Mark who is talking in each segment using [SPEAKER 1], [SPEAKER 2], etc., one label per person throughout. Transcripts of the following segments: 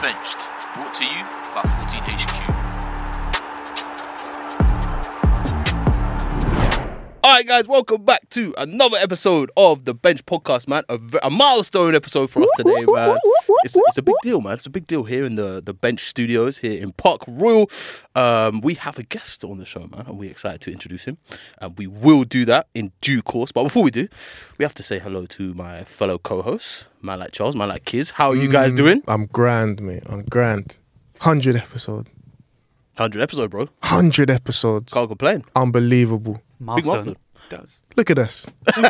[SPEAKER 1] Benched, brought to you by 14HQ.
[SPEAKER 2] All right, guys, welcome back to another episode of the Bench Podcast, man. A, ve- a milestone episode for us today, man. It's, it's a big deal, man. It's a big deal here in the, the Bench Studios here in Park Royal. Um, we have a guest on the show, man, and we're excited to introduce him. And we will do that in due course. But before we do, we have to say hello to my fellow co-hosts, man like Charles, man like Kiz. How are you
[SPEAKER 3] Mm.
[SPEAKER 2] guys doing?
[SPEAKER 4] Mm, I'm grand, mate. I'm grand. 100 episode.
[SPEAKER 2] 100 episode, bro.
[SPEAKER 4] 100 episodes.
[SPEAKER 2] Can't complain.
[SPEAKER 4] Unbelievable.
[SPEAKER 2] Big
[SPEAKER 3] Milestone.
[SPEAKER 2] milestone.
[SPEAKER 4] Look at us.
[SPEAKER 3] Would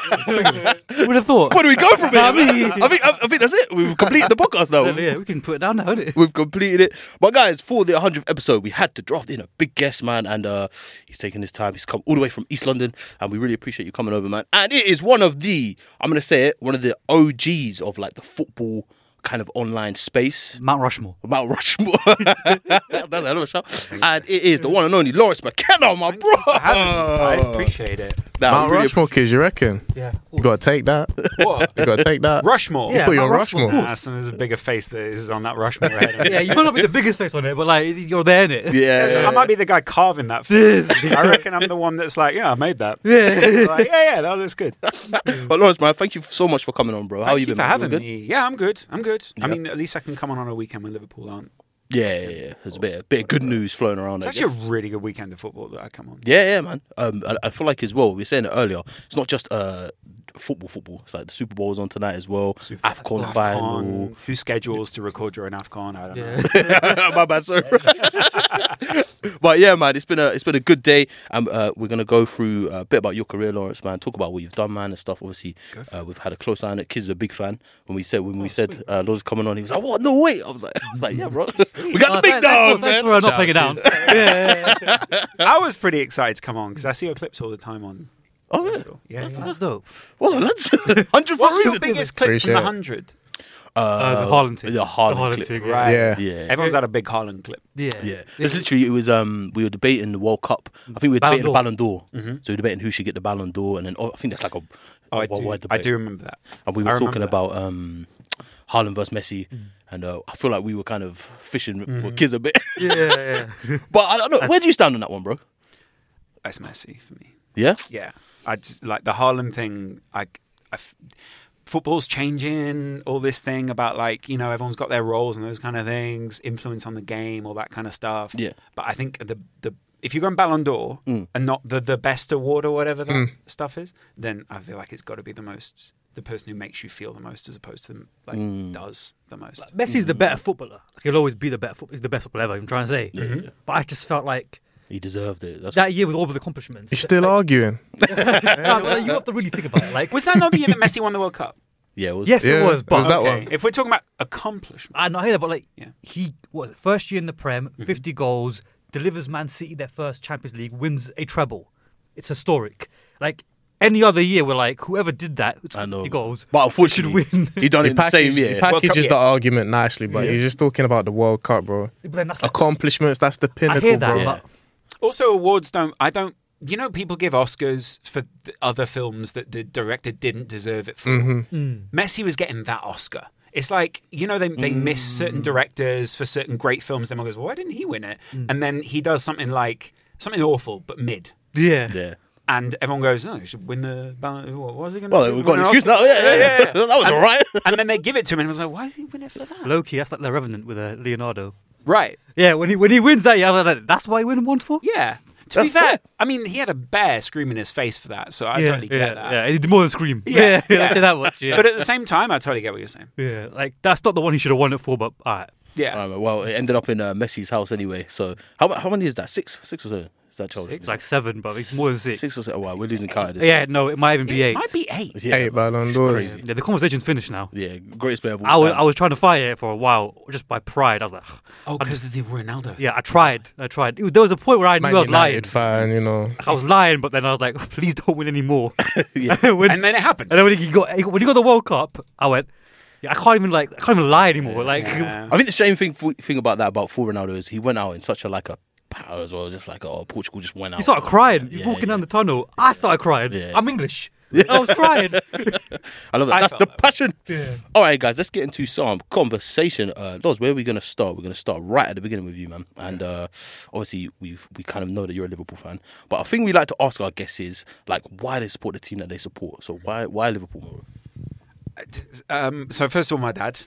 [SPEAKER 3] have thought.
[SPEAKER 2] Where do we go from here?
[SPEAKER 3] I
[SPEAKER 2] man?
[SPEAKER 3] mean-
[SPEAKER 2] I think I, I think that's it. We've completed the podcast now.
[SPEAKER 3] yeah, we can put it down now, innit?
[SPEAKER 2] We've completed it. But guys, for the 100th episode, we had to draft in a big guest, man. And uh, he's taking his time. He's come all the way from East London. And we really appreciate you coming over, man. And it is one of the, I'm going to say it, one of the OGs of like the football kind of online space.
[SPEAKER 3] Mount Rushmore.
[SPEAKER 2] Mount Rushmore. That's a hell of a shout. And it is the one and only Lawrence McKenna, my bro.
[SPEAKER 5] I appreciate it.
[SPEAKER 2] Nah,
[SPEAKER 4] Mount
[SPEAKER 2] we really
[SPEAKER 4] Rushmore kids, you reckon?
[SPEAKER 3] Yeah.
[SPEAKER 4] You gotta take that.
[SPEAKER 5] What?
[SPEAKER 4] You gotta take that.
[SPEAKER 5] Rushmore.
[SPEAKER 4] Let's put you on
[SPEAKER 3] Mount Rushmore.
[SPEAKER 4] Rushmore.
[SPEAKER 5] Nah, so there's a bigger face that is on that Rushmore. Right?
[SPEAKER 3] Yeah, you might not be the biggest face on it, but like you're there, innit?
[SPEAKER 2] Yeah, yeah,
[SPEAKER 5] I might be the guy carving that. Face. I reckon I'm the one that's like, yeah, I made that.
[SPEAKER 3] Yeah.
[SPEAKER 5] Like, yeah, yeah, that looks good.
[SPEAKER 2] But Lawrence, man, thank you so much for coming on, bro. How
[SPEAKER 5] Thank
[SPEAKER 2] you been?
[SPEAKER 5] for
[SPEAKER 2] man? You
[SPEAKER 5] having
[SPEAKER 2] good?
[SPEAKER 5] me. Yeah, I'm good. I'm good. I mean, at least I can come on on a weekend when Liverpool aren't.
[SPEAKER 2] Yeah, yeah, yeah. There's a bit, a bit of good news flowing around.
[SPEAKER 5] It's
[SPEAKER 2] I
[SPEAKER 5] actually
[SPEAKER 2] guess.
[SPEAKER 5] a really good weekend of football that I come on.
[SPEAKER 2] Yeah, yeah, man. Um, I, I feel like as well. We were saying it earlier. It's not just uh football, football. It's like the Super Bowl is on tonight as well. Afcon, final.
[SPEAKER 5] On who schedules to record during Afghan? I don't know.
[SPEAKER 3] Yeah.
[SPEAKER 2] My bad, sorry. but yeah, man, it's been a it's been a good day. Um, uh, we're gonna go through a bit about your career, Lawrence, man. Talk about what you've done, man, and stuff. Obviously, uh, we've had a close eye on it. Kids is a big fan. When we said when we said uh, Lawrence coming on, he was like, "What? No way!" I was like, "I was like, yeah, bro, we got the
[SPEAKER 3] Oh,
[SPEAKER 2] big
[SPEAKER 3] thanks- thanks
[SPEAKER 2] dogs,
[SPEAKER 3] for- thanks
[SPEAKER 2] man."
[SPEAKER 3] for, uh, not playing it down. yeah, yeah, yeah.
[SPEAKER 5] I was pretty excited to come on because I see your clips all the time on.
[SPEAKER 2] Oh, yeah.
[SPEAKER 5] Yeah. yeah.
[SPEAKER 3] That's dope.
[SPEAKER 2] Well, done, lads. hundred for a
[SPEAKER 5] What's your
[SPEAKER 2] reason.
[SPEAKER 5] biggest clip from
[SPEAKER 4] Appreciate
[SPEAKER 5] the
[SPEAKER 4] it.
[SPEAKER 5] hundred?
[SPEAKER 3] Uh, the Haaland team.
[SPEAKER 2] the Haaland clip.
[SPEAKER 5] Right.
[SPEAKER 4] Yeah.
[SPEAKER 2] Yeah.
[SPEAKER 5] Everyone's had a big Haaland clip.
[SPEAKER 3] Yeah.
[SPEAKER 2] Yeah, it's literally it was um we were debating the World Cup. I think we were
[SPEAKER 3] Ballon
[SPEAKER 2] debating
[SPEAKER 3] d'Or.
[SPEAKER 2] the Ballon d'or. So we were debating who should get the Ballon d'Or, and then oh, I think that's like a
[SPEAKER 5] Oh, I
[SPEAKER 2] a
[SPEAKER 5] do,
[SPEAKER 2] worldwide
[SPEAKER 5] I
[SPEAKER 2] debate.
[SPEAKER 5] do remember that. Oh,
[SPEAKER 2] And we
[SPEAKER 5] I
[SPEAKER 2] were
[SPEAKER 5] remember
[SPEAKER 2] talking
[SPEAKER 5] that.
[SPEAKER 2] about um Haaland versus Messi, and uh, I feel like we were kind of fishing for kids a bit.
[SPEAKER 3] Yeah, yeah. yeah.
[SPEAKER 2] but I don't know. Where do you stand on that one, bro?
[SPEAKER 5] That's messy for me.
[SPEAKER 2] Yeah,
[SPEAKER 5] Yeah, I just, like the Harlem thing. I, I f- football's changing. All this thing about like you know everyone's got their roles and those kind of things, influence on the game, all that kind of stuff.
[SPEAKER 2] Yeah.
[SPEAKER 5] But I think the the if you're going Ballon d'Or and not the the best award or whatever that stuff is, then I feel like it's got to be the most the person who makes you feel the most as opposed to like does the most.
[SPEAKER 3] Messi's
[SPEAKER 2] Mm-hmm.
[SPEAKER 3] the better footballer. Like, he'll always be the better footballer. He's the best footballer ever, I'm trying to say. But I just felt like
[SPEAKER 2] he deserved it. That's
[SPEAKER 3] that year with all of the accomplishments.
[SPEAKER 4] You're still arguing.
[SPEAKER 3] No, but you have to really think about it. Like,
[SPEAKER 5] Was that not the year that Messi won the World Cup?
[SPEAKER 2] yeah, it was,
[SPEAKER 3] yes,
[SPEAKER 4] Yeah,
[SPEAKER 3] it was,
[SPEAKER 4] it
[SPEAKER 3] but
[SPEAKER 4] was that
[SPEAKER 5] Okay,
[SPEAKER 4] one.
[SPEAKER 5] If we're talking about accomplishment,
[SPEAKER 3] I know, I hear that, but like
[SPEAKER 5] Yeah. Mm-hmm.
[SPEAKER 3] he what was it, first year in the Prem, fifty goals, delivers Man City their first Champions League, wins a treble. It's historic. Like any other year, we're like whoever did that, who
[SPEAKER 2] I
[SPEAKER 3] scored
[SPEAKER 2] know.
[SPEAKER 3] fifty goals,
[SPEAKER 2] but
[SPEAKER 3] should
[SPEAKER 2] unfortunately,
[SPEAKER 3] win.
[SPEAKER 2] he done it
[SPEAKER 4] He
[SPEAKER 2] in the same
[SPEAKER 4] packaged,
[SPEAKER 2] year.
[SPEAKER 4] he
[SPEAKER 2] Well,
[SPEAKER 4] packages
[SPEAKER 5] yeah.
[SPEAKER 4] the argument nicely, but you're just talking about the World Cup, bro.
[SPEAKER 3] but then that's like,
[SPEAKER 4] Accomplishments, that's the
[SPEAKER 3] I
[SPEAKER 4] pinnacle,
[SPEAKER 3] hear that,
[SPEAKER 4] bro.
[SPEAKER 3] but
[SPEAKER 5] Also, awards don't. I don't. You know, people give Oscars for th- other films that the director didn't deserve it for.
[SPEAKER 2] Mm-hmm.
[SPEAKER 5] Messi was getting that Oscar. It's like you know they they miss
[SPEAKER 2] Mm.
[SPEAKER 5] certain directors for certain great films. Then one goes, well, why didn't he win it? And then he does something like something awful but mid,
[SPEAKER 3] yeah.
[SPEAKER 2] yeah.
[SPEAKER 5] and everyone goes, no, he should win the. Ballon- What was he going to?
[SPEAKER 2] Well, we've got an excuse now. Yeah, yeah, yeah. that was
[SPEAKER 5] And-
[SPEAKER 2] all right.
[SPEAKER 5] and then they give it to him, and it was like, why did he win it for that?
[SPEAKER 3] Loki, that's like the Revenant with uh, Leonardo.
[SPEAKER 5] Right.
[SPEAKER 3] Yeah, when he when he wins that, yeah, I'm like, that's why he won one for.
[SPEAKER 5] Yeah. To be
[SPEAKER 2] That's fair.
[SPEAKER 5] fair, I mean, he had a bear screaming in his face for that, so I
[SPEAKER 3] yeah,
[SPEAKER 5] totally get
[SPEAKER 3] yeah,
[SPEAKER 5] that.
[SPEAKER 3] yeah. He did more than scream.
[SPEAKER 5] Yeah,
[SPEAKER 3] Yeah, yeah,
[SPEAKER 5] yeah.
[SPEAKER 3] I did that much. Yeah.
[SPEAKER 5] But at the same time, I totally get what you're saying.
[SPEAKER 3] yeah, like that's not the one he should have won it for. But all right,
[SPEAKER 5] Yeah.
[SPEAKER 2] Um, well, it ended up in uh, Messi's house anyway. So how how many is that? Six, six or so? Is that Charles?
[SPEAKER 5] Six.
[SPEAKER 3] it's like seven, but it's more than six.
[SPEAKER 2] Six or so. Oh, wow, we're losing count. at this
[SPEAKER 3] Yeah, no, it might even be eight.
[SPEAKER 5] Might be eight.
[SPEAKER 2] Yeah,
[SPEAKER 4] Eight Ballon d'Ors.
[SPEAKER 2] crazy.
[SPEAKER 3] Yeah, the conversation's finished now.
[SPEAKER 2] Yeah, greatest player of all
[SPEAKER 3] I was,
[SPEAKER 2] time.
[SPEAKER 3] I was trying to fire it for a while just by pride. I was like,
[SPEAKER 5] Oh, because of the Ronaldo.
[SPEAKER 3] yeah, I tried. I tried. It was- there was a point where I knew
[SPEAKER 4] Man
[SPEAKER 3] I was lying.
[SPEAKER 4] United fan, you know.
[SPEAKER 3] I was lying, but then I was like, please don't win anymore. when,
[SPEAKER 5] And then it happened.
[SPEAKER 3] and then when he got when he got the World Cup, I went, yeah, I can't even like I can't even lie anymore. Like,
[SPEAKER 5] Yeah.
[SPEAKER 2] I think the shame thing thing about that about for Ronaldo is he went out in such a like a power as well, just like oh Portugal just went out.
[SPEAKER 3] he started crying. He's
[SPEAKER 2] Yeah,
[SPEAKER 3] walking down
[SPEAKER 2] yeah.
[SPEAKER 3] the tunnel. I started crying.
[SPEAKER 2] Yeah.
[SPEAKER 3] I'm English. I was crying.
[SPEAKER 2] I love that.
[SPEAKER 5] I
[SPEAKER 2] That's
[SPEAKER 5] felt
[SPEAKER 2] the
[SPEAKER 5] that way.
[SPEAKER 2] passion. All right, guys, let's get into some conversation. Uh, Loz, where are we going to start? We're going to start right at the beginning with you, man. And uh, obviously, we we kind of know that you're a Liverpool fan. But I think we like to ask our guests is like why they support the team that they support. So why why Liverpool?
[SPEAKER 5] Um, so first of all, my dad.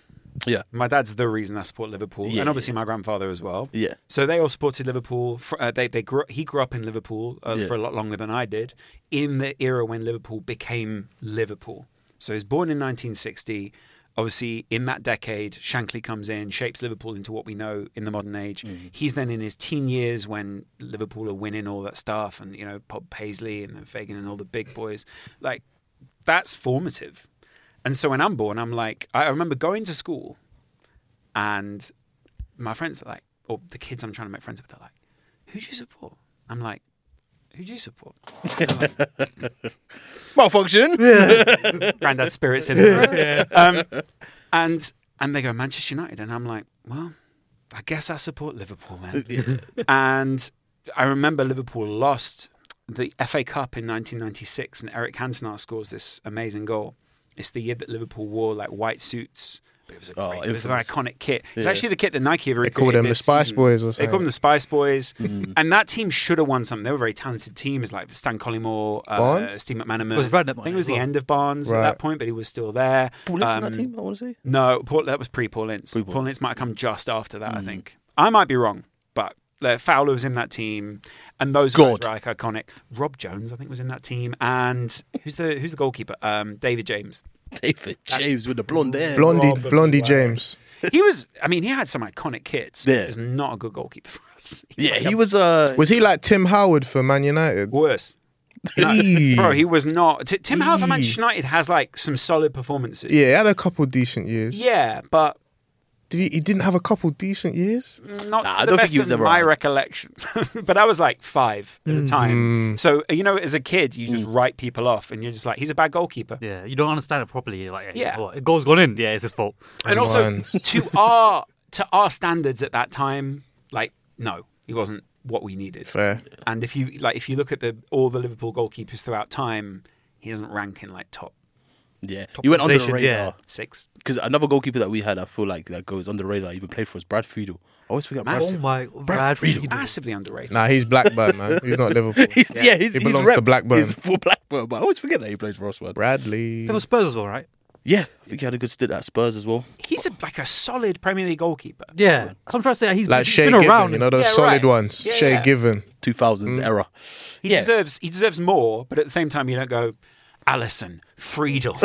[SPEAKER 2] Yeah,
[SPEAKER 5] My dad's the reason I support Liverpool,
[SPEAKER 2] Yeah,
[SPEAKER 5] and obviously my grandfather as well.
[SPEAKER 2] Yeah.
[SPEAKER 5] So they all supported Liverpool. For, uh, they they grew. He grew up in Liverpool uh,
[SPEAKER 2] Yeah.
[SPEAKER 5] for a lot longer than I did. In the era when Liverpool became Liverpool, so he was born in 1960. Obviously, in that decade, Shankly comes in, shapes Liverpool into what we know in the modern age.
[SPEAKER 2] Mm-hmm.
[SPEAKER 5] He's then in his teen years when Liverpool are winning all that stuff, and you know Bob Paisley and then Fagan and all the big boys. Like that's formative. And so when I'm born, I'm like, I I remember going to school and my friends are like, or the kids I'm trying to make friends with, they're like, who do you support? I'm like, who do you support?
[SPEAKER 2] malfunction.
[SPEAKER 5] Granddad's spirits in there. Um, and, and they go, Manchester United. And I'm like, well, I guess I support Liverpool, man. and I remember Liverpool lost the FA Cup in 1996, and Eric Cantona scores this amazing goal. It's the year that Liverpool wore like white suits. But it was, a
[SPEAKER 2] Oh,
[SPEAKER 5] great, it was an
[SPEAKER 2] infamous.
[SPEAKER 5] iconic kit. It's
[SPEAKER 2] Yeah.
[SPEAKER 5] actually the kit that Nike have
[SPEAKER 4] They called them the Spice Boys or
[SPEAKER 5] They
[SPEAKER 4] something.
[SPEAKER 5] called them the Spice Boys,
[SPEAKER 2] Mm.
[SPEAKER 5] and that team should have won something. They were a very talented team. It's like Stan Collymore, uh,
[SPEAKER 4] Barnes?
[SPEAKER 5] Steve McManaman.
[SPEAKER 3] It was Radnett,
[SPEAKER 5] I think
[SPEAKER 3] wasn't it,
[SPEAKER 5] it was the
[SPEAKER 3] as well?
[SPEAKER 5] end of Barnes at
[SPEAKER 4] Right.
[SPEAKER 5] that point, but he was still there.
[SPEAKER 2] Paul Lynch on that
[SPEAKER 5] Um,
[SPEAKER 2] team, I want to say.
[SPEAKER 5] No, Paul, that was pre Paul Lintz.
[SPEAKER 2] Pre-Paul. Hmm.
[SPEAKER 5] Paul Lintz might have come just after that, I think. I might be wrong, but uh, Fowler was in that team, and those guys
[SPEAKER 2] God.
[SPEAKER 5] were like iconic. Rob Jones, I think, was in that team, and who's the who's the goalkeeper? Um, David James.
[SPEAKER 2] David James with the blonde hair.
[SPEAKER 4] Blondie,
[SPEAKER 5] Robert
[SPEAKER 4] Blondie
[SPEAKER 5] Black.
[SPEAKER 4] James.
[SPEAKER 5] He was, I mean, he had some iconic kits. but
[SPEAKER 2] Yeah.
[SPEAKER 5] He was not a good goalkeeper for us.
[SPEAKER 2] Yeah, he was. Uh,
[SPEAKER 4] Was he like Tim Howard for Man United?
[SPEAKER 5] worse.
[SPEAKER 4] Eee.
[SPEAKER 5] Bro, he was not. T- Tim Howard for
[SPEAKER 4] Eee.
[SPEAKER 5] Manchester United has like some solid performances.
[SPEAKER 4] Yeah, he had a couple decent years.
[SPEAKER 5] Yeah, but
[SPEAKER 4] Did he, he didn't have a couple decent years?
[SPEAKER 5] not
[SPEAKER 2] Nah,
[SPEAKER 5] to
[SPEAKER 2] I
[SPEAKER 5] the
[SPEAKER 2] don't think
[SPEAKER 5] best
[SPEAKER 2] he was
[SPEAKER 5] of
[SPEAKER 2] ever
[SPEAKER 5] my
[SPEAKER 2] on.
[SPEAKER 5] recollection. but I was like five at the
[SPEAKER 2] Mm.
[SPEAKER 5] time. So, you know, as a kid, you just write people off and you're just like, he's a bad goalkeeper.
[SPEAKER 3] Yeah, you don't understand it properly. You're like,
[SPEAKER 5] Yeah.
[SPEAKER 3] yeah, what, it goal's gone in. Yeah, it's his fault.
[SPEAKER 5] And also,
[SPEAKER 4] Mines.
[SPEAKER 5] to our, to our standards at that time, like, no, he wasn't what we needed.
[SPEAKER 4] Fair.
[SPEAKER 5] And if you like, if you look at the all the Liverpool goalkeepers throughout time, he doesn't rank in like top
[SPEAKER 2] yeah, he went under the
[SPEAKER 3] positions, yeah.
[SPEAKER 2] radar.
[SPEAKER 5] six.
[SPEAKER 2] Because another goalkeeper that we had, I feel like that goes under the radar. Even played for us, Brad Friedel. I always forget Brad.
[SPEAKER 3] Oh my, Brad
[SPEAKER 2] Friedel.
[SPEAKER 3] Friedel.
[SPEAKER 5] Massively underrated.
[SPEAKER 4] Nah, he's Blackburn, man. He's not Liverpool.
[SPEAKER 2] He's, yeah, he's,
[SPEAKER 4] He
[SPEAKER 2] he's
[SPEAKER 4] belongs
[SPEAKER 2] rep.
[SPEAKER 4] to Blackburn.
[SPEAKER 2] He's for Blackburn, but I always forget that he plays for us, man.
[SPEAKER 4] Bradley.
[SPEAKER 3] They were Spurs as well, right?
[SPEAKER 2] Yeah, I think he had a good stint at Spurs as well.
[SPEAKER 5] He's a, like a solid Premier League goalkeeper.
[SPEAKER 3] Yeah. So I'm trying to say he's
[SPEAKER 4] Like
[SPEAKER 3] he's
[SPEAKER 4] Shay
[SPEAKER 3] been
[SPEAKER 4] Given,
[SPEAKER 3] around.
[SPEAKER 4] you know, those
[SPEAKER 5] Yeah,
[SPEAKER 4] solid
[SPEAKER 5] right.
[SPEAKER 4] ones.
[SPEAKER 5] Yeah,
[SPEAKER 4] Shay
[SPEAKER 5] yeah.
[SPEAKER 4] Given.
[SPEAKER 2] 2000s
[SPEAKER 4] Mm.
[SPEAKER 2] era.
[SPEAKER 5] He
[SPEAKER 2] Yeah.
[SPEAKER 5] deserves he deserves more, but at the same time, you don't go Allison Friedel.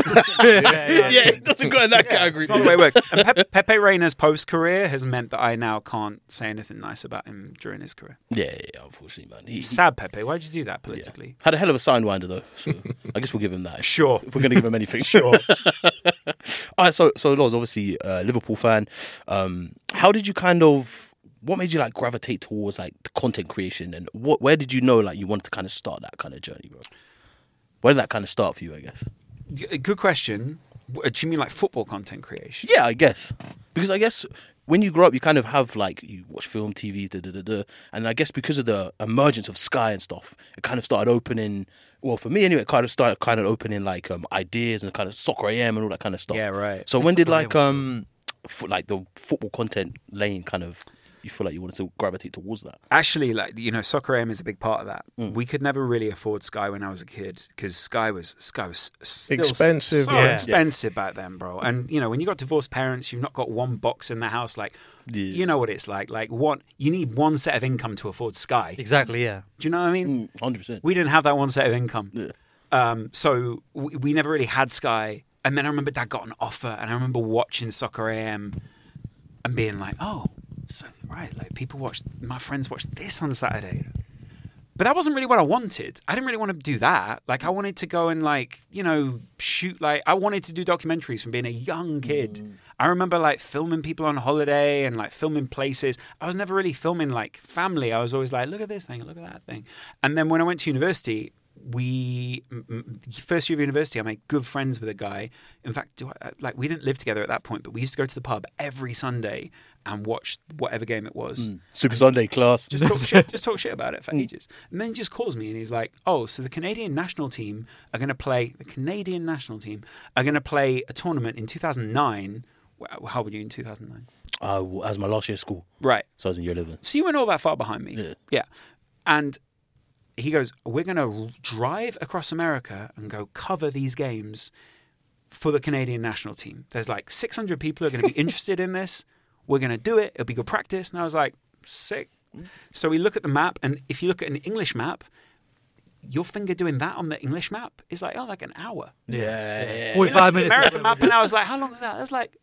[SPEAKER 2] Yeah, it doesn't go in that category.
[SPEAKER 5] It's not the way it works. And Pe- Pepe Reina's post career has meant that I now can't say anything nice about him during his career.
[SPEAKER 2] Yeah, yeah, unfortunately, man. He,
[SPEAKER 5] Sad, Pepe. Why'd you do that
[SPEAKER 2] yeah.
[SPEAKER 5] politically?
[SPEAKER 2] Had a hell of a sidewinder, though. So I guess we'll give him that.
[SPEAKER 5] Sure.
[SPEAKER 2] If we're going to give him anything. sure. All right, so, so Loz, obviously, uh, Liverpool fan. Um, how did you kind of. What made you like gravitate towards like the content creation and what where did you know like you wanted to kind of start that kind of journey, bro? Where did that kind of start for you, I guess?
[SPEAKER 5] G- Good question. W- Do you mean like football content creation?
[SPEAKER 2] Yeah, I guess. Because I guess when you grow up, you kind of have like you watch film, TV, da da da da, and I guess because of the emergence of Sky and stuff, it kind of started opening. Well, for me anyway, it kind of started kind of opening like um, ideas and kind of soccer AM and all that kind of stuff.
[SPEAKER 5] Yeah, right.
[SPEAKER 2] So when did like um, fo- like the football content lane kind of you feel like you wanted to gravitate towards that?
[SPEAKER 5] Actually, like you know, Soccer AM is a big part of that.
[SPEAKER 2] Mm.
[SPEAKER 5] We could never really afford Sky when I was a kid because Sky was Sky was s- still s-
[SPEAKER 4] Expensive,
[SPEAKER 5] so
[SPEAKER 4] yeah.
[SPEAKER 5] expensive back then, bro. And you know, when you got divorced parents, you've not got one box in the house. Like, you know what it's like. Like, one you need one set of income to afford Sky. Do
[SPEAKER 3] Exactly, yeah.
[SPEAKER 5] you know what I mean?
[SPEAKER 2] Hundred percent.
[SPEAKER 5] We didn't have that one set of income. Um, so we, we never really had Sky. And then I remember Dad got an offer, and I remember watching Soccer AM and being like, "Oh, so, right, like people watch my friends watch this on Saturday." But that wasn't really what I wanted. I didn't really want to do that. Like I wanted to go and like you know shoot like I wanted to do documentaries from being a young kid. I remember like filming people on holiday and like filming places. I was never really filming like family. I was always like, look at this thing, look at that thing. And then when I went to university, we m- m- first year of university, I made good friends with a guy. In fact, do I, uh, like we didn't live together at that point, but we used to go to the pub every Sunday and watch whatever game it was.
[SPEAKER 2] Super Sunday class.
[SPEAKER 5] Just talk shit, just talk shit about it for ages, and then he just calls me and he's like, "Oh, so the Canadian national team are going to play the Canadian national team are going to play a tournament in 2009. Wh- How old were you in 2009?
[SPEAKER 2] I Uh, w- as my last year of school,
[SPEAKER 5] Right.
[SPEAKER 2] so I was in year eleven.
[SPEAKER 5] So you weren't all that far behind me.
[SPEAKER 2] Yeah.
[SPEAKER 5] And he goes, We're going to drive across America and go cover these games for the Canadian national team. There's like 600 people who are going to be interested in this. We're going to do it. It'll be good practice. And I was like, Sick. So we look at the map. And if you look at an English map, your finger doing that on the English map is like, oh, like an hour.
[SPEAKER 2] Yeah, yeah.
[SPEAKER 3] 45 minutes.
[SPEAKER 5] American map, and I was like, "How long is that?" That's like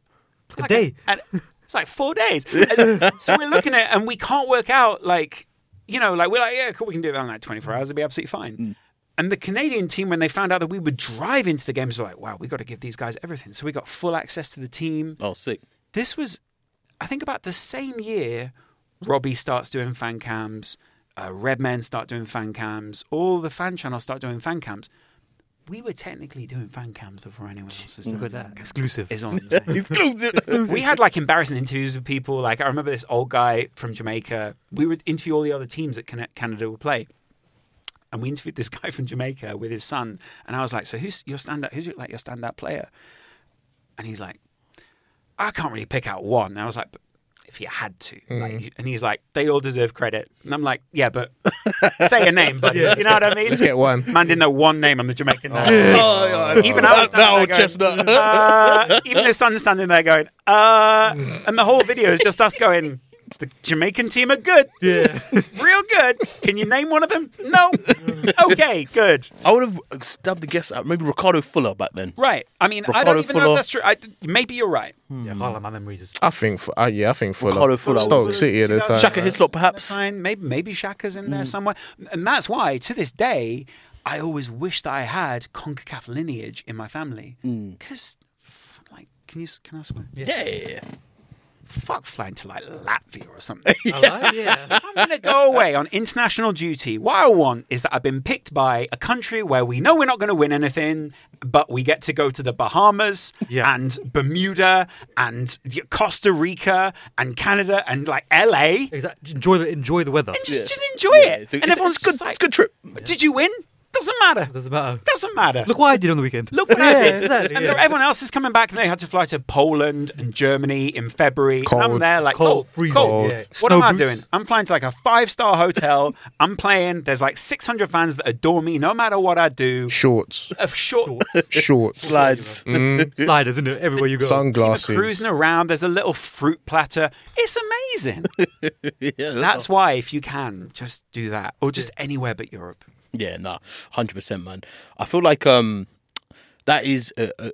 [SPEAKER 3] A
[SPEAKER 5] like
[SPEAKER 3] day.
[SPEAKER 5] and it's like four days. And so we're looking at, it and we can't work out like, you know, like we're like, "Yeah, cool, we can do that in like 24 hours. It'll be absolutely fine."
[SPEAKER 3] Mm.
[SPEAKER 5] And the Canadian team, when they found out that we would drive into the games, were like, "Wow, we got to give these guys everything." So we got full access to the team.
[SPEAKER 2] Oh, sick.
[SPEAKER 5] This was, I think, about the same year Robbie starts doing fan cams, uh, Redmen start doing fan cams, all the fan channels start doing fan cams. We were technically doing fan cams before anyone else was doing
[SPEAKER 3] Look at
[SPEAKER 5] fan
[SPEAKER 3] that.
[SPEAKER 5] cams
[SPEAKER 3] Exclusive.
[SPEAKER 5] is all I'm saying. we had like embarrassing interviews with people. Like I remember this old guy from Jamaica. We would interview all the other teams that Can- Canada would play, and we interviewed this guy from Jamaica with his son. And I was like, "So who's your stand-up? Who's your, like your stand-up player?" And he's like, "I can't really pick out one." And I was like, "But if you had to,"
[SPEAKER 4] Mm.
[SPEAKER 5] like, you- and he's like, "They all deserve credit." And I'm like, "Yeah, but say a name, but you know what I mean."
[SPEAKER 4] Let's get one.
[SPEAKER 5] Man didn't know one name on the Jamaican national team.
[SPEAKER 2] Oh, yeah, I know.
[SPEAKER 5] Uh, Even I was
[SPEAKER 2] that, that
[SPEAKER 5] standing there
[SPEAKER 2] old
[SPEAKER 5] going,
[SPEAKER 2] chestnut.
[SPEAKER 5] uh, even his son's standing there going, uh, and the whole video is just us going, the Jamaican team are good,
[SPEAKER 3] Yeah.
[SPEAKER 5] real good. Can you name one of them? No. okay, good.
[SPEAKER 2] I would have stabbed the guess out. Maybe Ricardo Fuller back then.
[SPEAKER 5] Right. I mean, I
[SPEAKER 2] Ricardo
[SPEAKER 5] don't even know
[SPEAKER 2] Fuller.
[SPEAKER 5] if that's true. I, maybe you're right.
[SPEAKER 3] yeah, I can't like my memories. is-
[SPEAKER 4] I think, Fu- uh, yeah, I think Fuller.
[SPEAKER 2] Ricardo Fuller.
[SPEAKER 4] Stoke City at the time.
[SPEAKER 2] Shaka Hislop, perhaps.
[SPEAKER 5] Fine. Maybe maybe Shaka's in there somewhere, and that's why to this day I always wish that I had Concacaf lineage in my family because, like, can you s- can I swear?
[SPEAKER 2] Yeah.
[SPEAKER 5] Fuck flying to like Latvia or something.
[SPEAKER 3] Alright, yeah.
[SPEAKER 5] I'm going to go away on international duty. What I want is that I've been picked by a country where we know we're not going to win anything, but we get to go to the Bahamas
[SPEAKER 3] Yeah.
[SPEAKER 5] and Bermuda and Costa Rica and Canada and like LA.
[SPEAKER 3] Exactly. Enjoy the enjoy the weather.
[SPEAKER 5] Just,
[SPEAKER 2] Yeah.
[SPEAKER 5] just enjoy
[SPEAKER 2] Yeah,
[SPEAKER 5] it.
[SPEAKER 2] so
[SPEAKER 5] and
[SPEAKER 2] it's,
[SPEAKER 5] everyone's
[SPEAKER 2] it's good.
[SPEAKER 5] just like,
[SPEAKER 2] it's a good trip.
[SPEAKER 5] Did you win? Doesn't matter.
[SPEAKER 3] Doesn't matter.
[SPEAKER 5] Doesn't matter.
[SPEAKER 3] Look what I did on the weekend.
[SPEAKER 5] Look what
[SPEAKER 3] Yeah,
[SPEAKER 5] I did.
[SPEAKER 3] exactly,
[SPEAKER 5] and
[SPEAKER 3] yeah.
[SPEAKER 5] everyone else is coming back and they had to fly to Poland and Germany in February. And I'm
[SPEAKER 4] Cold.
[SPEAKER 5] there like,
[SPEAKER 3] Cold,
[SPEAKER 5] oh,
[SPEAKER 3] freezing,
[SPEAKER 5] cold.
[SPEAKER 3] yeah.
[SPEAKER 5] What
[SPEAKER 3] Snow
[SPEAKER 5] am I
[SPEAKER 3] boots.
[SPEAKER 5] doing? I'm flying to like a five star hotel. I'm playing. There's like 600 fans that adore me no matter what I do.
[SPEAKER 4] Shorts.
[SPEAKER 5] Of short.
[SPEAKER 4] Shorts.
[SPEAKER 2] Slides.
[SPEAKER 3] Sliders, isn't it? Everywhere you go.
[SPEAKER 4] Sunglasses.
[SPEAKER 5] Cruising around, there's a little fruit platter. It's amazing.
[SPEAKER 2] yeah,
[SPEAKER 5] That's why, if you can, just do that, or just anywhere but Europe.
[SPEAKER 2] Yeah, nah, hundred percent, man. I feel like um, that is. Uh, uh,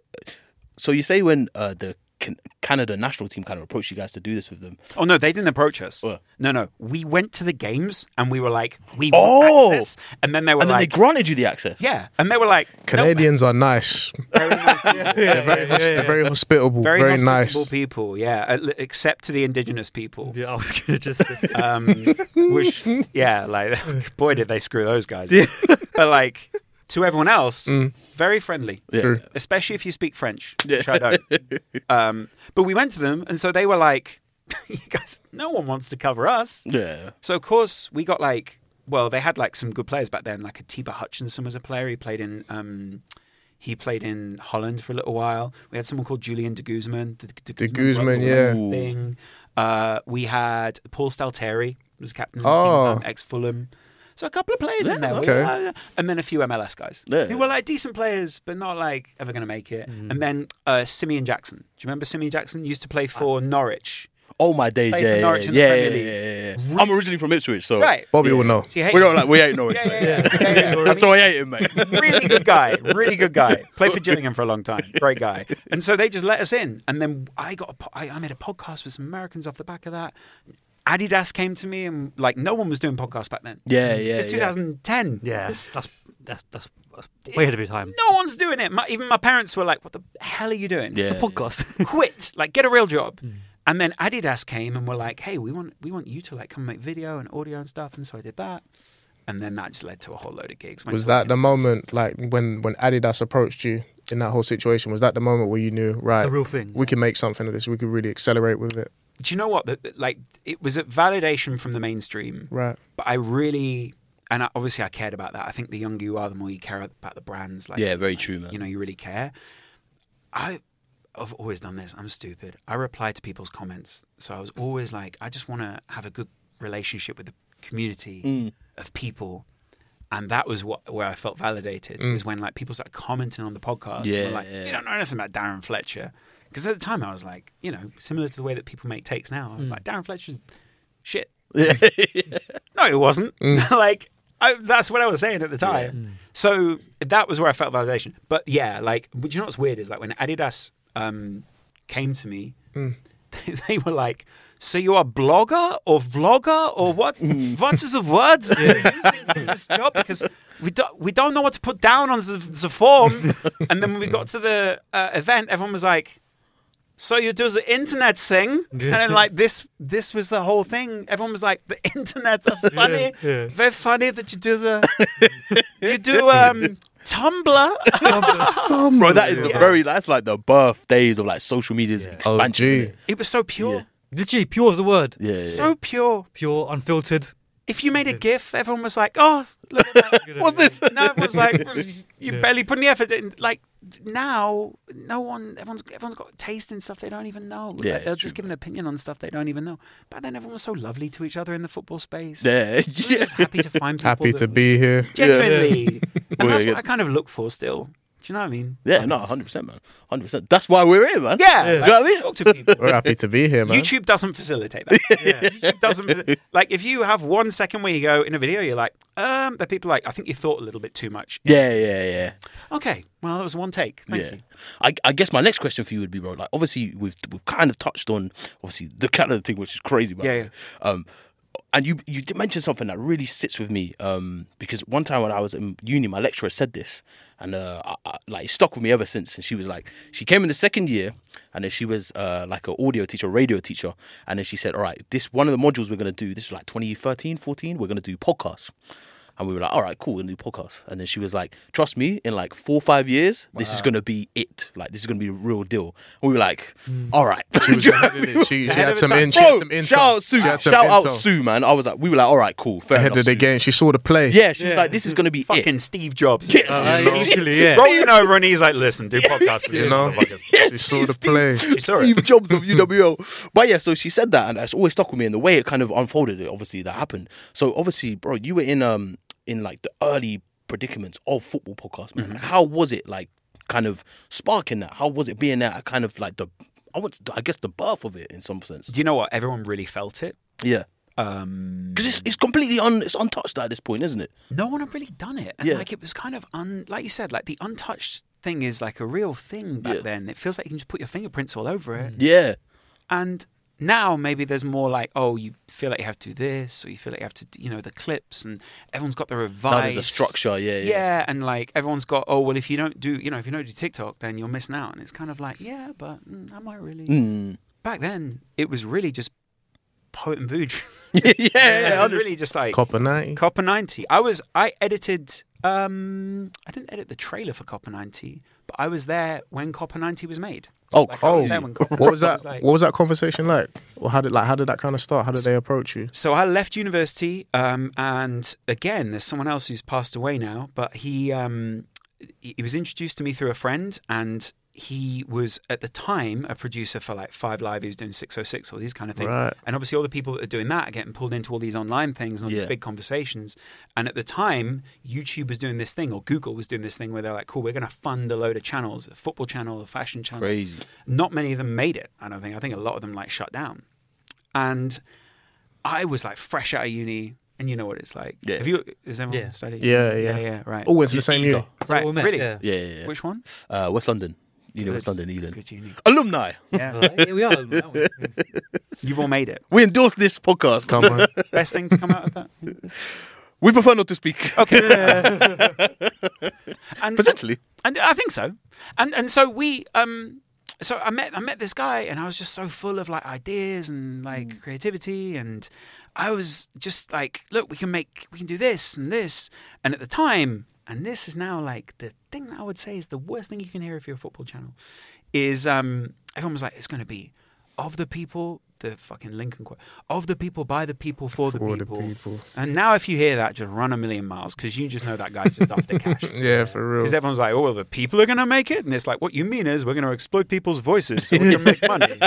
[SPEAKER 2] so you say when uh, the can- Canada national team kind of approached you guys to do this with them?
[SPEAKER 5] Oh no, they didn't approach us.
[SPEAKER 2] What?
[SPEAKER 5] No, no, we went to the games and we were like, we want
[SPEAKER 2] Oh!
[SPEAKER 5] access, and then they were
[SPEAKER 2] and then
[SPEAKER 5] like,
[SPEAKER 2] they granted you the access.
[SPEAKER 5] yeah, and they were like, nope.
[SPEAKER 4] Canadians are nice. They're very, hos- they're very hospitable. Very,
[SPEAKER 5] very,
[SPEAKER 4] nice.
[SPEAKER 5] hospitable people. Yeah, at- except to the indigenous people.
[SPEAKER 3] Yeah, I was gonna just
[SPEAKER 5] Um, which, yeah, like boy, did they screw those guys. But like to everyone else, very friendly.
[SPEAKER 4] True.
[SPEAKER 5] Especially if you speak French, which I don't. Um, but we went to them, and so they were like, "You guys, no one wants to cover us."
[SPEAKER 2] yeah.
[SPEAKER 5] So of course we got like well they had like some good players back then like Atiba Hutchinson was a player he played in um he played in Holland for a little while. We had someone called Julian de Guzman. The, the,
[SPEAKER 4] De Guzman,
[SPEAKER 5] brothers
[SPEAKER 4] yeah.
[SPEAKER 5] were a Thing. Uh, we had Paul Stalteri, who was captain of the
[SPEAKER 4] Oh.
[SPEAKER 5] team, ex Fulham. So a couple of players in there. We
[SPEAKER 4] okay.
[SPEAKER 5] were- and then a few MLS guys
[SPEAKER 2] Yeah. Mm.
[SPEAKER 5] who were like decent players, but not like ever going to make it. And then uh, Simeon Jackson. Do you remember Simeon Jackson used to play for
[SPEAKER 2] Ah.
[SPEAKER 5] Norwich?
[SPEAKER 2] Oh my days. Yeah,
[SPEAKER 5] Played for
[SPEAKER 2] yeah,
[SPEAKER 5] Norwich
[SPEAKER 2] yeah,
[SPEAKER 5] in the
[SPEAKER 2] yeah,
[SPEAKER 5] Premier
[SPEAKER 2] yeah,
[SPEAKER 5] League.
[SPEAKER 2] yeah, yeah. I'm originally from Ipswich, so
[SPEAKER 5] Right.
[SPEAKER 4] Bobby will know.
[SPEAKER 5] She hated
[SPEAKER 2] we don't like we hate Norwich.
[SPEAKER 5] Yeah,
[SPEAKER 2] mate.
[SPEAKER 5] yeah, yeah, yeah, yeah.
[SPEAKER 2] That's why I hate him, mate.
[SPEAKER 5] really good guy, really good guy. Played for Gillingham for a long time, great guy. And so they just let us in, and then I got a po- I, I made a podcast with some Americans off the back of that. Adidas came to me, and like no one was doing podcasts back then.
[SPEAKER 2] yeah, yeah.
[SPEAKER 5] it's 2010.
[SPEAKER 3] Yeah, that's that's that's, that's way ahead of your time.
[SPEAKER 5] No one's doing it. My, even my parents were like, "What the hell are you doing?
[SPEAKER 2] Yeah. Mm.
[SPEAKER 3] Podcast.
[SPEAKER 5] Quit! Like, get a real job." And then Adidas came and were like, "Hey, we want we want you to like come make video and audio and stuff." And so I did that. and then that just led to a whole load of gigs. Went
[SPEAKER 4] Was
[SPEAKER 5] to
[SPEAKER 4] that the
[SPEAKER 5] London.
[SPEAKER 4] moment, like when when Adidas approached you in that whole situation? Was that the moment where you knew, right,
[SPEAKER 3] The real thing.
[SPEAKER 4] we can make something of this. We could really accelerate with it,
[SPEAKER 5] Do you know what? That- that, Like it was a validation from the mainstream,
[SPEAKER 4] right?
[SPEAKER 5] but I really and I, obviously I cared about that. I think the younger you are, the more you care about the brands. Like
[SPEAKER 2] Yeah, very true, man.
[SPEAKER 5] You know, you really care. I I've always done this. I'm stupid. I reply to people's comments, so I was always like, I just want to have a good relationship with the community
[SPEAKER 2] Mm.
[SPEAKER 5] of people. And that was what where I felt validated was when like people started commenting on the podcast. and were
[SPEAKER 2] Yeah,
[SPEAKER 5] like
[SPEAKER 2] Mm. yeah.
[SPEAKER 5] you don't know anything about Darren Fletcher because at the time I was like, you know, similar to the way that people make takes now. I
[SPEAKER 2] Mm.
[SPEAKER 5] was like, Darren Fletcher's shit. No, it wasn't. like I, that's what I was saying at the time. So that was where I felt validation. But yeah, like, but you know what's weird is like when Adidas um, came to me, they, they were like, "So you are blogger or vlogger or what? What is the word that you're using for this job? Because we don't we don't know what to put down on the, the form." and then when we got to the uh, event, everyone was like. So you do the internet thing, and then like this, this was the whole thing. Everyone was like, "The internet, that's funny,
[SPEAKER 3] yeah.
[SPEAKER 5] very funny that you do the, you do um Tumblr."
[SPEAKER 2] Bro, that is the
[SPEAKER 5] Yeah.
[SPEAKER 2] very that's like the birthdays of like social media's
[SPEAKER 3] Yeah.
[SPEAKER 4] Oh,
[SPEAKER 2] expansion.
[SPEAKER 4] gee.
[SPEAKER 5] it was so pure,
[SPEAKER 3] Literally, pure is the word.
[SPEAKER 2] Yeah, yeah.
[SPEAKER 5] so pure.
[SPEAKER 3] Pure, unfiltered.
[SPEAKER 5] If you made a GIF, everyone was like, "Oh, look at that."
[SPEAKER 3] What's this?
[SPEAKER 5] no, everyone's like, "You barely put any effort in." Like now, no one, everyone's everyone's got taste in stuff they don't even know. Like,
[SPEAKER 2] Yeah, it's
[SPEAKER 5] they'll
[SPEAKER 2] true,
[SPEAKER 5] just give an opinion on stuff they don't even know. But then everyone was so lovely to each other in the football space.
[SPEAKER 2] yeah,
[SPEAKER 5] We were
[SPEAKER 2] yeah.
[SPEAKER 5] just happy to find people
[SPEAKER 4] Happy
[SPEAKER 5] that
[SPEAKER 4] to be here.
[SPEAKER 5] genuinely. And that's
[SPEAKER 2] yeah.
[SPEAKER 5] what I kind of look for still. Do you know what I mean?
[SPEAKER 2] Yeah, no, hundred percent, man, hundred percent. That's why we're here, man.
[SPEAKER 5] Yeah,
[SPEAKER 2] Do you
[SPEAKER 5] like,
[SPEAKER 2] know what I mean?
[SPEAKER 5] talk to people.
[SPEAKER 4] We're happy to be here, man.
[SPEAKER 5] YouTube doesn't facilitate that. YouTube doesn't faci- like if you have one second where you go in a video, you're like, um, the people are like, I think you thought a little bit too much.
[SPEAKER 2] Yeah, yeah, yeah.
[SPEAKER 5] Okay, well that was one take. Thank you.
[SPEAKER 2] I, I guess my next question for you would be, bro. Like, obviously, we've we've kind of touched on obviously the Canada thing, which is crazy, but
[SPEAKER 5] Yeah, yeah.
[SPEAKER 2] Um, and you you did mention something that really sits with me, um, because one time when I was in uni, my lecturer said this, and uh, I, I, like it stuck with me ever since. And she was like, she came in the second year, and then she was uh, like an audio teacher, radio teacher, and then she said, all right, this one of the modules we're gonna do, this is like 2013, 14, we're gonna do podcasts. And we were like, all right, cool, we're gonna do podcasts. And then she was like, trust me, in like four or five years, this is gonna be it. Like, this is gonna be the real deal. And we were like, all right.
[SPEAKER 4] Hmm. She was
[SPEAKER 2] Do you know
[SPEAKER 4] ahead
[SPEAKER 2] what I
[SPEAKER 4] of
[SPEAKER 2] mean?
[SPEAKER 4] it. She, she
[SPEAKER 5] Ahead
[SPEAKER 4] had
[SPEAKER 5] of
[SPEAKER 4] some
[SPEAKER 5] the
[SPEAKER 4] in,
[SPEAKER 5] time.
[SPEAKER 4] she had
[SPEAKER 2] Bro,
[SPEAKER 4] some intel.
[SPEAKER 2] shout out Sue.
[SPEAKER 4] She had
[SPEAKER 2] Shout
[SPEAKER 4] some
[SPEAKER 2] out
[SPEAKER 4] intel.
[SPEAKER 2] Sue, man. I was like, we were like, all right, cool. Fair
[SPEAKER 4] Ahead
[SPEAKER 2] enough,
[SPEAKER 4] of the
[SPEAKER 2] Sue.
[SPEAKER 4] game. She saw the play.
[SPEAKER 2] Yeah, she was
[SPEAKER 3] Yeah.
[SPEAKER 2] like, this is going to be
[SPEAKER 5] Fucking
[SPEAKER 2] it.
[SPEAKER 5] Steve Jobs.
[SPEAKER 2] Yes.
[SPEAKER 3] Uh, literally, yeah.
[SPEAKER 5] Rolling over and he's like, listen, do podcasts with
[SPEAKER 4] You know, she saw the play.
[SPEAKER 5] It's all right.
[SPEAKER 2] Steve Jobs of UWL. But yeah, so she said that, and it's always stuck with me. And the way it kind of unfolded, it obviously that happened. So obviously, bro, you were in um in like the early predicaments of football podcast,
[SPEAKER 5] Mm-hmm.
[SPEAKER 2] man. Like, how was it like, kind of sparking that? How was it being there at kind of like the, I want, to- I guess the birth of it in some sense.
[SPEAKER 5] Do you know what? Everyone really felt it.
[SPEAKER 2] Yeah,
[SPEAKER 5] Um,
[SPEAKER 2] because it's it's completely un it's untouched at this point, isn't it?
[SPEAKER 5] no one had really done it. And
[SPEAKER 2] Yeah.
[SPEAKER 5] like it was kind of un like you said, like the untouched thing is like a real thing back
[SPEAKER 2] Yeah. Mm.
[SPEAKER 5] then. It feels like you can just put your fingerprints all over it.
[SPEAKER 2] Yeah,
[SPEAKER 5] And now maybe there's more like, oh, you feel like you have to do this, or you feel like you have to, do, you know, the clips, and everyone's got their advice.
[SPEAKER 2] now there's a structure. Yeah,
[SPEAKER 5] Yeah.
[SPEAKER 2] yeah.
[SPEAKER 5] and like everyone's got, oh, well, if you don't do, you know, if you don't do TikTok, then you're missing out. And it's kind of like, yeah, but mm, am I really?
[SPEAKER 2] Mm.
[SPEAKER 5] Back then, it was really just poet and vooge.
[SPEAKER 2] yeah, yeah,
[SPEAKER 5] it was
[SPEAKER 2] understand.
[SPEAKER 5] really just like
[SPEAKER 4] Copper ninety.
[SPEAKER 5] Copper 90. I was I edited um I didn't edit the trailer for Copper 90, but I was there when Copper 90 was made.
[SPEAKER 2] Oh,
[SPEAKER 5] Like, I
[SPEAKER 4] Oh,
[SPEAKER 5] was there when Copper
[SPEAKER 4] what was
[SPEAKER 5] 90
[SPEAKER 4] that?
[SPEAKER 5] like-
[SPEAKER 4] What was that conversation like? Or how did like how did that kind of start? How did they approach you?
[SPEAKER 5] so I left university, um, and again, there's someone else who's passed away now, but he um, he he was introduced to me through a friend, and he was at the time a producer for like Five Live. He was doing 606, all these kind of things,
[SPEAKER 4] Right.
[SPEAKER 5] and obviously all the people that are doing that are getting pulled into all these online things and all
[SPEAKER 2] Yeah.
[SPEAKER 5] these big conversations. And at the time, YouTube was doing this thing, or Google was doing this thing, where they're like, "Cool, we're going to fund a load of channels, a football channel, a fashion channel."
[SPEAKER 2] Crazy.
[SPEAKER 5] Not many of them made it. I don't think. I think a lot of them like shut down, and. I was like fresh out of uni, and you know what it's like.
[SPEAKER 2] Yeah.
[SPEAKER 5] Have you? Is everyone
[SPEAKER 3] Yeah.
[SPEAKER 5] studied?
[SPEAKER 4] Yeah,
[SPEAKER 5] yeah,
[SPEAKER 4] yeah.
[SPEAKER 5] Right.
[SPEAKER 4] Always in the same year.
[SPEAKER 5] right.
[SPEAKER 3] we met,
[SPEAKER 5] really?
[SPEAKER 3] yeah.
[SPEAKER 2] Yeah, yeah, yeah.
[SPEAKER 5] Which one?
[SPEAKER 2] Uh, West London. You know, West
[SPEAKER 5] Good.
[SPEAKER 2] London, Ealing.
[SPEAKER 5] Good uni.
[SPEAKER 2] Alumni.
[SPEAKER 5] Yeah.
[SPEAKER 3] Alright, yeah, we are. aren't we?
[SPEAKER 5] You've all made it.
[SPEAKER 2] We endorse this podcast.
[SPEAKER 4] Come on.
[SPEAKER 5] Best thing to come out of that.
[SPEAKER 2] We prefer not to speak.
[SPEAKER 5] Okay. and,
[SPEAKER 2] Potentially.
[SPEAKER 5] and I think so. And and so we um so I met I met this guy and I was just so full of like ideas and like
[SPEAKER 4] Mm.
[SPEAKER 5] creativity and I was just like, look, we can make we can do this and this and at the time and this is now like the thing that I would say is the worst thing you can hear if you're a football channel is um everyone was like it's going to be of the people the fucking Lincoln quote of the people by the people for,
[SPEAKER 4] For
[SPEAKER 5] the
[SPEAKER 4] the
[SPEAKER 5] people.
[SPEAKER 4] people.
[SPEAKER 5] And now if you hear that just run a million miles cuz you just know that guy's just after cash.
[SPEAKER 4] Yeah, for real.
[SPEAKER 5] Because everyone's like, oh, well, the people are going to make it. And it's like, what you mean is we're going to exploit people's voices so we can make money.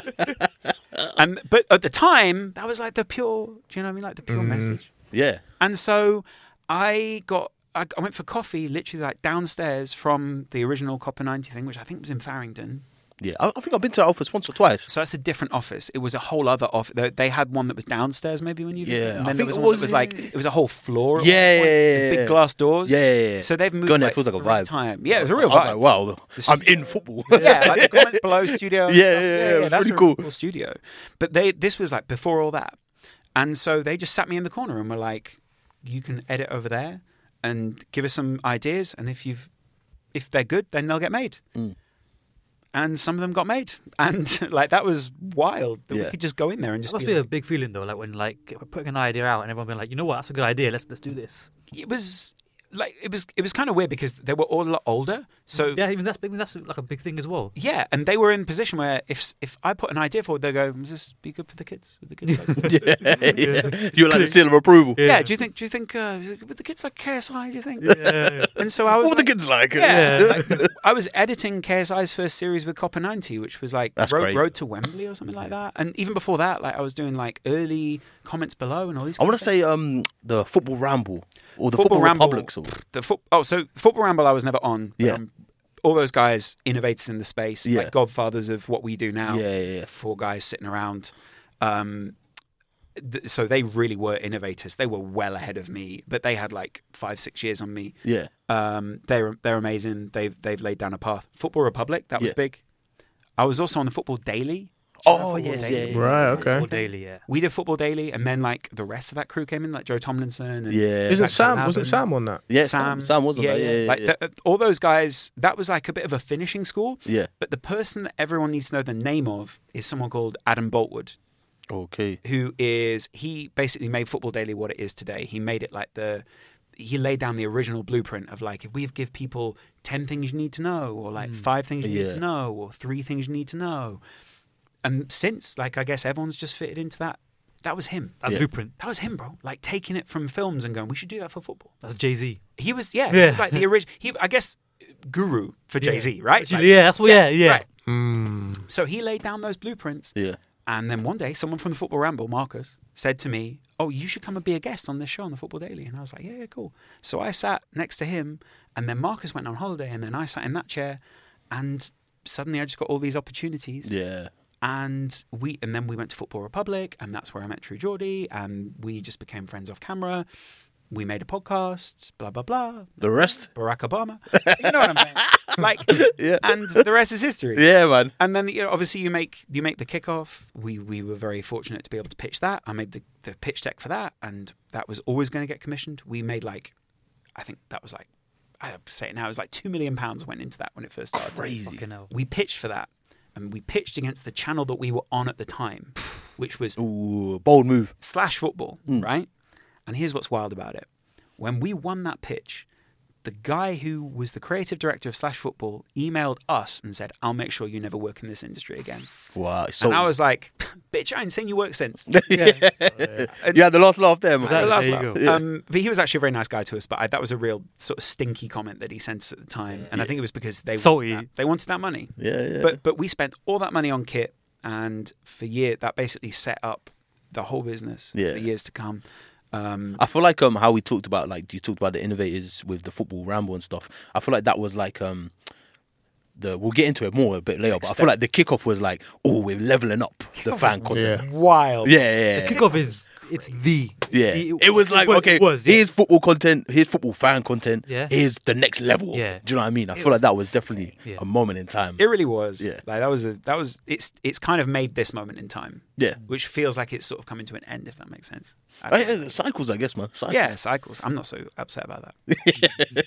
[SPEAKER 5] and But at the time, that was like the pure, do you know what I mean? Like the
[SPEAKER 2] Mm-hmm.
[SPEAKER 5] pure message.
[SPEAKER 2] Yeah.
[SPEAKER 5] And so I got, I, I went for coffee literally like downstairs from the original Copper 90 thing, which I think was in Farringdon.
[SPEAKER 2] Yeah. I, I think I've been to Alphas once or twice.
[SPEAKER 5] So that's a different office. It was a whole other office. They, they had one that was downstairs maybe when you visited.
[SPEAKER 2] Yeah,
[SPEAKER 5] And
[SPEAKER 2] I
[SPEAKER 5] then
[SPEAKER 2] think
[SPEAKER 5] there was
[SPEAKER 2] it
[SPEAKER 5] one
[SPEAKER 2] was
[SPEAKER 5] that was like,
[SPEAKER 2] in-
[SPEAKER 5] it was a whole floor. at
[SPEAKER 2] Yeah,
[SPEAKER 5] one point,
[SPEAKER 2] yeah, yeah,
[SPEAKER 5] with
[SPEAKER 2] yeah.
[SPEAKER 5] Big glass doors.
[SPEAKER 2] Yeah, yeah, yeah.
[SPEAKER 5] So they've moved
[SPEAKER 2] Going there
[SPEAKER 5] like,
[SPEAKER 2] feels like a
[SPEAKER 5] three
[SPEAKER 2] vibe.
[SPEAKER 5] time. Yeah, it was a
[SPEAKER 2] I
[SPEAKER 5] real
[SPEAKER 2] was
[SPEAKER 5] vibe.
[SPEAKER 2] like, wow, I'm in football.
[SPEAKER 5] yeah, like the comments below studio. and
[SPEAKER 2] Yeah,
[SPEAKER 5] stuff.
[SPEAKER 2] yeah, yeah, it was
[SPEAKER 5] that's
[SPEAKER 2] pretty
[SPEAKER 5] a really
[SPEAKER 2] cool.
[SPEAKER 5] cool studio. But they this was like before all that, and so they just sat me in the corner and were like, "You can edit over there and give us some ideas, and if you've if they're good, then they'll get made."
[SPEAKER 2] Mm.
[SPEAKER 5] And some of them got made, and like that was wild. That
[SPEAKER 2] Yeah.
[SPEAKER 5] We could just go in there and just
[SPEAKER 3] That must
[SPEAKER 5] be
[SPEAKER 3] be a
[SPEAKER 5] like-
[SPEAKER 3] big feeling though, like when like putting an idea out and everyone being like, you know what, that's a good idea. Let's let's do this.
[SPEAKER 5] it was like it was it was kind of weird because they were all a lot older, so
[SPEAKER 3] Yeah, even that's I mean, that's like a big thing as well.
[SPEAKER 5] Yeah, and they were in a position where if if I put an idea forward, they go, "Does this be good for the kids?" Would the kids like this?" yeah.
[SPEAKER 2] yeah. You're like the seal of approval.
[SPEAKER 5] Do you think? Do you think? Uh, would the kids like KSI? Do you think?
[SPEAKER 3] Yeah.
[SPEAKER 5] And so I was.
[SPEAKER 2] What were the
[SPEAKER 5] like-
[SPEAKER 2] kids like?
[SPEAKER 5] Yeah,
[SPEAKER 3] Yeah.
[SPEAKER 5] like, I was editing KSI's first series with Copper ninety, which was like
[SPEAKER 2] That's
[SPEAKER 5] Road,
[SPEAKER 2] great.
[SPEAKER 5] Road to Wembley or something like that. And even before that, like I was doing like early comments below and all these.
[SPEAKER 2] I want to
[SPEAKER 5] to
[SPEAKER 2] say um the football ramble or the football,
[SPEAKER 5] Ramble-
[SPEAKER 2] republic. Sort. of.
[SPEAKER 5] The foot. Oh, so football ramble. I was never on. but,
[SPEAKER 2] Yeah.
[SPEAKER 5] um, all those guys, innovators in the space,
[SPEAKER 2] Yeah.
[SPEAKER 5] like godfathers of what we do now.
[SPEAKER 2] Yeah, yeah, yeah.
[SPEAKER 5] Four guys sitting around. Um, th- so they really were innovators. They were well ahead of me, but they had like five, six years on me.
[SPEAKER 2] Yeah.
[SPEAKER 5] Um, they're they're amazing. They've they've laid down a path. Football Republic that was
[SPEAKER 2] Yeah.
[SPEAKER 5] big. I was also on the Football Daily.
[SPEAKER 2] Oh
[SPEAKER 5] Football
[SPEAKER 2] yes,
[SPEAKER 5] Daily.
[SPEAKER 2] yeah, yeah.
[SPEAKER 4] right,
[SPEAKER 3] Or
[SPEAKER 4] okay.
[SPEAKER 3] daily, yeah.
[SPEAKER 5] We did Football Daily, and then like the rest of that crew came in, like Joe Tomlinson. And
[SPEAKER 2] Yeah.
[SPEAKER 4] Isn't
[SPEAKER 5] Like
[SPEAKER 4] Sam? Was
[SPEAKER 5] Aladdin.
[SPEAKER 4] it Sam on that?
[SPEAKER 2] yeah, Sam, Sam wasn't there. Yeah, yeah,
[SPEAKER 5] like
[SPEAKER 2] yeah.
[SPEAKER 5] The, all those guys. That was like a bit of a finishing school.
[SPEAKER 2] Yeah.
[SPEAKER 5] But the person that everyone needs to know the name of is someone called Adam Boltwood,
[SPEAKER 2] Okay.
[SPEAKER 5] who is he basically made Football Daily what it is today. He made it like the he laid down the original blueprint of like if we give people ten things you need to know, or
[SPEAKER 3] Hmm.
[SPEAKER 5] like five things you need
[SPEAKER 2] Yeah.
[SPEAKER 5] to know, or three things you need to know. And since, like, I guess everyone's just fitted into that. That was him.
[SPEAKER 3] That
[SPEAKER 2] Yeah.
[SPEAKER 3] blueprint.
[SPEAKER 5] That was him, bro. Like taking it from films and going, we should do that for football.
[SPEAKER 3] That's Jay Z.
[SPEAKER 5] He was, yeah, he
[SPEAKER 3] Yeah.
[SPEAKER 5] was like the original. He, I guess, guru for Jay Z, right? Like,
[SPEAKER 3] yeah, that's what. Yeah, yeah.
[SPEAKER 5] right. So he laid down those blueprints,
[SPEAKER 2] Yeah.
[SPEAKER 5] and then one day, someone from the Football Ramble, Marcus, said to me, "Oh, you should come and be a guest on this show on the Football Daily." And I was like, "Yeah, yeah, cool." So I sat next to him, and then Marcus went on holiday, and then I sat in that chair, and suddenly I just got all these opportunities
[SPEAKER 2] Yeah.
[SPEAKER 5] and we and then we went to Football Republic, and that's where I met True Geordie, and we just became friends off camera. We made a podcast, blah blah blah.
[SPEAKER 2] The rest?
[SPEAKER 5] Barack Obama, you know what I'm saying? Like,
[SPEAKER 2] Yeah.
[SPEAKER 5] and the rest is history.
[SPEAKER 2] Yeah, man.
[SPEAKER 5] And then you know, obviously you make you make the kickoff. We we were very fortunate to be able to pitch that. I made the, the pitch deck for that, and that was always going to get commissioned. We made like, I think that was like, I say it now, it was like two million pounds went into that when it first started.
[SPEAKER 2] Crazy.
[SPEAKER 3] Fucking hell.
[SPEAKER 5] We pitched for that, and we pitched against the channel that we were on at the time, which was
[SPEAKER 2] Ooh, bold move.
[SPEAKER 5] slash football,
[SPEAKER 3] Hmm.
[SPEAKER 5] right? And here's what's wild about it: when we won that pitch, the guy who was the creative director of slash football emailed us and said, "I'll make sure you never work in this industry again."
[SPEAKER 2] Wow. So
[SPEAKER 5] And I was like, "Bitch, I ain't seen you work since."
[SPEAKER 2] you had the last laugh there, man.
[SPEAKER 3] That-
[SPEAKER 5] The last
[SPEAKER 3] there you
[SPEAKER 5] laugh.
[SPEAKER 3] go.
[SPEAKER 5] Um, but he was actually a very nice guy to us. But I, that was a real sort of stinky comment that he sent us at the time, and I think it was because they
[SPEAKER 3] Salty.
[SPEAKER 5] Wanted that, they wanted that money.
[SPEAKER 2] Yeah, yeah.
[SPEAKER 5] But but we spent all that money on kit, and for year that basically set up the whole business
[SPEAKER 2] Yeah.
[SPEAKER 5] for years to come. Um,
[SPEAKER 2] I feel like um how we talked about like you talked about the innovators with the football ramble and stuff. I feel like that was like um the we'll get into it more a bit later, but I feel like the kickoff was like, oh, we're leveling up the fan content.
[SPEAKER 5] wild.
[SPEAKER 2] Yeah, yeah, yeah.
[SPEAKER 3] Kickoff is it's the
[SPEAKER 2] Yeah,
[SPEAKER 3] It-
[SPEAKER 2] it, was
[SPEAKER 3] it
[SPEAKER 2] like
[SPEAKER 3] was-
[SPEAKER 2] okay,
[SPEAKER 3] it was, yeah.
[SPEAKER 2] here's football content, here's football fan content,
[SPEAKER 3] Yeah.
[SPEAKER 2] here's the next level.
[SPEAKER 3] Yeah.
[SPEAKER 2] Do you know what I mean? I feel like that was definitely
[SPEAKER 3] Yeah.
[SPEAKER 2] a moment in time.
[SPEAKER 5] It really was.
[SPEAKER 2] Yeah.
[SPEAKER 5] Like that was a that was it's it's kind of made this moment in time.
[SPEAKER 2] Yeah.
[SPEAKER 5] Which feels like it's sort of coming to an end, if that makes sense. I
[SPEAKER 2] Uh,
[SPEAKER 5] don't know.
[SPEAKER 2] yeah, cycles, I guess, man. Cycles.
[SPEAKER 5] yeah, cycles. I'm not so upset about that.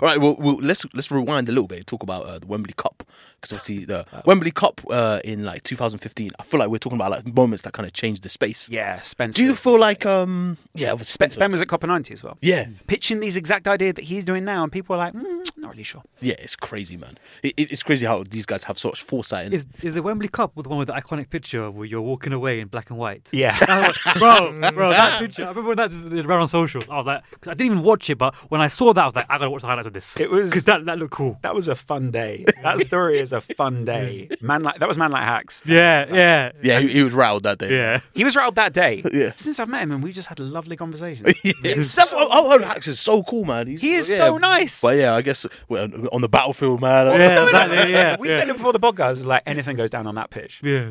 [SPEAKER 2] All right. Well, well, let's let's rewind a little bit and talk about uh, the Wembley Cup because obviously the Wembley Cup uh, in like 2015. I feel like we're talking about like moments that kind of changed the space.
[SPEAKER 5] Yeah, Spencer.
[SPEAKER 2] Do you feel like um yeah with
[SPEAKER 5] Spen,
[SPEAKER 2] Spencer?
[SPEAKER 5] Spen was at Copper 90 as well?
[SPEAKER 2] yeah
[SPEAKER 5] Pitching these exact idea that he's doing now, and people are like, mm, not really sure.
[SPEAKER 2] yeah it's crazy man. It, it- it's crazy how these guys have such foresight. And,
[SPEAKER 3] Is is the Wembley Cup with the one with the iconic picture where you're walking away in black and white?
[SPEAKER 5] Yeah.
[SPEAKER 3] That was- bro, bro, that picture. I remember when that it ran on social. I was like, 'cause I didn't even watch it, but when I saw that, I was like, I gotta watch the highlights of this.
[SPEAKER 5] It was-
[SPEAKER 3] because that, that looked cool.
[SPEAKER 5] That was a fun day. That story is a fun day. Man, like that was man like hacks.
[SPEAKER 3] Yeah, yeah,
[SPEAKER 2] yeah, he, he was rattled that day.
[SPEAKER 3] yeah.
[SPEAKER 5] He was rattled that day.
[SPEAKER 2] Yeah.
[SPEAKER 5] Since I've met him, and we've just had a lovely conversation. It's
[SPEAKER 2] That's
[SPEAKER 5] so-
[SPEAKER 2] what, oh, oh, Hacks is so cool, man. He's,
[SPEAKER 5] He is
[SPEAKER 2] yeah.
[SPEAKER 5] so nice.
[SPEAKER 2] But yeah, I guess well, on the battlefield, man.
[SPEAKER 3] Yeah, exactly, yeah.
[SPEAKER 5] we
[SPEAKER 3] yeah.
[SPEAKER 5] said it before the podcast. Like anything goes down on that pitch.
[SPEAKER 3] Yeah.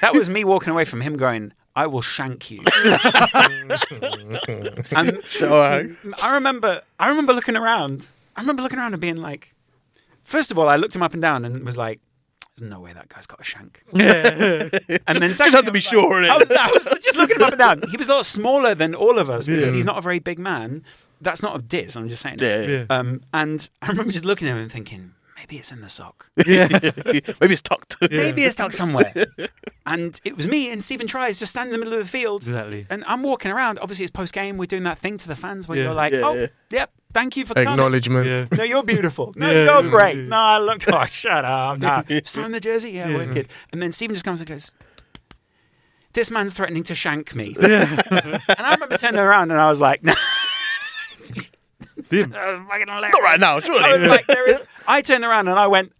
[SPEAKER 5] That was me walking away from him going, I will shank you. and
[SPEAKER 2] So, uh,
[SPEAKER 5] I remember I remember looking around. I remember looking around and being like first of all, I looked him up and down and was like, There's no way that guy's got a shank. And then
[SPEAKER 2] just
[SPEAKER 5] secondly,
[SPEAKER 2] have to be sure in
[SPEAKER 5] I was,
[SPEAKER 2] it.
[SPEAKER 5] I was just looking him up and down. He was a lot smaller than all of us because he's not a very big man. That's not a diss, I'm just saying.
[SPEAKER 2] Yeah.
[SPEAKER 5] Um, and I remember just looking at him and thinking, maybe it's in the sock.
[SPEAKER 2] Maybe it's tucked.
[SPEAKER 5] Maybe it's tucked somewhere. and it was me and Stephen Tries just standing in the middle of the field.
[SPEAKER 3] Exactly.
[SPEAKER 5] And I'm walking around. Obviously, it's post game. We're doing that thing to the fans where
[SPEAKER 3] Yeah.
[SPEAKER 5] you're like,
[SPEAKER 2] Yeah,
[SPEAKER 5] oh,
[SPEAKER 2] yeah.
[SPEAKER 5] yep, thank you for coming.
[SPEAKER 4] Acknowledgement.
[SPEAKER 3] Yeah.
[SPEAKER 5] No, you're beautiful. No,
[SPEAKER 3] Yeah.
[SPEAKER 5] you're great. No, I looked. Oh, shut up. Nah. Sign the jersey. Yeah, wicked. And then Stephen just comes and goes, this man's threatening to shank me. and I remember turning around and I was like, no.
[SPEAKER 3] Dim.
[SPEAKER 2] Not right now, surely.
[SPEAKER 5] I was like, there is. I turned around and I went,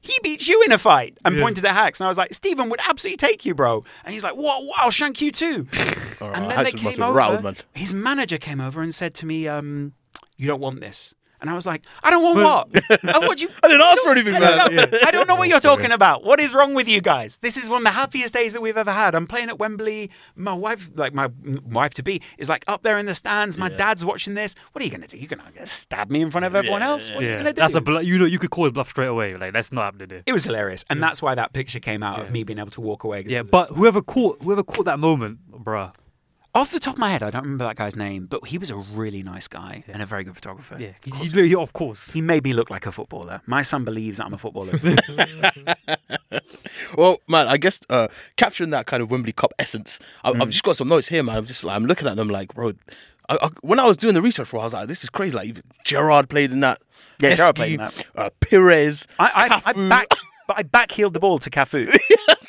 [SPEAKER 5] he beat you in a fight and
[SPEAKER 3] Yeah.
[SPEAKER 5] pointed at Hacks. And I was like, Stephen would absolutely take you, bro. And he's like, what? I'll shank you too.
[SPEAKER 2] All right,
[SPEAKER 5] and then
[SPEAKER 2] Hacks must have
[SPEAKER 5] they came
[SPEAKER 2] been
[SPEAKER 5] over.
[SPEAKER 2] rattled, man.
[SPEAKER 5] His manager came over and said to me, um, you don't want this. And I was like, I don't want what? I, what you,
[SPEAKER 2] I didn't ask for anything,
[SPEAKER 5] I don't,
[SPEAKER 2] man.
[SPEAKER 5] know. I don't
[SPEAKER 3] Oh,
[SPEAKER 5] know what you're talking about. What is wrong with you guys? This is one of the happiest days that we've ever had. I'm playing at Wembley. My wife, like my wife to be, is like up there in the stands. My dad's watching this. What are you gonna do? You're gonna stab me in front of everyone else? What are you
[SPEAKER 3] Yeah,
[SPEAKER 5] gonna do?
[SPEAKER 3] that's a bluff. You know, you could call it bluff straight away. Like that's not happening. Here.
[SPEAKER 5] it was hilarious, and that's why that picture came out of me being able to walk away.
[SPEAKER 3] Yeah, but whoever caught whoever caught that moment, bruh.
[SPEAKER 5] off the top of my head, I don't remember that guy's name, but he was a really nice guy and a very good photographer.
[SPEAKER 3] Yeah, 'cause you, you, of course.
[SPEAKER 5] He made me look like a footballer. My son believes that I'm a footballer.
[SPEAKER 2] Well, man, I guess uh, capturing that kind of Wembley Cup essence. I,
[SPEAKER 5] Mm-hmm.
[SPEAKER 2] I've just got some notes here, man. I'm just like, I'm looking at them like, bro. I, I, when I was doing the research for, it, I was like, this is crazy. Like even Gerard played in that.
[SPEAKER 5] Yeah, Gerrard played in that.
[SPEAKER 2] Uh, Pires.
[SPEAKER 5] I, I, I
[SPEAKER 2] Cafu.
[SPEAKER 5] back, but I backheeled the ball to Cafu.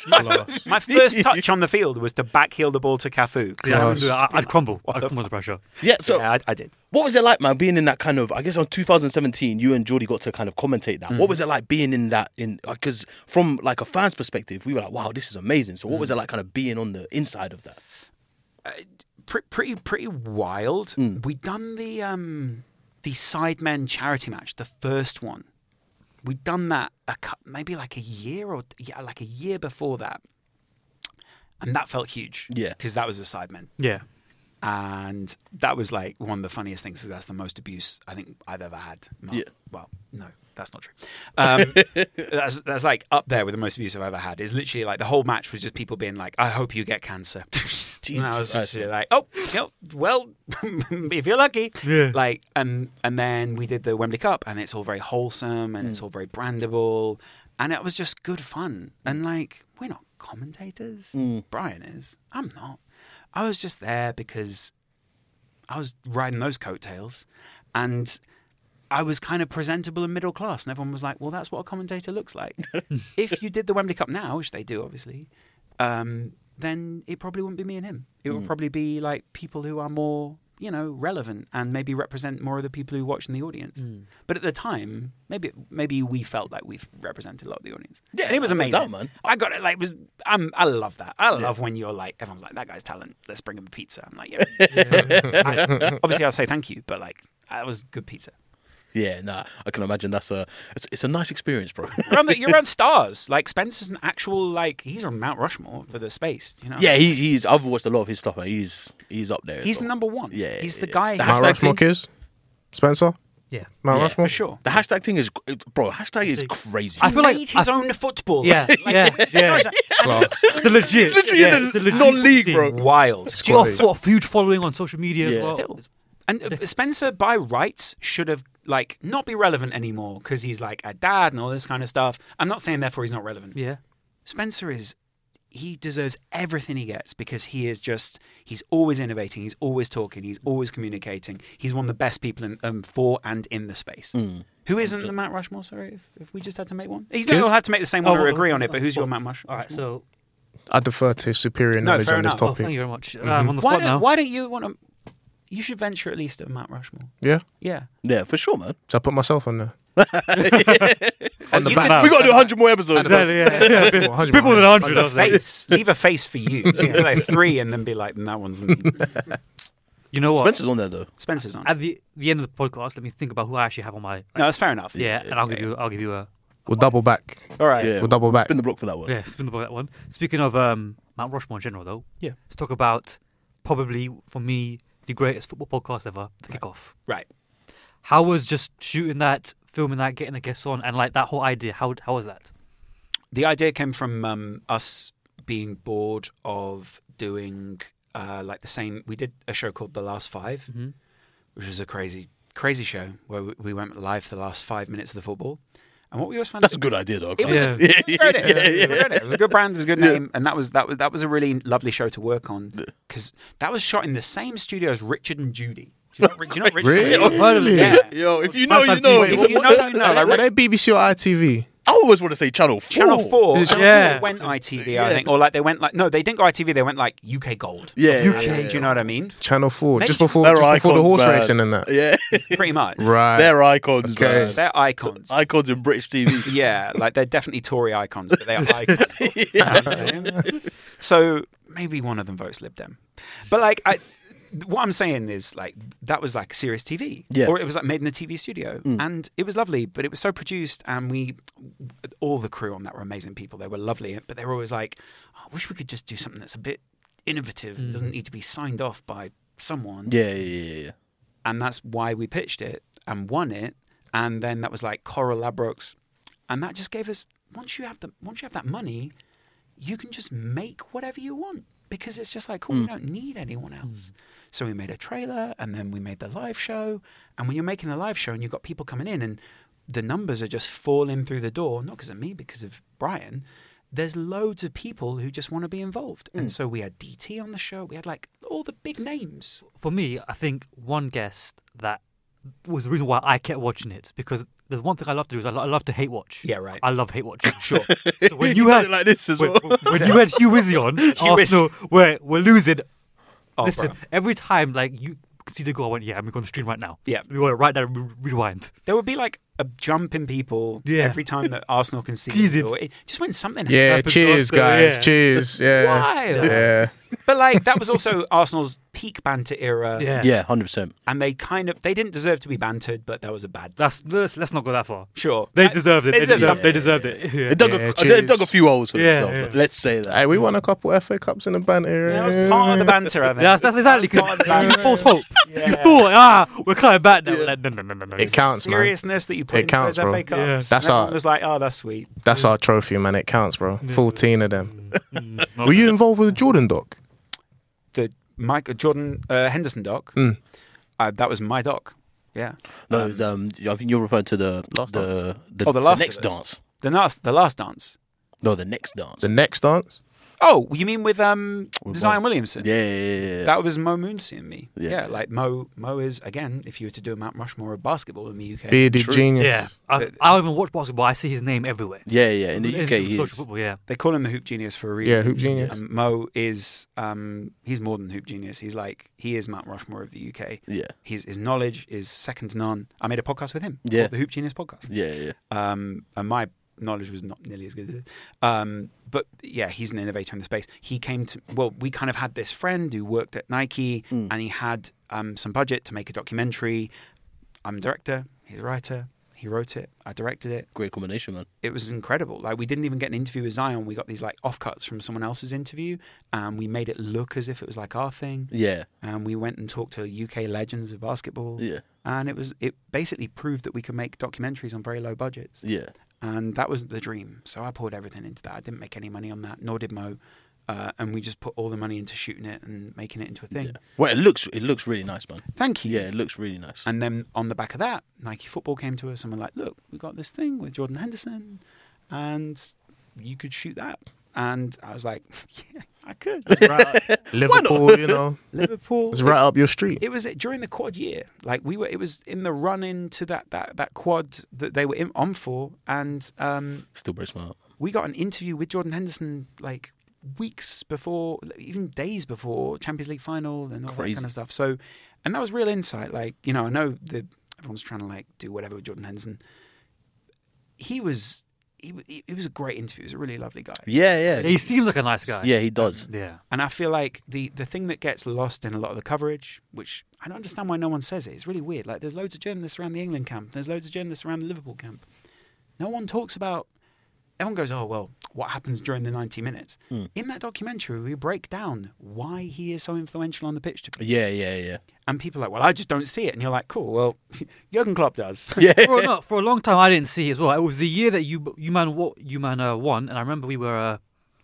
[SPEAKER 5] my, my first touch on the field was to backheel the ball to Cafu.
[SPEAKER 3] Yeah, I
[SPEAKER 5] Yeah,
[SPEAKER 3] wouldn't do that. I, I'd crumble. I'd crumble under pressure.
[SPEAKER 2] Yeah. So
[SPEAKER 5] I, I did.
[SPEAKER 2] What was it like, man, being in that kind of? I guess on 2017, you and Jordy got to kind of commentate that.
[SPEAKER 5] Mm-hmm.
[SPEAKER 2] What was it like being in that? In because from like a fan's perspective, we were like, wow, this is amazing. So what
[SPEAKER 5] Mm-hmm.
[SPEAKER 2] was it like, kind of being on the inside of that?
[SPEAKER 5] Pre- pretty, pretty wild.
[SPEAKER 2] Hmm.
[SPEAKER 5] We done the um, the Sidemen charity match, the first one. We done that a, cou- maybe like a year or yeah, like a year before that, and that felt huge.
[SPEAKER 2] Yeah.
[SPEAKER 5] because that was the Sidemen.
[SPEAKER 3] Yeah.
[SPEAKER 5] and that was like one of the funniest things because that's the most abuse I think I've ever had. Not-
[SPEAKER 2] Yeah.
[SPEAKER 5] Well, no, that's not true. Um, that's that's like up there with the most abuse I've ever had. It's literally like the whole match was just people being like, "I hope you get cancer." and I was
[SPEAKER 2] Christ.
[SPEAKER 5] just like, "Oh, no, well, if you're lucky."
[SPEAKER 3] Yeah.
[SPEAKER 5] Like, and and then we did the Wembley Cup, and it's all very wholesome and it's all very brandable, and it was just good fun. And like, we're not commentators. Brian is. I'm not. I was just there because I was riding those coattails, and I was kind of presentable and middle class, and everyone was like, "Well, that's what a commentator looks like." if you did the Wembley Cup now, which they do obviously, um, then it probably wouldn't be me and him. It
[SPEAKER 2] Hmm.
[SPEAKER 5] would probably be like people who are more, you know, relevant and maybe represent more of the people who watch in the audience.
[SPEAKER 2] Hmm.
[SPEAKER 5] But at the time, maybe maybe we felt like we represented a lot of the audience.
[SPEAKER 2] Yeah,
[SPEAKER 5] and it was
[SPEAKER 2] no
[SPEAKER 5] amazing,
[SPEAKER 2] doubt, man.
[SPEAKER 5] I got it. Like, it was I'm, I love that. I love when you're like, everyone's like, "That guy's talent. Let's bring him a pizza." I'm like, "Yeah." I- obviously, I'll say thank you, but like, that was good pizza.
[SPEAKER 2] Yeah, nah, I can imagine that's a it's, it's a nice experience, bro.
[SPEAKER 5] You're on, the, you're on stars. Like Spencer's an actual like he's on Mount Rushmore for the space. You know.
[SPEAKER 2] yeah, he, he's. I've watched a lot of his stuff, and he's He's up there. as
[SPEAKER 5] He's the
[SPEAKER 2] well.
[SPEAKER 5] number one.
[SPEAKER 2] Yeah,
[SPEAKER 5] he's the
[SPEAKER 2] yeah.
[SPEAKER 5] guy.
[SPEAKER 2] That-
[SPEAKER 4] Mount
[SPEAKER 2] Hashtag
[SPEAKER 4] Rushmore
[SPEAKER 2] team.
[SPEAKER 4] kids? Spencer?
[SPEAKER 3] Yeah.
[SPEAKER 4] Mount
[SPEAKER 2] Yeah,
[SPEAKER 4] Rushmore?
[SPEAKER 5] for sure.
[SPEAKER 2] The hashtag thing is, bro. Hashtag is crazy.
[SPEAKER 3] I feel like
[SPEAKER 5] made
[SPEAKER 3] I
[SPEAKER 5] his own football.
[SPEAKER 3] Yeah,
[SPEAKER 5] Like,
[SPEAKER 3] yeah,
[SPEAKER 5] it's
[SPEAKER 3] yeah.
[SPEAKER 5] not-
[SPEAKER 4] Class.
[SPEAKER 3] It's a legit.
[SPEAKER 2] It's literally
[SPEAKER 3] yeah,
[SPEAKER 2] in
[SPEAKER 3] it's
[SPEAKER 2] the
[SPEAKER 3] a legit
[SPEAKER 2] non-league,
[SPEAKER 3] team.
[SPEAKER 2] bro.
[SPEAKER 5] Wild.
[SPEAKER 3] She got
[SPEAKER 4] Quality.
[SPEAKER 3] sort of huge following on social media
[SPEAKER 2] Yeah.
[SPEAKER 3] as well.
[SPEAKER 5] Still. And uh, Spencer, by rights, should have like not be relevant anymore because he's like a dad and all this kind of stuff. I'm not saying therefore he's not relevant.
[SPEAKER 3] Yeah.
[SPEAKER 5] Spencer is he deserves everything he gets because he is just he's always innovating, he's always talking, he's always communicating. He's one of the best people in, um, for and in the space. Who isn't the Matt Rushmore? Sorry, if, if we just had to make one, you don't all have to make the same one
[SPEAKER 3] Oh,
[SPEAKER 5] or
[SPEAKER 3] well,
[SPEAKER 5] agree on it. But who's
[SPEAKER 3] well,
[SPEAKER 5] your Matt Rush- Rushmore?
[SPEAKER 3] All right, so
[SPEAKER 4] I defer to his superior
[SPEAKER 5] No,
[SPEAKER 4] knowledge
[SPEAKER 5] fair
[SPEAKER 4] on this
[SPEAKER 5] enough. Oh,
[SPEAKER 3] oh,
[SPEAKER 4] topic.
[SPEAKER 3] thank you very much. Uh, I'm on the
[SPEAKER 5] why
[SPEAKER 3] spot
[SPEAKER 5] don't
[SPEAKER 3] now.
[SPEAKER 5] why don't you want to? You should venture at least at Matt Rushmore.
[SPEAKER 4] yeah?
[SPEAKER 5] Yeah,
[SPEAKER 2] yeah, for sure, man.
[SPEAKER 4] So I put myself on there.
[SPEAKER 5] on the
[SPEAKER 3] back.
[SPEAKER 2] We gotta do 100 more episodes.
[SPEAKER 3] Oh, Yeah,
[SPEAKER 2] man.
[SPEAKER 3] yeah, yeah.
[SPEAKER 4] Well, 100
[SPEAKER 3] People with an
[SPEAKER 4] miles.
[SPEAKER 3] hundred. I was like,
[SPEAKER 5] face. Leave a face for you. So you can like three and then be like, that one's me.
[SPEAKER 3] You know what?
[SPEAKER 2] Spencer's on there though.
[SPEAKER 5] Spencer's on.
[SPEAKER 3] At the the end of the podcast, let me think about who I actually have on my. Like,
[SPEAKER 5] No, that's fair enough.
[SPEAKER 3] yeah, and I'll give you. I'll give you a.
[SPEAKER 4] We'll double back.
[SPEAKER 5] All right.
[SPEAKER 2] Yeah,
[SPEAKER 4] We'll double back.
[SPEAKER 2] Spin the block for that one.
[SPEAKER 3] Yeah, spin the ball that one. Speaking of um, Mount Rushmore in general, though,
[SPEAKER 5] Yeah.
[SPEAKER 3] let's talk about probably for me the greatest football podcast ever, the kickoff.
[SPEAKER 5] Right.
[SPEAKER 3] How was just shooting that, filming that, getting the guests on, and like that whole idea? How how was that?
[SPEAKER 5] The idea came from um, us being bored of doing uh, like the same. We did a show called The Last 5 which was a crazy, crazy show where we, we went live for the last five minutes of the football. And what we always found
[SPEAKER 2] That's a
[SPEAKER 5] out-
[SPEAKER 2] good idea, though.
[SPEAKER 5] It was,
[SPEAKER 3] Yeah.
[SPEAKER 5] a, it was a great idea. It was a great idea. It was a good brand. It was a good name, and that was that was that was a really lovely show to work on because that was shot in the same studio as Richard and Judy. Do you know, do you know Richard?
[SPEAKER 4] Really? Oh,
[SPEAKER 5] and Judy?
[SPEAKER 3] Really?
[SPEAKER 5] Yeah.
[SPEAKER 2] Yo, if you know, you
[SPEAKER 3] Fantastic.
[SPEAKER 2] know.
[SPEAKER 3] Wait,
[SPEAKER 5] If you know, you know.
[SPEAKER 4] No, like, were they BBC or ITV?
[SPEAKER 2] I always want to say Channel 4.
[SPEAKER 5] Channel Four.
[SPEAKER 4] Is it
[SPEAKER 5] Channel
[SPEAKER 3] Channel
[SPEAKER 5] Four
[SPEAKER 3] Four?
[SPEAKER 5] went ITV, I
[SPEAKER 2] Yeah.
[SPEAKER 5] think, or like they went like no, they didn't go ITV. They went like UK Gold.
[SPEAKER 2] Yeah,
[SPEAKER 5] Or something
[SPEAKER 2] yeah,
[SPEAKER 5] like
[SPEAKER 2] yeah,
[SPEAKER 5] that. Do you know what I mean?
[SPEAKER 4] Channel 4,
[SPEAKER 5] Mate,
[SPEAKER 4] just before,
[SPEAKER 2] They're
[SPEAKER 4] just before
[SPEAKER 2] icons,
[SPEAKER 4] the horse
[SPEAKER 2] man.
[SPEAKER 4] racing and that.
[SPEAKER 2] Yeah,
[SPEAKER 5] Pretty much.
[SPEAKER 4] Right.
[SPEAKER 2] they're icons,
[SPEAKER 4] Okay.
[SPEAKER 2] man.
[SPEAKER 5] They're icons.
[SPEAKER 2] Icons in British TV.
[SPEAKER 5] yeah, like they're definitely Tory icons, but they are icons. You know what I'm saying? so maybe one of them votes Lib Dem, but like I, what I'm saying is like that was like serious TV,
[SPEAKER 2] Yeah.
[SPEAKER 5] or it was like made in a TV studio, and it was lovely, but it was so produced, and we, all the crew on that were amazing people. They were lovely, but they were always like, "Oh, I wish we could just do something that's a bit innovative and doesn't need to be signed off by someone
[SPEAKER 2] Yeah, yeah, yeah, yeah.
[SPEAKER 5] and that's why we pitched it and won it. And then that was like Coral Labrooks, and that just gave us once you have the once you have that money, you can just make whatever you want because it's just like oh, we don't need anyone else. So we made a trailer, and then we made the live show. And when you're making the live show, and you've got people coming in, and the numbers are just falling through the door, not because of me, because of Brian. There's loads of people who just want to be involved, and so we had DT on the show. We had like all the big names.
[SPEAKER 3] For me, I think one guest that was the reason why I kept watching it because the one thing I love to do is I, lo- I love to hate watch.
[SPEAKER 5] Yeah, right.
[SPEAKER 3] I love hate watch. Sure. so when you had
[SPEAKER 2] like this as
[SPEAKER 3] when,
[SPEAKER 2] well.
[SPEAKER 3] when you had Hugh Wizzy on, Arsenal, we're we're losing.
[SPEAKER 5] Oh,
[SPEAKER 3] Listen,
[SPEAKER 5] bro.
[SPEAKER 3] every time like you could see the goal, I went, yeah, I'm going to the stream right now.
[SPEAKER 5] Yeah.
[SPEAKER 3] we went right there, re- rewind.
[SPEAKER 5] There would be like a jump in people
[SPEAKER 3] Yeah.
[SPEAKER 5] every time that Arsenal
[SPEAKER 3] Jeez,
[SPEAKER 5] conceded.
[SPEAKER 3] it's-
[SPEAKER 5] Or it, just when something
[SPEAKER 4] Yeah,
[SPEAKER 5] happened.
[SPEAKER 4] cheers,
[SPEAKER 3] after,
[SPEAKER 4] guys.
[SPEAKER 3] yeah.
[SPEAKER 4] Cheers. Yeah.
[SPEAKER 5] Wild.
[SPEAKER 4] Yeah.
[SPEAKER 5] But like that was also Arsenal's peak banter era,
[SPEAKER 3] Yeah,
[SPEAKER 2] Yeah, 100%.
[SPEAKER 5] and they kind of they didn't deserve to be bantered, but that was a bad.
[SPEAKER 3] That's let's, let's not go that far.
[SPEAKER 5] sure,
[SPEAKER 3] They
[SPEAKER 5] I-
[SPEAKER 3] deserved it. They
[SPEAKER 5] deserve
[SPEAKER 3] deserved,
[SPEAKER 5] something.
[SPEAKER 3] they deserved it. Yeah.
[SPEAKER 2] They dug,
[SPEAKER 4] Yeah,
[SPEAKER 2] a, they
[SPEAKER 4] cheers.
[SPEAKER 2] dug a few holes for
[SPEAKER 3] Yeah,
[SPEAKER 2] themselves.
[SPEAKER 3] yeah.
[SPEAKER 2] though. Let's say that.
[SPEAKER 4] Hey, we won a couple FA Cups in the banter.
[SPEAKER 5] That was part of the banter. I think.
[SPEAKER 3] Yeah, that's, that's exactly because
[SPEAKER 5] Part of the
[SPEAKER 3] you
[SPEAKER 5] banter.
[SPEAKER 3] false hope. You thought, ah, we're coming back now. Like, no, no, no, no, no.
[SPEAKER 4] It counts,
[SPEAKER 5] the
[SPEAKER 4] man.
[SPEAKER 5] seriousness that you put
[SPEAKER 4] It
[SPEAKER 5] into
[SPEAKER 4] counts,
[SPEAKER 5] those
[SPEAKER 4] bro.
[SPEAKER 5] FA Cups.
[SPEAKER 3] Yeah.
[SPEAKER 5] and
[SPEAKER 4] That's
[SPEAKER 5] everyone
[SPEAKER 4] our-
[SPEAKER 5] was like, oh, that's sweet.
[SPEAKER 4] That's our trophy, man. It counts, bro. 14 of them. Were you involved with the Jordan doc?
[SPEAKER 5] The Mike Jordan uh, Henderson doc.
[SPEAKER 4] Hmm.
[SPEAKER 5] Uh, that was my doc. Yeah.
[SPEAKER 2] No, it was, um, I think you're referring to the the, the,
[SPEAKER 5] Oh, the last
[SPEAKER 2] next
[SPEAKER 5] of us.
[SPEAKER 2] dance.
[SPEAKER 5] The last, the last dance.
[SPEAKER 2] No, the next dance.
[SPEAKER 4] The next dance?
[SPEAKER 5] Oh, you mean with um Zion
[SPEAKER 2] Mo.
[SPEAKER 5] Williamson?
[SPEAKER 2] yeah, yeah, yeah, yeah.
[SPEAKER 5] That was Mo Moonsey and me.
[SPEAKER 2] Yeah.
[SPEAKER 5] Yeah. like Mo. Mo is again, if you were to do a Mount Rushmore of basketball in the UK,
[SPEAKER 4] Bearded genius.
[SPEAKER 3] Yeah, I, I don't even watch basketball. I see his name everywhere.
[SPEAKER 2] yeah, yeah. In the UK,
[SPEAKER 3] Anything
[SPEAKER 2] he
[SPEAKER 3] social
[SPEAKER 2] is.
[SPEAKER 3] football, yeah.
[SPEAKER 5] they call him the hoop genius for a reason.
[SPEAKER 4] Yeah, hoop genius.
[SPEAKER 5] Um, Mo is um, he's more than hoop genius. He's like he is Mount Rushmore of the UK.
[SPEAKER 2] Yeah.
[SPEAKER 5] his his knowledge is second to none. I made a podcast with him.
[SPEAKER 2] Yeah.
[SPEAKER 5] called the Hoop Genius podcast.
[SPEAKER 2] Yeah, yeah.
[SPEAKER 5] um, and my knowledge was not nearly as good as his. Um, but yeah, he's an innovator in the space. He came to well, we kind of had this friend who worked at Nike, and he had um, some budget to make a documentary. I'm a director. He's a writer. He wrote it. I directed it.
[SPEAKER 2] Great combination, man.
[SPEAKER 5] It was incredible. Like we didn't even get an interview with Zion. We got these like offcuts from someone else's interview, and we made it look as if it was like our thing.
[SPEAKER 2] Yeah.
[SPEAKER 5] And we went and talked to UK legends of basketball.
[SPEAKER 2] Yeah.
[SPEAKER 5] And it was it basically proved that we could make documentaries on very low budgets.
[SPEAKER 2] Yeah.
[SPEAKER 5] and that was the dream. So I poured everything into that. I didn't make any money on that, nor did Mo. Uh, and we just put all the money into shooting it and making it into a thing.
[SPEAKER 2] Well, it looks it looks really nice, man.
[SPEAKER 5] Thank you.
[SPEAKER 2] Yeah, it looks really nice.
[SPEAKER 5] And then on the back of that, Nike Football came to us and were like, "Look, we got this thing with Jordan Henderson, and you could shoot that." And I was like, "Yeah, I could."
[SPEAKER 4] Right. Liverpool, you know,
[SPEAKER 5] Liverpool.
[SPEAKER 4] it's right up your street.
[SPEAKER 5] It was during the quad year. Like we were, it was in the run into that that that quad that they were in, on for, and um,
[SPEAKER 2] Still breaks my heart.
[SPEAKER 5] we got an interview with Jordan Henderson like weeks before, even days before Champions League final and all
[SPEAKER 2] Crazy.
[SPEAKER 5] that kind of stuff. So, and that was real insight. Like you know, I know that everyone's trying to like do whatever with Jordan Henderson. He was he, w- he he was a great interview. He was a really lovely guy.
[SPEAKER 2] Yeah, yeah,
[SPEAKER 3] He seems like a nice guy.
[SPEAKER 2] yeah. He does.
[SPEAKER 3] Yeah.
[SPEAKER 5] And I feel like the the thing that gets lost in a lot of the coverage, which I don't understand why no one says it, it's really weird. Like there's loads of journalists around the England camp, there's loads of journalists around the Liverpool camp. No one talks about. Everyone goes, oh well, what happens during the 90 minutes? In that documentary, we break down why he is so influential on the pitch to people.
[SPEAKER 2] Yeah, yeah, yeah.
[SPEAKER 5] And people are like, well, I just don't see it. And you're like, cool. Well, Jurgen Klopp does.
[SPEAKER 3] for, a, no, for a long time, I didn't see it as well. It was the year that you you man what you man uh, won, and I remember we were. Uh,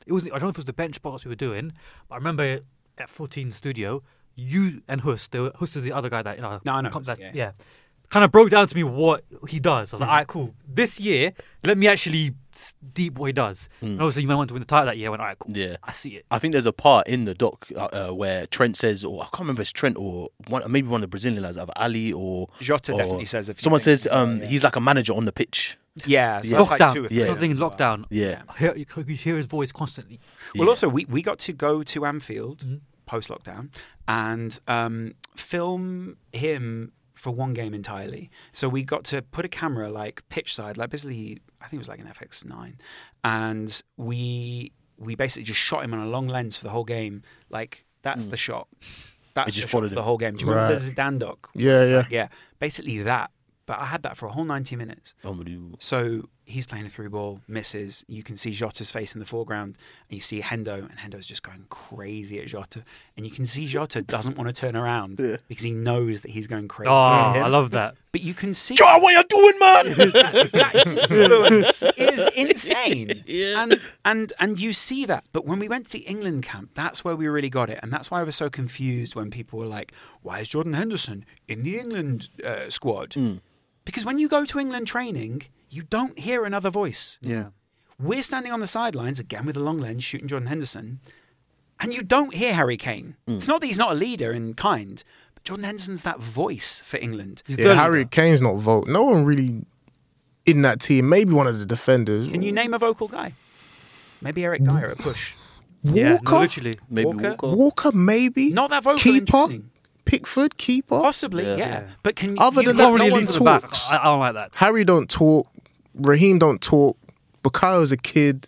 [SPEAKER 3] it was I don't know if it was the bench box we were doing, but I remember at 14 Studio, you and Hust, they were, Hust is the other guy that you know.
[SPEAKER 5] No, I know
[SPEAKER 3] com-
[SPEAKER 5] Hust,
[SPEAKER 3] that-
[SPEAKER 5] yeah. Hmm.
[SPEAKER 3] Kind of broke down to me what he does. I was like, all right, cool. This year, let me actually s- deep what he does.
[SPEAKER 5] Hmm.
[SPEAKER 3] And obviously, you man went to win the title that year. I went, all right, cool.
[SPEAKER 2] Yeah.
[SPEAKER 3] I see it.
[SPEAKER 2] I think there's a part in the doc uh, uh, where Trent says, or I can't remember if it's Trent or one, maybe one of the Brazilian lads, either Ali or
[SPEAKER 5] Jota
[SPEAKER 2] or-
[SPEAKER 5] definitely says a few
[SPEAKER 2] Someone
[SPEAKER 5] things
[SPEAKER 2] says
[SPEAKER 5] as well,
[SPEAKER 2] um,
[SPEAKER 5] yeah.
[SPEAKER 2] he's like a manager on the pitch.
[SPEAKER 5] yeah. So that's
[SPEAKER 3] lockdown.
[SPEAKER 5] like two or three.
[SPEAKER 3] yeah.
[SPEAKER 5] of
[SPEAKER 3] Something in
[SPEAKER 5] them as well.
[SPEAKER 3] lockdown.
[SPEAKER 2] Yeah,
[SPEAKER 3] I hear, you could hear his voice constantly.
[SPEAKER 5] Well, also we, we got to go to Anfield post lockdown and um, film him for one game entirely. So we got to put a camera like pitch side, like basically I think it was like an FX nine, and we we basically just shot him on a long lens for the whole game. Like that's the shot. That's
[SPEAKER 2] just
[SPEAKER 5] the shot
[SPEAKER 2] followed
[SPEAKER 5] for
[SPEAKER 2] him.
[SPEAKER 5] the whole game. Do you remember
[SPEAKER 4] Right.
[SPEAKER 5] the Zidane doc?
[SPEAKER 4] Yeah,
[SPEAKER 5] It's
[SPEAKER 4] yeah.
[SPEAKER 5] like, yeah. Basically that. But I had that for a whole ninety minutes.
[SPEAKER 2] unbelievable.
[SPEAKER 5] So he's playing a through ball, misses. You can see Jota's face in the foreground, and you see Hendo, and Hendo's just going crazy at Jota. And you can see Jota doesn't want to turn around because he knows that he's going crazy.
[SPEAKER 3] Oh,
[SPEAKER 5] at him.
[SPEAKER 3] I love that.
[SPEAKER 5] But you can see
[SPEAKER 2] Joe, what you doing, man?
[SPEAKER 5] that influence is insane. And and and you see that. But when we went to the England camp, that's where we really got it. And that's why I was so confused when people were like, "Why is Jordan Henderson in the England uh, squad?" Because when you go to England training, you don't hear another voice.
[SPEAKER 3] Yeah.
[SPEAKER 5] We're standing on the sidelines again with a long lens shooting Jordan Henderson, and you don't hear Harry Kane. It's not that he's not a leader in kind, but Jordan Henderson's that voice for England.
[SPEAKER 3] He's
[SPEAKER 4] Yeah,
[SPEAKER 3] dirty
[SPEAKER 4] Harry
[SPEAKER 3] now.
[SPEAKER 4] Kane's not vote. No one really in that team. Maybe one of the defenders.
[SPEAKER 5] Can you name a vocal guy? Maybe Eric Dyer at push.
[SPEAKER 3] Yeah, no,
[SPEAKER 4] Walker?
[SPEAKER 3] literally.
[SPEAKER 2] Maybe
[SPEAKER 5] Walker?
[SPEAKER 2] Walker.
[SPEAKER 4] Walker, maybe.
[SPEAKER 5] Not that vocal,
[SPEAKER 4] Keeper.
[SPEAKER 5] interesting.
[SPEAKER 4] Pickford, keeper.
[SPEAKER 5] Possibly,
[SPEAKER 2] Yeah.
[SPEAKER 5] yeah.
[SPEAKER 3] Yeah.
[SPEAKER 5] But can
[SPEAKER 4] Other
[SPEAKER 5] you
[SPEAKER 4] than
[SPEAKER 5] can't
[SPEAKER 4] that,
[SPEAKER 5] really
[SPEAKER 4] no
[SPEAKER 5] leave
[SPEAKER 4] one
[SPEAKER 5] it
[SPEAKER 3] to
[SPEAKER 5] at the
[SPEAKER 3] the
[SPEAKER 5] back.
[SPEAKER 3] back. I, I don't like that.
[SPEAKER 4] Harry don't talk. Raheem don't talk. Bukayo's a kid.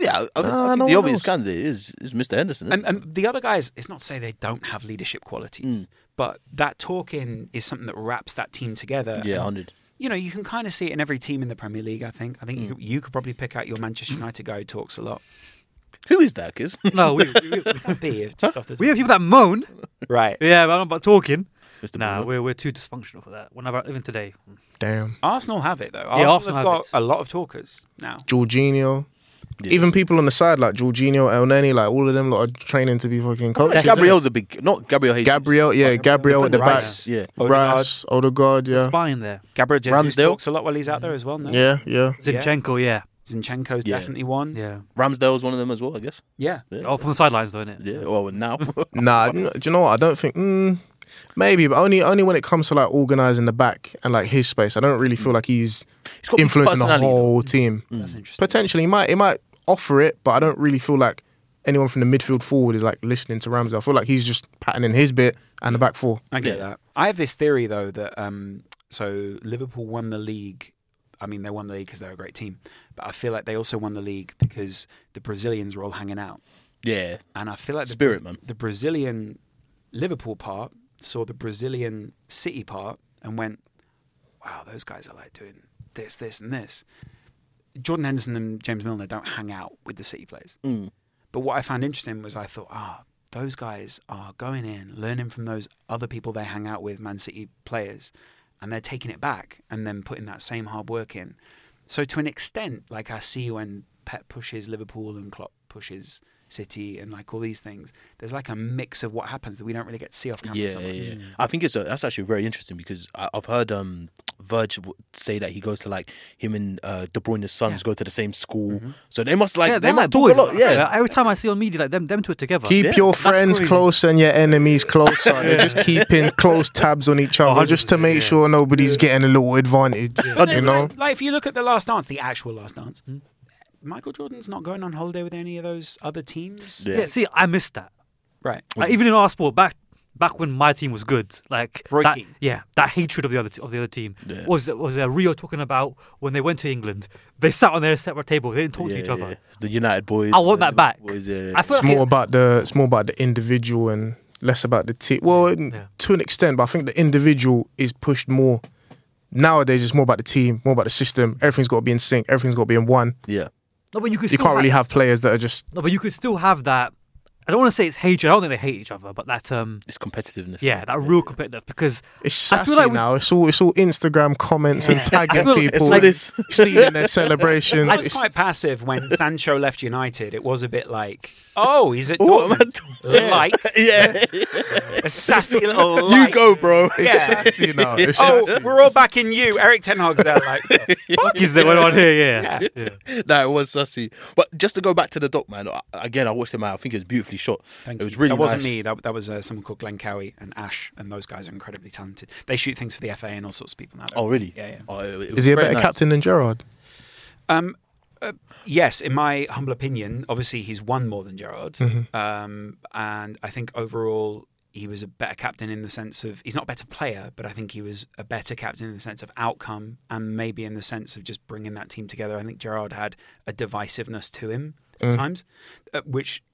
[SPEAKER 2] Yeah, I, I
[SPEAKER 4] Nah,
[SPEAKER 2] think
[SPEAKER 4] no
[SPEAKER 2] the
[SPEAKER 4] one
[SPEAKER 2] obvious
[SPEAKER 4] knows.
[SPEAKER 2] candidate is is Mr. Henderson. isn't
[SPEAKER 5] And, and the other guys, it's not to say they don't have leadership qualities, but that talking is something that wraps that team together.
[SPEAKER 2] it? yeah, hundred.
[SPEAKER 5] You know, you can kind of see it in every team in the Premier League. I think. I think you, could, you could probably pick out your Manchester United guy who talks a lot.
[SPEAKER 2] Who is that, kids?
[SPEAKER 3] No, we, we, we,
[SPEAKER 5] That'd be it, just off the
[SPEAKER 3] we have people that moan.
[SPEAKER 5] right.
[SPEAKER 3] Yeah, but I'm about talking.
[SPEAKER 2] Mr.
[SPEAKER 3] Nah,
[SPEAKER 2] Bruno.
[SPEAKER 3] we're, we're too dysfunctional for that. Whenever even today,
[SPEAKER 4] Damn.
[SPEAKER 5] Arsenal have it though. Arsenal,
[SPEAKER 3] Arsenal
[SPEAKER 5] have
[SPEAKER 3] have
[SPEAKER 5] got
[SPEAKER 3] it.
[SPEAKER 5] a lot of talkers now.
[SPEAKER 4] Jorginho. Even people on the side like Jorginho, El Neni, like all of them lot are training to be fucking coaches.
[SPEAKER 2] Gabriel's a big, not Gabriel. Jesus.
[SPEAKER 4] Gabriel, yeah, Gabriel at the Oh, back.
[SPEAKER 5] Rice,
[SPEAKER 2] yeah.
[SPEAKER 5] Odegaard.
[SPEAKER 4] Rice, Odegaard, yeah.
[SPEAKER 3] spying there.
[SPEAKER 5] Gabriel Jesus
[SPEAKER 2] Ramsdale.
[SPEAKER 5] talks a lot while he's out
[SPEAKER 3] Mm.
[SPEAKER 5] there as well. No?
[SPEAKER 4] Yeah, yeah.
[SPEAKER 3] Zinchenko, yeah,
[SPEAKER 5] Zinchenko's
[SPEAKER 2] Yeah.
[SPEAKER 5] definitely one.
[SPEAKER 3] yeah.
[SPEAKER 2] Ramsdale's one of them as well, I guess.
[SPEAKER 5] yeah.
[SPEAKER 3] Oh, from the sidelines, though, isn't it?
[SPEAKER 2] Yeah. Well, now.
[SPEAKER 4] Nah, n- do you know what? I don't think. Mm, maybe, but only only when it comes to like organizing the back and like his space. I don't really feel like he's
[SPEAKER 2] He's got big
[SPEAKER 4] influencing the
[SPEAKER 2] personality, though.
[SPEAKER 4] whole team.
[SPEAKER 5] That's interesting.
[SPEAKER 4] Potentially, he might it might offer it, but I don't really feel like anyone from the midfield forward is like listening to Ramsey. I feel like he's just patterning his bit and the back four.
[SPEAKER 5] I get
[SPEAKER 2] Yeah.
[SPEAKER 5] that. I have this theory though that um, so Liverpool won the league. I mean, they won the league because they're a great team, but I feel like they also won the league because the Brazilians were all hanging out,
[SPEAKER 2] Yeah.
[SPEAKER 5] and I feel like the,
[SPEAKER 2] Spirit, man.
[SPEAKER 5] the Brazilian Liverpool part saw the Brazilian City part and went, wow, those guys are like doing this, this, and this. Jordan Henderson and James Milner don't hang out with the City players.
[SPEAKER 2] Mm.
[SPEAKER 5] But what I found interesting was I thought, ah, those guys are going in, learning from those other people they hang out with, Man City players, and they're taking it back and then putting that same hard work in. So to an extent, like I see when Pep pushes Liverpool and Klopp pushes City and like all these things, there's like a mix of what happens that we don't really get to see off camera.
[SPEAKER 2] Yeah,
[SPEAKER 5] so much.
[SPEAKER 2] yeah, yeah. I think it's a, that's actually very interesting because I, I've heard um, Verge w- say that he goes to like him and uh, De Bruyne's sons go to the same school, so they must like
[SPEAKER 3] Mm-hmm. yeah,
[SPEAKER 2] they
[SPEAKER 3] they're my
[SPEAKER 2] must talk
[SPEAKER 3] boys.
[SPEAKER 2] a lot.
[SPEAKER 3] man.
[SPEAKER 2] Yeah,
[SPEAKER 3] every time I see on media like them, them two are together.
[SPEAKER 4] Keep
[SPEAKER 2] Yeah.
[SPEAKER 4] your
[SPEAKER 3] That's
[SPEAKER 4] friends
[SPEAKER 3] crazy.
[SPEAKER 4] close and your enemies close. Son. They're just keeping close tabs on each other, just to make sure nobody's getting a little advantage.
[SPEAKER 5] But
[SPEAKER 4] You
[SPEAKER 5] it's
[SPEAKER 4] know,
[SPEAKER 5] like, like if you look at the last dance, the actual last dance, Michael Jordan's not going on holiday with any of those other teams.
[SPEAKER 2] Yeah.
[SPEAKER 3] Yeah, see, I missed that.
[SPEAKER 5] Right.
[SPEAKER 3] Like, even in our sport, back back when my team was good, like
[SPEAKER 5] Roy
[SPEAKER 3] that,
[SPEAKER 5] Keane.
[SPEAKER 3] yeah, that hatred of the other t- of the other team
[SPEAKER 2] Yeah.
[SPEAKER 3] was was uh, Rio talking about when they went to England. They sat on their separate table. They didn't talk
[SPEAKER 2] Yeah,
[SPEAKER 3] to each
[SPEAKER 2] yeah,
[SPEAKER 3] other.
[SPEAKER 2] yeah. The United boys.
[SPEAKER 3] I want
[SPEAKER 2] uh,
[SPEAKER 3] that back.
[SPEAKER 2] Boys, yeah, yeah.
[SPEAKER 3] I feel
[SPEAKER 4] it's
[SPEAKER 3] like
[SPEAKER 4] more
[SPEAKER 3] it-
[SPEAKER 4] about the it's more about the individual and less about the team. Well, in-
[SPEAKER 3] Yeah.
[SPEAKER 4] to an extent, but I think the individual is pushed more nowadays. It's more about the team, more about the system. Everything's got to be in sync. Everything's got to be in one.
[SPEAKER 2] yeah.
[SPEAKER 3] no, but you could
[SPEAKER 4] You
[SPEAKER 3] still
[SPEAKER 4] can't really
[SPEAKER 3] have,
[SPEAKER 4] have players that are just
[SPEAKER 3] no, but you could still have that. I don't want to say it's hatred. I don't think they hate each other, but that um,
[SPEAKER 2] It's competitiveness.
[SPEAKER 3] yeah, that real competitive because
[SPEAKER 4] It's
[SPEAKER 3] I
[SPEAKER 4] sassy
[SPEAKER 3] feel like we-
[SPEAKER 4] now. It's all it's all Instagram comments and tagging
[SPEAKER 3] feel like it's
[SPEAKER 4] people,
[SPEAKER 3] like-
[SPEAKER 2] It's
[SPEAKER 4] stealing their celebrations.
[SPEAKER 5] I was
[SPEAKER 4] It's-
[SPEAKER 5] quite passive when Sancho left United. It was a bit like, oh, he's at
[SPEAKER 2] What am I
[SPEAKER 5] Dortmund. Like
[SPEAKER 2] yeah.
[SPEAKER 5] a sassy little.
[SPEAKER 2] you
[SPEAKER 5] like.
[SPEAKER 2] go, bro.
[SPEAKER 4] it's
[SPEAKER 5] Yeah.
[SPEAKER 4] sassy now. It's
[SPEAKER 5] Oh,
[SPEAKER 4] sassy.
[SPEAKER 5] we're all backing you. Eric Ten Hag's there. Like, oh,
[SPEAKER 3] fuck is that went on here? Yeah, yeah.
[SPEAKER 2] That was sussy. But just to go back to the doc, man. I- Again, I watched him out. I think it was beautifully shot. it was really.
[SPEAKER 5] That wasn't
[SPEAKER 2] nice.
[SPEAKER 5] me. That, that was uh, someone called Glenn Cowie and Ash, and those guys are incredibly talented. They shoot things for the FA and all sorts of people now.
[SPEAKER 2] Oh, really?
[SPEAKER 5] Yeah, yeah.
[SPEAKER 2] Oh, it- it
[SPEAKER 4] Is
[SPEAKER 2] was
[SPEAKER 4] he a
[SPEAKER 2] very
[SPEAKER 4] better
[SPEAKER 2] nice.
[SPEAKER 4] captain than Gerard?
[SPEAKER 5] Um, uh, yes, in my humble opinion, obviously he's won more than Gerard, um, and I think overall he was a better captain in the sense of he's not a better player, but I think he was a better captain in the sense of outcome and maybe in the sense of just bringing that team together. I think Gerard had a divisiveness to him at times, uh, which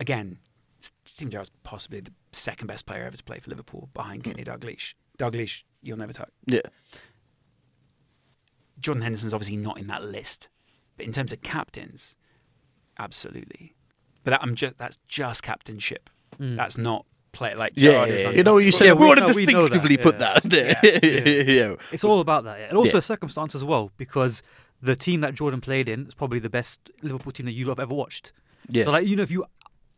[SPEAKER 5] again, S- Steve Gerrard's possibly the second best player ever to play for Liverpool behind Kenny Dalglish. Dalglish, you'll never touch.
[SPEAKER 2] Yeah.
[SPEAKER 5] Jordan Henderson's obviously not in that list, but in terms of captains, absolutely. But that, I'm just that's just captainship. That's not play like
[SPEAKER 2] Yeah,
[SPEAKER 5] Gerrard
[SPEAKER 2] yeah,
[SPEAKER 5] is
[SPEAKER 2] yeah.
[SPEAKER 5] under-
[SPEAKER 4] You know what you said?
[SPEAKER 3] Yeah,
[SPEAKER 2] we,
[SPEAKER 3] we
[SPEAKER 2] want to
[SPEAKER 3] know- we know that,
[SPEAKER 2] distinctively put
[SPEAKER 3] yeah.
[SPEAKER 2] that there. Yeah. yeah.
[SPEAKER 3] It's all about that, yeah. and also circumstance as well, because the team that Jordan played in is probably the best Liverpool team that you'll have ever watched.
[SPEAKER 2] Yeah.
[SPEAKER 3] So like you know, if you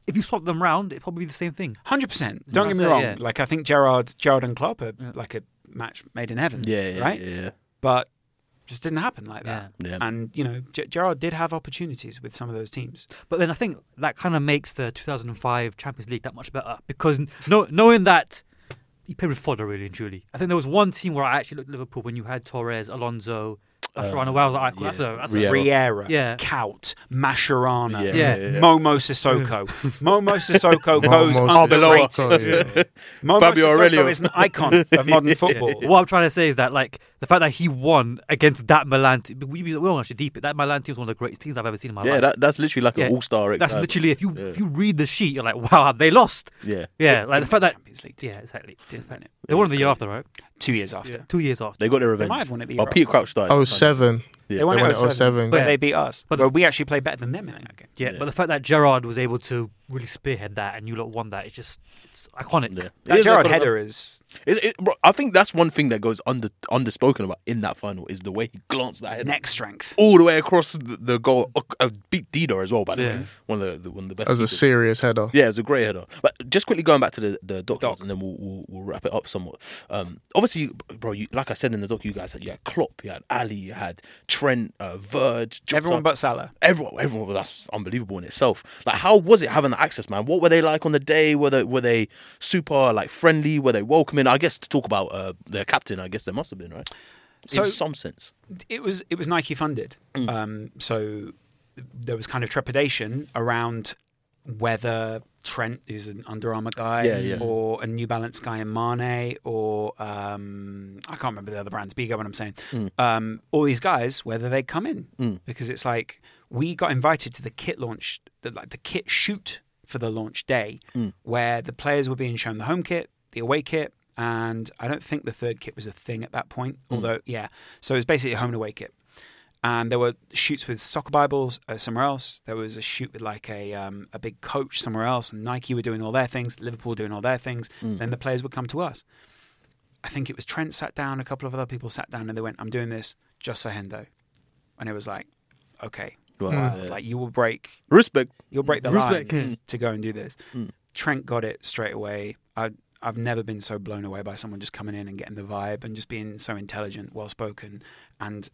[SPEAKER 3] if you swap them round, it'd probably be the same thing.
[SPEAKER 5] Hundred percent. Don't get me
[SPEAKER 3] That's it,
[SPEAKER 5] wrong.
[SPEAKER 3] yeah.
[SPEAKER 5] Like I think Gerard, Gerard and Klopp are like a match made in heaven.
[SPEAKER 2] Yeah, yeah,
[SPEAKER 5] right.
[SPEAKER 2] yeah, yeah.
[SPEAKER 5] But just didn't happen like that.
[SPEAKER 2] Yeah. Yeah.
[SPEAKER 5] And you know, G- Gerard did have opportunities with some of those teams.
[SPEAKER 3] But then I think that kind of makes the 2005 Champions League that much better because no, knowing that he played with fodder really and truly. I think there was one team where I actually looked at Liverpool when you had Torres, Alonso,
[SPEAKER 2] Um,
[SPEAKER 3] Mascherano. Uh, well, I was like, that's a that's
[SPEAKER 2] Riera.
[SPEAKER 3] a
[SPEAKER 5] Riera,
[SPEAKER 3] Yeah.
[SPEAKER 5] Count, Mascherano,
[SPEAKER 2] Yeah,
[SPEAKER 3] Yeah.
[SPEAKER 2] yeah, yeah.
[SPEAKER 5] Momo Sissoko. Momo Sissoko goes
[SPEAKER 4] Momo
[SPEAKER 5] underrated.
[SPEAKER 4] Sissoko, yeah.
[SPEAKER 5] Momo
[SPEAKER 2] Fabio
[SPEAKER 5] Sissoko
[SPEAKER 2] Aurelio.
[SPEAKER 5] is an icon of modern football.
[SPEAKER 3] What I'm trying to say is that, like, the fact that he won against that Milan team, we, we don't actually deep it. That Milan team is one of the greatest teams I've ever seen in my
[SPEAKER 2] Yeah,
[SPEAKER 3] life.
[SPEAKER 2] that, that's literally like
[SPEAKER 3] Yeah,
[SPEAKER 2] an all star.
[SPEAKER 3] That's literally if you if you read the sheet, you're like, wow, have they lost?
[SPEAKER 2] Yeah.
[SPEAKER 3] Yeah, like the fact that
[SPEAKER 5] Champions League.
[SPEAKER 3] yeah, exactly.
[SPEAKER 5] Didn't win it.
[SPEAKER 3] They won the year after, right?
[SPEAKER 5] Two years after.
[SPEAKER 3] Two years after.
[SPEAKER 2] They got their revenge.
[SPEAKER 5] might have won it the
[SPEAKER 2] Well,
[SPEAKER 5] year
[SPEAKER 2] Peter
[SPEAKER 5] after.
[SPEAKER 2] Crouch started.
[SPEAKER 4] Oh seven.
[SPEAKER 5] They won,
[SPEAKER 4] They won
[SPEAKER 5] it
[SPEAKER 4] it
[SPEAKER 5] 07,
[SPEAKER 4] 07,
[SPEAKER 5] but
[SPEAKER 3] yeah.
[SPEAKER 5] they beat us.
[SPEAKER 3] But-
[SPEAKER 5] But we actually played better than them in that game.
[SPEAKER 3] Yeah, but the fact that Gerard was able to really spearhead that and you lot won that, it's just it's iconic.
[SPEAKER 2] Yeah. It
[SPEAKER 5] That
[SPEAKER 2] is
[SPEAKER 5] Gerard
[SPEAKER 2] iconic.
[SPEAKER 5] header is
[SPEAKER 2] It, it, bro, I think that's one thing that goes under underspoken about in that final is the way he glanced that head
[SPEAKER 5] neck strength.
[SPEAKER 2] all the way across the, the goal. Uh, uh, beat Dida as well, by the
[SPEAKER 3] Yeah.
[SPEAKER 2] way. One of the, the one of the best.
[SPEAKER 4] That was a
[SPEAKER 2] keepers.
[SPEAKER 4] serious header.
[SPEAKER 2] Yeah, it was a great header. But just quickly going back to the the doc, and then we'll, we'll we'll wrap it up somewhat. Um, obviously, bro, you, like I said in the doc, you guys had you had Klopp, you had Ali, you had Trent, uh, Verge, Jota.
[SPEAKER 5] Everyone but Salah.
[SPEAKER 2] everyone, everyone. well, That's unbelievable in itself. Like, how was it having the access, man? What were they like on the day? Were they were they super like friendly? Were they welcoming? I guess to talk about uh, their captain, I guess they must have been right.
[SPEAKER 5] So-
[SPEAKER 2] in some sense,
[SPEAKER 5] It was it was Nike funded.
[SPEAKER 2] Mm.
[SPEAKER 5] Um, so there was kind of trepidation around whether Trent, who's an Under Armour guy,
[SPEAKER 2] Yeah, yeah.
[SPEAKER 5] or a New Balance guy in Mane, or um, I can't remember the other brands, but you get what I'm saying.
[SPEAKER 2] Mm.
[SPEAKER 5] Um, all these guys, whether they come in, because it's like we got invited to the kit launch, the, like the kit
[SPEAKER 2] Mm.
[SPEAKER 5] shoot for the launch day, where the players were being shown the home kit, the away kit, and I don't think the third kit was a thing at that point. Although, yeah, so it was basically a home and away kit. And there were shoots with soccer bibles uh, somewhere else. There was a shoot with like a um, a big coach somewhere else. And Nike were doing all their things. Liverpool doing all their things. Then the players would come to us. I think it was Trent sat down. A couple of other people sat down, and they went, "I'm doing this just for Hendo," and it was like, "Okay,
[SPEAKER 2] Wow,
[SPEAKER 5] wow,
[SPEAKER 2] yeah.
[SPEAKER 5] Hmm. like you will break
[SPEAKER 2] Respect. Mm.
[SPEAKER 5] You'll break the
[SPEAKER 3] Respect.
[SPEAKER 5] lines to go and do this. Trent got it straight away. I, I've never been so blown away by someone just coming in and getting the vibe and just being so intelligent, well spoken, and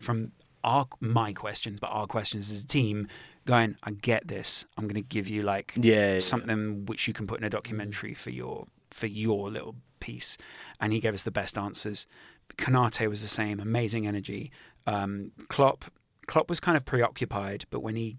[SPEAKER 5] from our my questions, but our questions as a team, going, I get this. I'm going to give you like
[SPEAKER 2] Yeah, Mm-hmm. yeah.
[SPEAKER 5] something which you can put in a documentary for your for your little piece. And he gave us the best answers. Kanate was the same, amazing energy. Um, Klopp Klopp was kind of preoccupied, but when he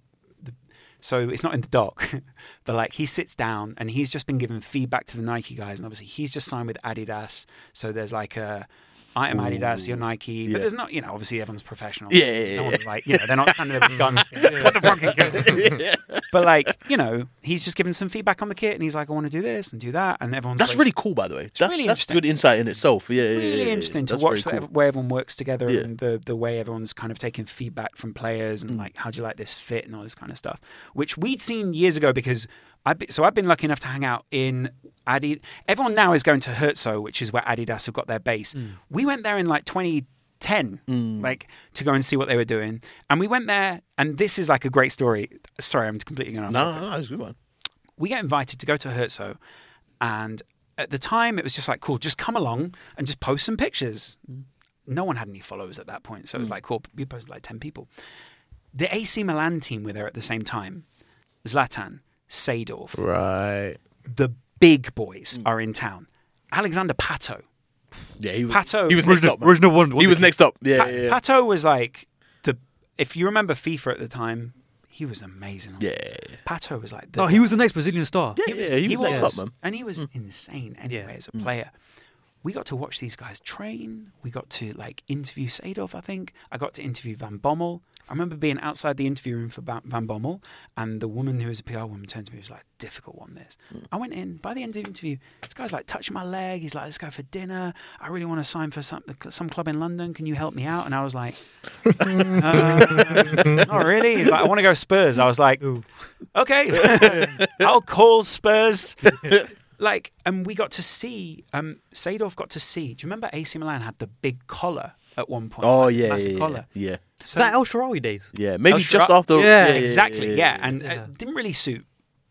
[SPEAKER 5] so it's not in the doc, but like he sits down and he's just been giving feedback to the Nike guys, and obviously he's just signed with Adidas, so there's like a. I am Adidas, you're Nike,
[SPEAKER 2] Yeah.
[SPEAKER 5] but there's not, you know, obviously everyone's professional.
[SPEAKER 2] Yeah, yeah,
[SPEAKER 5] No
[SPEAKER 2] yeah.
[SPEAKER 5] one's like, you know, they're not standing there with guns. Put the fucking gun. But like, you know, he's just giving some feedback on the kit, and he's like, I want to do this and do that, and everyone's
[SPEAKER 2] That's
[SPEAKER 5] like,
[SPEAKER 2] really cool, by the way. That's,
[SPEAKER 5] really
[SPEAKER 2] that's
[SPEAKER 5] interesting.
[SPEAKER 2] good insight in itself. Yeah, yeah, yeah,
[SPEAKER 5] really
[SPEAKER 2] yeah, yeah.
[SPEAKER 5] interesting to
[SPEAKER 2] That's
[SPEAKER 5] watch
[SPEAKER 2] very
[SPEAKER 5] the
[SPEAKER 2] cool.
[SPEAKER 5] way everyone works together
[SPEAKER 2] Yeah. Mm.
[SPEAKER 5] and the, the way everyone's kind of taking feedback from players and like how do you like this fit and all this kind of stuff, which we'd seen years ago because I have so I've been lucky enough to hang out in Adidas. Everyone now is going to Herzo, which is where Adidas have got their base.
[SPEAKER 2] Mm.
[SPEAKER 5] We went there in like 2010, like to go and see what they were doing, and we went there. And this is like a great story. Sorry, I'm completely going off
[SPEAKER 2] No, no, no, it's a good one.
[SPEAKER 5] we get invited to go to Herzo, and at the time it was just like, cool, just come along and just post some pictures.
[SPEAKER 2] Mm.
[SPEAKER 5] No one had any followers at that point, so it was like, cool, we posted like ten people. The AC Milan team were there at the same time. Zlatan, Seydorf,
[SPEAKER 2] Mm.
[SPEAKER 4] Right.
[SPEAKER 5] the big boys are in town. Alexander Pato.
[SPEAKER 2] Yeah, he was.
[SPEAKER 5] Pato-
[SPEAKER 2] He was next
[SPEAKER 3] Original,
[SPEAKER 2] up. man.
[SPEAKER 3] original one.
[SPEAKER 2] He was next up. Yeah,
[SPEAKER 5] Pa-
[SPEAKER 2] yeah, yeah.
[SPEAKER 5] Pato was like the if you remember FIFA at the time, he was amazing.
[SPEAKER 2] Yeah, yeah, yeah.
[SPEAKER 5] Pato was like the
[SPEAKER 3] No, he was the next Brazilian star.
[SPEAKER 2] Yeah, yeah, he was Mm. next up, man.
[SPEAKER 5] And he was insane anyway
[SPEAKER 3] Yeah.
[SPEAKER 2] Mm.
[SPEAKER 5] as a player. We got to watch these guys train. We got to like interview Sadov, I think. I got to interview Van Bommel. I remember being outside the interview room for Van Van Bommel, and the woman who was a PR woman turned to me and was like, difficult one, this.
[SPEAKER 2] Mm.
[SPEAKER 5] I went in. By the end of the interview, this guy's like touching my leg. He's like, let's go for dinner. I really want to sign for some, some club in London. Can you help me out? And I was like, uh, not really. He's like, I want to go Spurs. I was like, okay, I'll call Spurs. like, and we got to see, um, Sadov got to see. Do you remember AC Milan had the big collar at one point?
[SPEAKER 2] Oh
[SPEAKER 5] like this
[SPEAKER 2] yeah,
[SPEAKER 5] massive
[SPEAKER 2] yeah, yeah,
[SPEAKER 5] collar.
[SPEAKER 2] yeah,
[SPEAKER 5] So,
[SPEAKER 3] That El Sharawi days.
[SPEAKER 2] yeah. Maybe
[SPEAKER 5] Oh, sure.
[SPEAKER 2] just after.
[SPEAKER 3] Yeah,
[SPEAKER 5] exactly, yeah, and
[SPEAKER 3] Yeah.
[SPEAKER 5] It didn't really suit.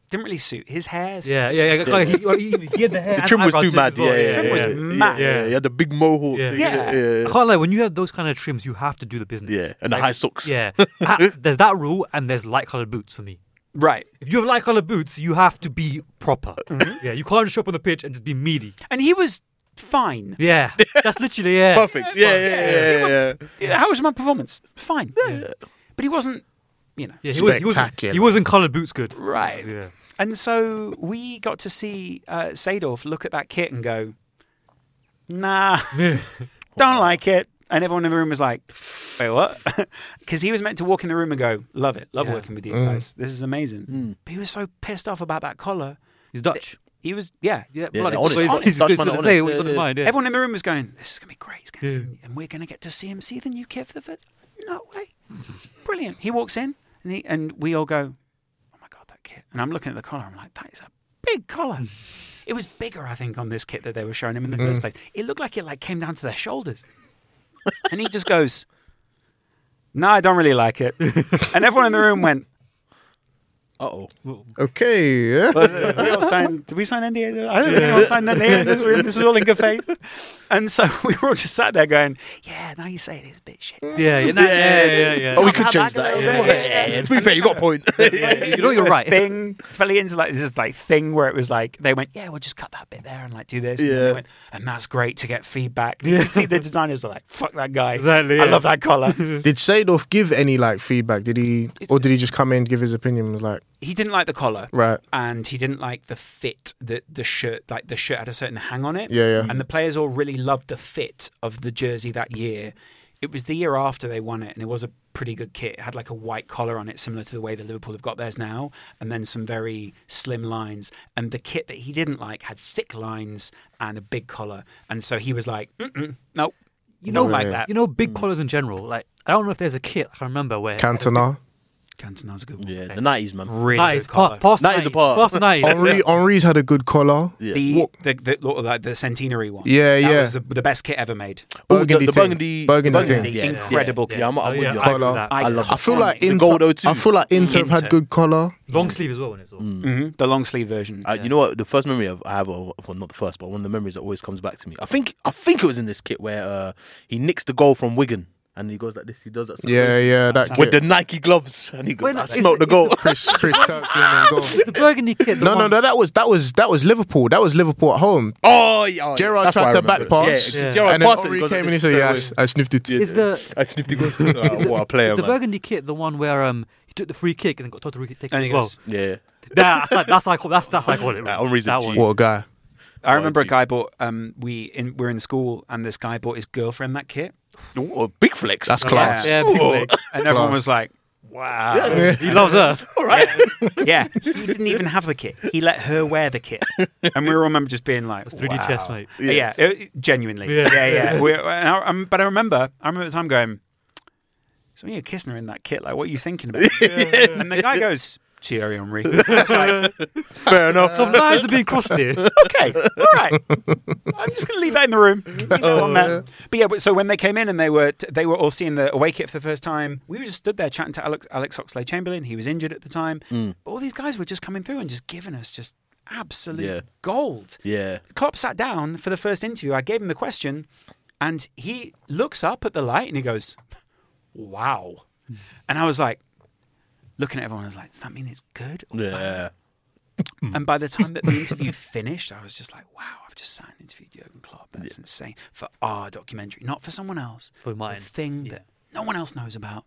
[SPEAKER 5] Didn't really suit his hair.
[SPEAKER 3] Yeah, yeah, yeah. Like, he, he, he had the hair.
[SPEAKER 2] The trim
[SPEAKER 3] and
[SPEAKER 2] was too
[SPEAKER 3] eyebrows
[SPEAKER 2] mad.
[SPEAKER 3] as well,
[SPEAKER 2] yeah, yeah,
[SPEAKER 5] Trim
[SPEAKER 2] yeah,
[SPEAKER 5] was
[SPEAKER 2] yeah.
[SPEAKER 5] mad.
[SPEAKER 2] Yeah, yeah, yeah. The big mohawk.
[SPEAKER 3] Yeah.
[SPEAKER 2] thing,
[SPEAKER 5] Yeah.
[SPEAKER 3] I
[SPEAKER 2] yeah,
[SPEAKER 3] can't lie. When you have those kind of trims, you have to do the business.
[SPEAKER 2] yeah. And the high socks.
[SPEAKER 3] Yeah. Ah, there's that rule, and there's light colored boots for me.
[SPEAKER 5] Right.
[SPEAKER 3] If you have light colored boots, you have to be proper.
[SPEAKER 2] Mm-hmm.
[SPEAKER 3] Yeah, you can't just show up on the pitch and just be meaty.
[SPEAKER 5] And he was fine.
[SPEAKER 3] Yeah, that's literally yeah.
[SPEAKER 2] Perfect. Yeah, yeah, yeah, yeah. yeah.
[SPEAKER 5] Yeah, How was my performance? Fine. But he wasn't, you know.
[SPEAKER 3] Yeah, he, was, he, wasn't,
[SPEAKER 4] Spectacular.
[SPEAKER 3] he wasn't coloured boots good.
[SPEAKER 5] Right.
[SPEAKER 3] Yeah.
[SPEAKER 5] And so we got to see uh, Sadorf look at that kit and go, nah, don't like it. And everyone in the room was like, wait, what? Because he was meant to walk in the room and go, love it, love
[SPEAKER 3] Yeah.
[SPEAKER 5] working with these guys. This is amazing. But he was so pissed off about that collar.
[SPEAKER 3] He's Dutch.
[SPEAKER 5] He was, yeah.
[SPEAKER 3] Yeah,
[SPEAKER 2] Yeah,
[SPEAKER 3] bloody-
[SPEAKER 2] honest,
[SPEAKER 3] so he's,
[SPEAKER 2] honest,
[SPEAKER 3] he's,
[SPEAKER 2] Dutch
[SPEAKER 3] he's
[SPEAKER 2] man,
[SPEAKER 3] gonna say
[SPEAKER 2] honest,
[SPEAKER 3] what's
[SPEAKER 2] yeah,
[SPEAKER 3] on his
[SPEAKER 2] yeah.
[SPEAKER 3] mind. Yeah.
[SPEAKER 5] Everyone in the room was going, this is going to be great. He's gonna
[SPEAKER 3] Yeah.
[SPEAKER 5] see- and we're going to get to see him see the new kit for the first. No way. Brilliant. He walks in and, he, and we all go, oh my God, that kit. And I'm looking at the collar. I'm like, that is a big collar. It was bigger, I think, on this kit that they were showing him in the first place. It looked like it like came down to their shoulders. and he just goes, no, I don't really like it. and everyone in the room went,
[SPEAKER 2] Uh oh.
[SPEAKER 4] Okay. Yeah.
[SPEAKER 5] was it- we all signed, did we sign NDA? I don't think anyone signed an NDA in this room. This is all in good faith. And so we were all just sat there going, yeah, now you say it is a bit shit.
[SPEAKER 3] Yeah, yeah, nah, yeah, yeah, yeah,
[SPEAKER 2] Oh, we
[SPEAKER 3] yeah.
[SPEAKER 2] could
[SPEAKER 5] Cut
[SPEAKER 2] change
[SPEAKER 5] back a
[SPEAKER 2] that.
[SPEAKER 5] little
[SPEAKER 2] Yeah,
[SPEAKER 5] bit.
[SPEAKER 2] yeah, yeah, yeah. To be fair, you got a point.
[SPEAKER 3] You know you're right.
[SPEAKER 5] Thing fell into like this is like thing where it was like they went, yeah, we'll just cut that bit there and like do this. And, then they
[SPEAKER 2] Yeah.
[SPEAKER 5] went, and that's great to get feedback. You could see the designers were like, fuck that guy.
[SPEAKER 3] Exactly,
[SPEAKER 5] I
[SPEAKER 3] yeah.
[SPEAKER 5] love that collar.
[SPEAKER 4] Did Sadorf give any like feedback? Did he, or did he just come in give his opinion? and Was like,
[SPEAKER 5] he didn't like the collar.
[SPEAKER 4] right.
[SPEAKER 5] and he didn't like the fit that the shirt like the shirt had a certain hang on it
[SPEAKER 4] Yeah, yeah.
[SPEAKER 5] and the players all really loved the fit of the jersey that year It was the year after they won it, and it was a pretty good kit. It had like a white collar on it, similar to the way that Liverpool have got theirs now, and then some very slim lines. And the kit that he didn't like had thick lines and a big collar, and so he was like, Mm-mm, "Nope, you don't like that."
[SPEAKER 3] You know, big collars in general. Like I don't know if there's a kit I can remember where.
[SPEAKER 4] Cantona.
[SPEAKER 5] Cantona's a good one.
[SPEAKER 2] Yeah, the nineties, man.
[SPEAKER 5] Really
[SPEAKER 3] That is
[SPEAKER 5] good collar.
[SPEAKER 3] part. Past
[SPEAKER 2] That is a
[SPEAKER 3] 90s,
[SPEAKER 2] part. Oh,
[SPEAKER 3] Past night.
[SPEAKER 4] Henri, Henri's had a good collar.
[SPEAKER 2] Yeah.
[SPEAKER 5] The,
[SPEAKER 4] What-
[SPEAKER 5] the, the, the, like the centenary one.
[SPEAKER 4] Yeah,
[SPEAKER 5] That
[SPEAKER 4] yeah.
[SPEAKER 5] was the, the best kit ever made.
[SPEAKER 4] Burgundy
[SPEAKER 2] Oh, the, the
[SPEAKER 4] thing.
[SPEAKER 2] burgundy,
[SPEAKER 4] Burgundy
[SPEAKER 5] thing. Yeah, yeah,
[SPEAKER 2] incredible.
[SPEAKER 5] yeah.
[SPEAKER 2] Yeah, I'm, I'm
[SPEAKER 3] Oh,
[SPEAKER 2] with
[SPEAKER 3] yeah,
[SPEAKER 2] you.
[SPEAKER 3] I agree
[SPEAKER 4] Collar.
[SPEAKER 3] with that.
[SPEAKER 2] I love
[SPEAKER 4] I feel like
[SPEAKER 5] Iconic.
[SPEAKER 4] Inter,
[SPEAKER 2] gold O2.
[SPEAKER 4] I feel like Inter have had
[SPEAKER 5] Inter.
[SPEAKER 4] good collar.
[SPEAKER 3] long sleeve as well. When it's all.
[SPEAKER 2] Mm.
[SPEAKER 5] Mhm, the long sleeve version.
[SPEAKER 2] Uh, You know what? The first memory of, I have, of- well, not the first, but one of the memories that always comes back to me. I think I think it was in this kit where uh, he nicks the goal from Wigan and he goes like this. He does that.
[SPEAKER 4] Yeah, yeah, that
[SPEAKER 2] With the
[SPEAKER 4] kit.
[SPEAKER 2] Nike gloves, and he goes,
[SPEAKER 3] When-
[SPEAKER 2] "I
[SPEAKER 3] is
[SPEAKER 2] smoked
[SPEAKER 3] it-
[SPEAKER 2] the goal."
[SPEAKER 4] Chris, Chris Kirkland and goal.
[SPEAKER 3] The burgundy kit. The
[SPEAKER 4] No, no,
[SPEAKER 3] one-
[SPEAKER 4] no. That was that was that was Liverpool. That was Liverpool at home.
[SPEAKER 2] Oh, yeah. oh,
[SPEAKER 4] Gerrard
[SPEAKER 2] that's why
[SPEAKER 4] tried
[SPEAKER 2] I
[SPEAKER 4] to
[SPEAKER 2] remember
[SPEAKER 4] back
[SPEAKER 2] it.
[SPEAKER 4] pass.
[SPEAKER 2] Yeah,
[SPEAKER 3] Yeah.
[SPEAKER 2] Gerrard
[SPEAKER 4] and then
[SPEAKER 2] passed it, he
[SPEAKER 4] Henri
[SPEAKER 2] goes like
[SPEAKER 4] came in and
[SPEAKER 2] this.
[SPEAKER 4] said, "Yeah, I s- I, sniffed it."
[SPEAKER 3] Is the
[SPEAKER 2] I sniffed the goal. Oh, what a player,
[SPEAKER 3] is the
[SPEAKER 2] man.
[SPEAKER 3] burgundy kit the one where um he took the free kick and then got told to re- take it
[SPEAKER 5] And
[SPEAKER 3] as
[SPEAKER 5] he
[SPEAKER 3] well?
[SPEAKER 5] goes-
[SPEAKER 2] Yeah.
[SPEAKER 3] Nah, that's like, that's like that's that's like what it.
[SPEAKER 2] Nah, Henri's a
[SPEAKER 3] that
[SPEAKER 2] G.
[SPEAKER 3] one.
[SPEAKER 4] What a guy.
[SPEAKER 5] I remember a
[SPEAKER 2] gee.
[SPEAKER 5] guy bought. Um, we in, we're in school, and this guy bought his girlfriend that kit,
[SPEAKER 2] Ooh, a big flex.
[SPEAKER 4] That's class.
[SPEAKER 3] Yeah,
[SPEAKER 2] Ooh.
[SPEAKER 3] big leg.
[SPEAKER 5] and everyone was like, "Wow,
[SPEAKER 3] he loves her.
[SPEAKER 2] All right.
[SPEAKER 5] yeah." He didn't even have the kit; he let her wear the kit, and we all remember just being like,
[SPEAKER 3] It's 3D
[SPEAKER 5] wow.
[SPEAKER 3] chess, mate.
[SPEAKER 5] Yeah, it- genuinely.
[SPEAKER 3] Yeah.
[SPEAKER 5] Yeah, yeah. We- and I- um, but I remember, I remember the time going, "So when you're kissing her in that kit, like, what are you thinking about?" And the guy goes, "Thierry Henry." It's like,
[SPEAKER 2] Fair enough.
[SPEAKER 3] Some lines are being crossed here.
[SPEAKER 5] okay, all right. I'm just going to leave that in the room. Leave that
[SPEAKER 2] Oh,
[SPEAKER 5] on there. But yeah, but so when they came in and they were t- they were all seeing the away kit for the first time, we were just stood there chatting to Alex Alex Oxley Chamberlain. He was injured at the time.
[SPEAKER 2] Hmm.
[SPEAKER 5] But all these guys were just coming through and just giving us just absolute
[SPEAKER 2] Yeah.
[SPEAKER 5] gold.
[SPEAKER 2] Yeah.
[SPEAKER 5] Klopp sat down for the first interview. I gave him the question, and he looks up at the light and he goes, "Wow," and I was like. Looking at everyone, I was like, "Does that mean it's good?" Or bad?"
[SPEAKER 2] Yeah.
[SPEAKER 5] And by the time that the interview finished, I was just like, wow, I've just sat and interviewed Jurgen Klopp. That's insane. For our documentary, not for someone else.
[SPEAKER 3] For mine.
[SPEAKER 5] The thing that no one else knows about.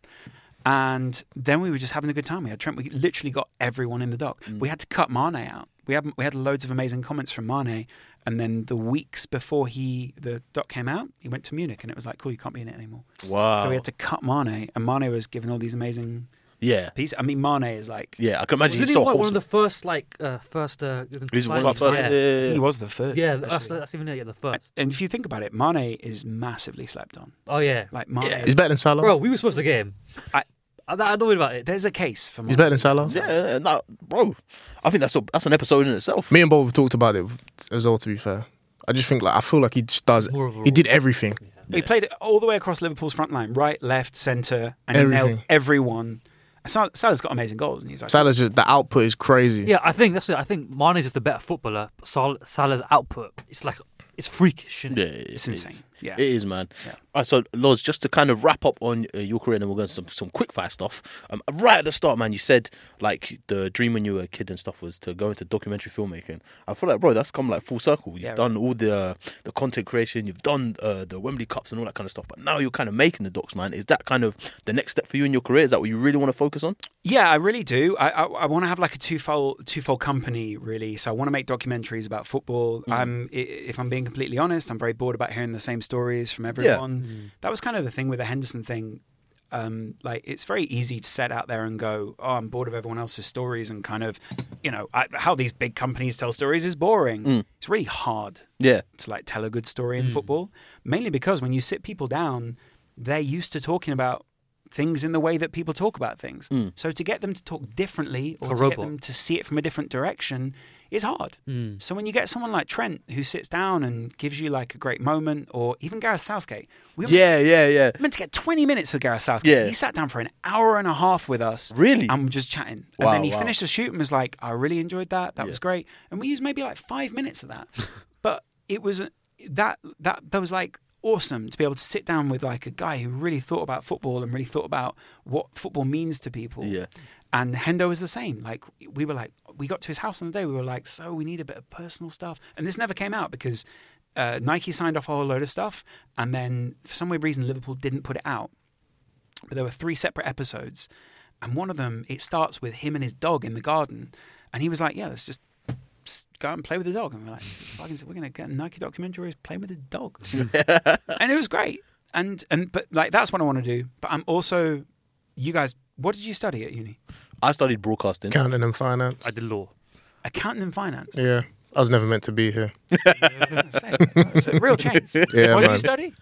[SPEAKER 5] And then we were just having a good time. We had Trent. We literally got everyone in the doc.
[SPEAKER 3] Mm.
[SPEAKER 5] We had to cut Mane out. We had we had loads of amazing comments from Mane. And then the weeks before he the doc came out, he went to Munich, and it was like, cool, you can't be in it anymore.
[SPEAKER 2] Wow.
[SPEAKER 5] So we had to cut Mane, and Mane was given all these amazing
[SPEAKER 2] Yeah.
[SPEAKER 5] pieces. I mean, Mane is like
[SPEAKER 2] Yeah. I can imagine he's
[SPEAKER 3] Wasn't he
[SPEAKER 2] so
[SPEAKER 3] one, one of
[SPEAKER 2] wholesome.
[SPEAKER 3] the first like uh, first? Uh, you can
[SPEAKER 2] He's one
[SPEAKER 3] find
[SPEAKER 2] of the
[SPEAKER 3] him,
[SPEAKER 2] first.
[SPEAKER 3] Yeah,
[SPEAKER 2] yeah,
[SPEAKER 5] he
[SPEAKER 2] yeah.
[SPEAKER 5] was the first.
[SPEAKER 3] yeah that's,
[SPEAKER 5] actually.
[SPEAKER 3] that's even it. Yeah, the first.
[SPEAKER 5] And if you think about it, Mane is massively slept on.
[SPEAKER 3] Oh yeah,
[SPEAKER 5] Like Mane,
[SPEAKER 4] He's better than Salah.
[SPEAKER 3] bro, we were supposed to get him. I,
[SPEAKER 5] I-
[SPEAKER 3] I, I don't worry about it.
[SPEAKER 5] there's a case for Mane.
[SPEAKER 4] He's better than Salah.
[SPEAKER 2] Yeah, yeah, nah, bro. I think that's a, that's an episode in itself.
[SPEAKER 4] Me and Bob have talked about it as well. To be fair, I just think like I feel like he just does.
[SPEAKER 3] More of a
[SPEAKER 4] He did everything.
[SPEAKER 5] He played it all the way across Liverpool's front line, right, left, centre, and he nailed
[SPEAKER 4] Everything.
[SPEAKER 5] everyone. Sal- Salah's got amazing goals, and he's like,
[SPEAKER 4] Salah's just the output is crazy.
[SPEAKER 3] Yeah, I think that's it. I think Mane's is the better footballer. But Sal- Salah's output, it's like it's freakish. Isn't
[SPEAKER 2] Yeah,
[SPEAKER 3] it?
[SPEAKER 5] it's insane. Yeah.
[SPEAKER 2] It is, man. All right, so Loz, just to kind of wrap up on uh, your career, and then we're going to some some quick fire stuff. Um, right at the start, man, you said like the dream when you were a kid and stuff was to go into documentary filmmaking. I feel like, bro, that's come like full circle. You've
[SPEAKER 5] Yeah, right.
[SPEAKER 2] done all the uh, the content creation, you've done uh, the Wembley Cups and all that kind of stuff. But now you're kind of making the docs, man. Is that kind of the next step for you in your career? Is that what you really want to focus on?
[SPEAKER 5] Yeah, I really do. I I, I want to have like a twofold twofold company really. So I want to make documentaries about football. I'm i- if I'm being completely honest, I'm very bored about hearing the same stories from everyone. That was kind of the thing with the Henderson thing. Um, like it's very easy to set out there and go, oh, I'm bored of everyone else's stories, and kind of, you know, I, how these big companies tell stories is boring. It's really hard
[SPEAKER 2] Yeah,
[SPEAKER 5] to like tell a good story in
[SPEAKER 3] Hmm.
[SPEAKER 5] football. Mainly because when you sit people down, they're used to talking about things in the way that people talk about things. So to get them to talk differently or
[SPEAKER 3] A
[SPEAKER 5] to
[SPEAKER 3] robot. Hmm.
[SPEAKER 5] get them to see it from a different direction is hard. So when you get someone like Trent who sits down and gives you like a great moment, or even Gareth Southgate, we were
[SPEAKER 2] yeah, yeah, yeah.
[SPEAKER 5] meant to get 20 minutes with Gareth Southgate.
[SPEAKER 2] Yeah.
[SPEAKER 5] He sat down for an hour and a half with us.
[SPEAKER 2] Really?
[SPEAKER 5] And was just chatting.
[SPEAKER 2] Wow,
[SPEAKER 5] and then he
[SPEAKER 2] wow.
[SPEAKER 5] finished the shoot and was like, I really enjoyed that. That was great. And we used maybe like five minutes of that. but it was that, that, that was like awesome to be able to sit down with like a guy who really thought about football and really thought about what football means to people.
[SPEAKER 2] Yeah.
[SPEAKER 5] And Hendo was the same. Like we were like, we got to his house on the day. We were like, so we need a bit of personal stuff, and this never came out because uh, Nike signed off a whole load of stuff, and then for some weird reason Liverpool didn't put it out. But there were three separate episodes, and one of them it starts with him and his dog in the garden, and he was like, yeah, let's just. s- Go out and play with the dog, and we're like, "Fucking- we're gonna get a Nike documentary. where He's playing with his dog, and it was great. and and but like that's what I want to do. But I'm also, you guys, what did you study at uni?
[SPEAKER 2] I studied broadcasting.
[SPEAKER 4] Accounting and finance.
[SPEAKER 3] I did law.
[SPEAKER 5] Accounting and finance.
[SPEAKER 4] Yeah. I was never meant to be here.
[SPEAKER 5] Say, it's a real change.
[SPEAKER 4] Yeah,
[SPEAKER 5] what did you
[SPEAKER 4] man.
[SPEAKER 5] study?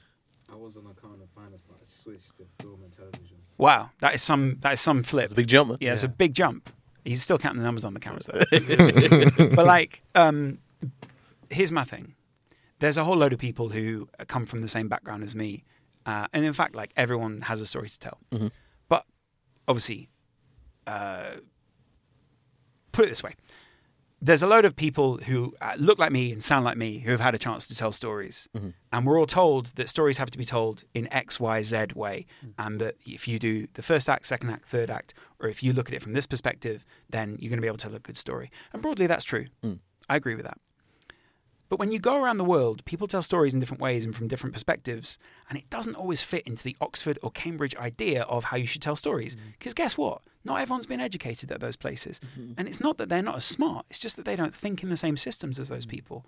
[SPEAKER 6] I was on account of finance, but I switched to film and television.
[SPEAKER 5] Wow, that is some that is some flip.
[SPEAKER 2] It's a big jump. man.
[SPEAKER 5] yeah, it's a
[SPEAKER 3] Yeah.
[SPEAKER 5] big jump. He's still counting the numbers on the cameras though. but like, um, here's my thing. There's a whole load of people who come from the same background as me, uh, and in fact, like everyone has a story to tell. But obviously, uh, put it this way: there's a load of people who uh, look like me and sound like me who have had a chance to tell stories. And we're all told that stories have to be told in X, Y, Z way. And that if you do the first act, second act, third act, or if you look at it from this perspective, then you're going to be able to tell a good story. And broadly, that's true. I agree with that. But when you go around the world, people tell stories in different ways and from different perspectives, and it doesn't always fit into the Oxford or Cambridge idea of how you should tell stories. Because guess what? Not everyone's been educated at those places. And it's not that they're not as smart, it's just that they don't think in the same systems as those people.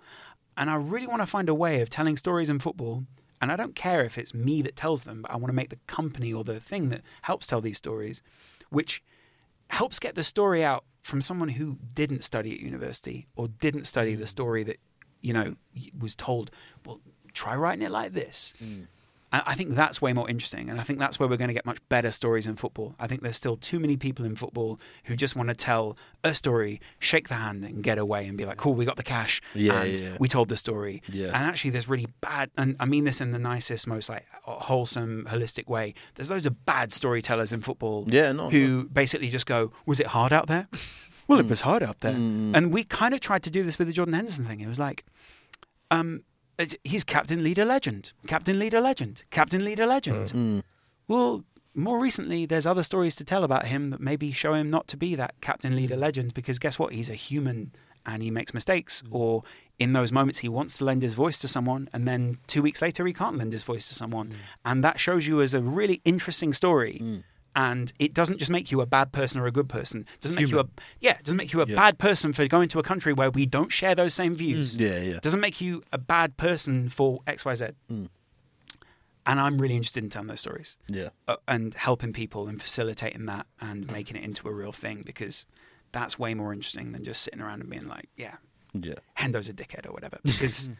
[SPEAKER 5] And I really want to find a way of telling stories in football. And I don't care if it's me that tells them, but I want to make the company or the thing that helps tell these stories, which helps get the story out from someone who didn't study at university or didn't study
[SPEAKER 2] Mm.
[SPEAKER 5] the story that you know y- was told well try writing it like this
[SPEAKER 2] Mm.
[SPEAKER 5] I I think that's way more interesting, and I think that's where we're going to get much better stories in football. I think there's still too many people in football who just want to tell a story, shake the hand, and get away, and be like, "Cool, we got the cash,
[SPEAKER 2] Yeah,
[SPEAKER 5] and
[SPEAKER 2] yeah, yeah.
[SPEAKER 5] we told the story."
[SPEAKER 2] Yeah.
[SPEAKER 5] And actually, there's really bad, and I mean this in the nicest, most like wholesome, holistic way. There's loads of bad storytellers in football
[SPEAKER 2] Yeah, no, Mm.
[SPEAKER 5] who basically just go, "Was it hard out there?" Well, it was hard out there, and we kind of tried to do this with the Jordan Henderson thing. It was like, um, it's- he's captain, leader, legend, captain, leader, legend, captain, leader, legend.
[SPEAKER 2] Mm.
[SPEAKER 5] Well, more recently, there's other stories to tell about him that maybe show him not to be that captain, leader,
[SPEAKER 2] Mm.
[SPEAKER 5] legend because guess what? He's a human and he makes
[SPEAKER 2] Mm.
[SPEAKER 5] mistakes. Or in those moments, he wants to lend his voice to someone, and then two weeks later, he can't lend his voice to someone.
[SPEAKER 2] Mm.
[SPEAKER 5] And that shows you as a really interesting story. And it doesn't just make you a bad person or a good person. It doesn't make you a yeah. It doesn't make you a bad person for going to a country where we don't share those same views
[SPEAKER 2] Mm. Yeah, yeah. Mm.
[SPEAKER 5] doesn't make you a bad person for XYZ. And I'm really interested in telling those stories
[SPEAKER 2] Yeah.
[SPEAKER 5] uh, and helping people and facilitating that and making it into a real thing because that's way more interesting than just sitting around and being like, yeah,
[SPEAKER 2] Yeah.
[SPEAKER 5] Hendo's a dickhead or whatever. Because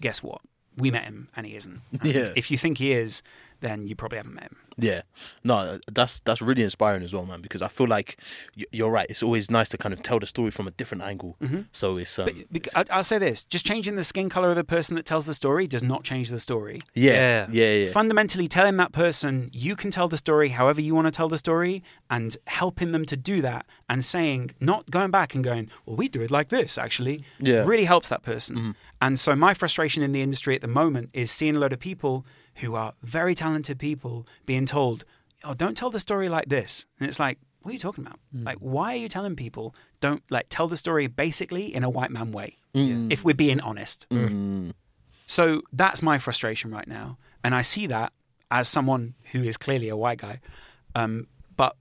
[SPEAKER 5] guess what? We met him and he isn't. And
[SPEAKER 2] Yeah.
[SPEAKER 5] If you think he is, then you probably haven't met him.
[SPEAKER 2] Yeah, no, that's that's really inspiring as well, man. Because I feel like y- you're right. It's always nice to kind of tell the story from a different angle. So it's um,
[SPEAKER 5] Bec- I- I'll say this just changing the skin color of the person that tells the story does not change the story.
[SPEAKER 2] yeah,
[SPEAKER 3] Yeah.
[SPEAKER 2] yeah, yeah, yeah.
[SPEAKER 5] fundamentally telling that person you can tell the story however you want to tell the story and helping them to do that and saying not going back and going well we do it like this actually
[SPEAKER 2] Yeah. Mm-hmm.
[SPEAKER 5] really helps that person and so my frustration in the industry at the moment is seeing a lot of people who are very talented people being told oh don't tell the story like this and it's like what are you talking about like why are you telling people don't like tell the story basically in a white man way
[SPEAKER 2] Mm.
[SPEAKER 5] if we're being honest so that's my frustration right now, and I see that as someone who is clearly a white guy, um, but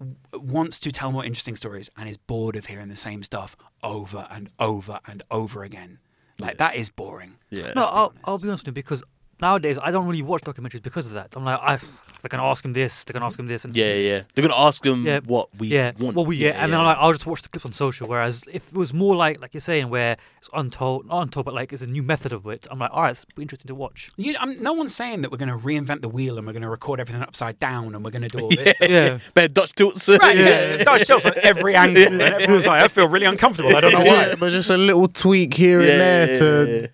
[SPEAKER 5] w- wants to tell more interesting stories and is bored of hearing the same stuff over and over and over again. Like that is boring.
[SPEAKER 2] Yeah.
[SPEAKER 3] No,
[SPEAKER 5] Let's be
[SPEAKER 3] I'll,
[SPEAKER 5] honest.
[SPEAKER 3] I'll be honest with you because nowadays I don't really watch documentaries because of that. I'm like, I they're gonna ask him this, they're gonna ask him this, and
[SPEAKER 2] yeah, yeah. They're gonna ask them
[SPEAKER 3] yeah,
[SPEAKER 2] what we
[SPEAKER 3] yeah,
[SPEAKER 2] want.
[SPEAKER 3] what we get, and then
[SPEAKER 2] yeah.
[SPEAKER 3] like, I'll just watch the clips on social. Whereas if it was more like like you're saying, where it's untold, not untold, but like it's a new method of it, I'm like, all right, it's interesting to watch.
[SPEAKER 5] You know, I'm, no one's saying that we're going to reinvent the wheel and we're going to record everything upside down and we're going to do all this.
[SPEAKER 3] Yeah,
[SPEAKER 2] Better Dutch tilts.
[SPEAKER 5] Right, yeah, there's Dutch tilts on every angle. And everyone's like, I feel really uncomfortable. I don't know why.
[SPEAKER 4] Yeah, but just a little tweak here
[SPEAKER 2] Yeah,
[SPEAKER 4] and there
[SPEAKER 2] yeah,
[SPEAKER 4] to
[SPEAKER 2] yeah, yeah.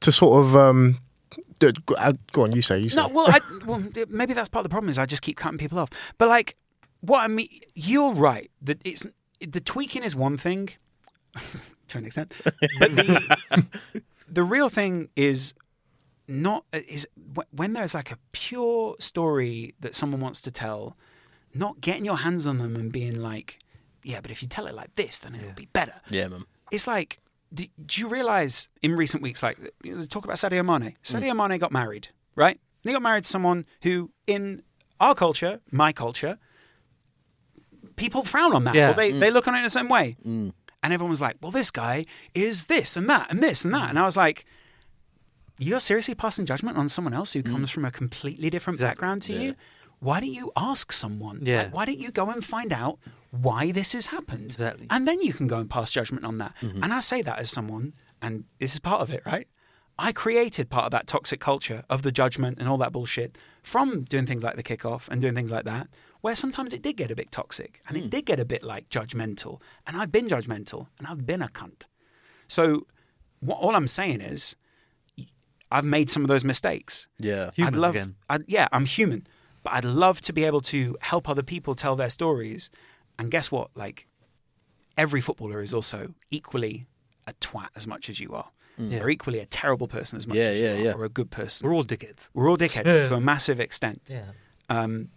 [SPEAKER 4] to sort of um. d- go- uh, Go on, you say. You say.
[SPEAKER 5] No, well, I, well, maybe that's part of the problem is I just keep cutting people off. But like, what I mean, you're right. That it's the tweaking is one thing, to an extent. But the, the real thing is not is wh- when there's like a pure story that someone wants to tell, not getting your hands on them and being like, yeah, but if you tell it like this, then it'll be better
[SPEAKER 2] yeah, man.
[SPEAKER 5] it's like, do, do you realize in recent weeks, like, you know, they talk about Sadio Mane?
[SPEAKER 3] Mm.
[SPEAKER 5] Sadio Mane got married, right? And he got married to someone who, in our culture, my culture, people frown on that.
[SPEAKER 3] Yeah. Mm.
[SPEAKER 5] Or they, they look on it in the same way. And everyone was like, well, this guy is this and that and this and that. And I was like, you're seriously passing judgment on someone else
[SPEAKER 3] Mm.
[SPEAKER 5] who comes from a completely different background to you. Why don't you ask someone? Like,
[SPEAKER 3] Yeah.
[SPEAKER 5] why don't you go and find out why this has happened?
[SPEAKER 3] Exactly.
[SPEAKER 5] And then you can go and pass judgment on that. And I say that as someone, and this is part of it, right? I created part of that toxic culture of the judgment and all that bullshit from doing things like the kickoff and doing things like that, where sometimes it did get a bit toxic and it did get a bit like judgmental. And I've been judgmental and I've been a cunt. So, what, all I'm saying is, I've made some of those mistakes.
[SPEAKER 2] Yeah.
[SPEAKER 3] Human
[SPEAKER 5] I'd love,
[SPEAKER 3] again.
[SPEAKER 5] I'd, yeah, I'm human, but I'd love to be able to help other people tell their stories. And guess what? Like, every footballer is also equally a twat as much as you are,
[SPEAKER 3] Yeah.
[SPEAKER 5] or equally a terrible person as much
[SPEAKER 2] Mm. Yeah,
[SPEAKER 5] as you
[SPEAKER 2] yeah,
[SPEAKER 5] are,
[SPEAKER 2] yeah.
[SPEAKER 5] or a good person.
[SPEAKER 3] We're all dickheads.
[SPEAKER 5] We're all dickheads to a massive extent.
[SPEAKER 3] Yeah.
[SPEAKER 5] Um,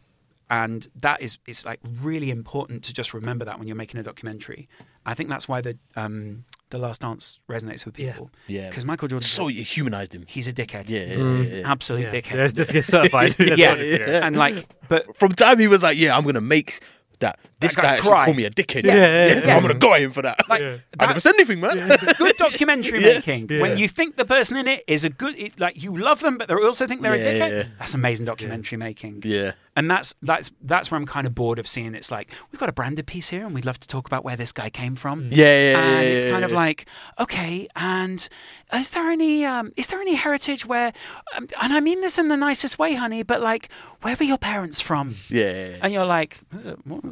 [SPEAKER 5] and that is it's like really important to just remember that when you're making a documentary. I think that's why the um, the Last Dance resonates with
[SPEAKER 3] Yeah.
[SPEAKER 5] people.
[SPEAKER 2] Yeah.
[SPEAKER 5] Because Michael Jordan,
[SPEAKER 2] So you humanized him.
[SPEAKER 5] he's a dickhead.
[SPEAKER 2] Yeah, yeah,
[SPEAKER 5] He's
[SPEAKER 2] yeah,
[SPEAKER 5] an
[SPEAKER 2] yeah.
[SPEAKER 5] absolute
[SPEAKER 3] Yeah.
[SPEAKER 5] dickhead.
[SPEAKER 3] Let's just get certified.
[SPEAKER 5] yeah,
[SPEAKER 3] Let's get certified.
[SPEAKER 5] and like, but
[SPEAKER 2] From time he was like, "Yeah, I'm gonna make that this
[SPEAKER 5] guy
[SPEAKER 2] guy, actually
[SPEAKER 5] cry.
[SPEAKER 2] call me a dickhead.
[SPEAKER 5] Yeah, yeah,
[SPEAKER 2] So
[SPEAKER 5] yeah.
[SPEAKER 2] I'm gonna go at him for that.
[SPEAKER 5] like
[SPEAKER 2] I never
[SPEAKER 5] that's
[SPEAKER 2] said anything, man.
[SPEAKER 5] good documentary
[SPEAKER 2] Yeah.
[SPEAKER 5] making
[SPEAKER 4] Yeah.
[SPEAKER 5] when you think the person in it is a good, it, like you love them, but they also think they're
[SPEAKER 2] Yeah,
[SPEAKER 5] a
[SPEAKER 2] yeah,
[SPEAKER 5] dickhead.
[SPEAKER 2] yeah.
[SPEAKER 5] That's amazing documentary making.
[SPEAKER 2] yeah.
[SPEAKER 5] And that's that's that's where I'm kind of bored of seeing it's like we've got a branded piece here, and we'd love to talk about where this guy came from.
[SPEAKER 2] Mm. Yeah, yeah, yeah,
[SPEAKER 5] And
[SPEAKER 2] yeah,
[SPEAKER 5] it's
[SPEAKER 2] yeah,
[SPEAKER 5] kind of
[SPEAKER 2] yeah.
[SPEAKER 5] like okay, and is there any um, is there any heritage where, um, and I mean this in the nicest way, honey, but like where were your parents from?
[SPEAKER 2] Yeah. yeah.
[SPEAKER 5] And you're like, "Is it- what-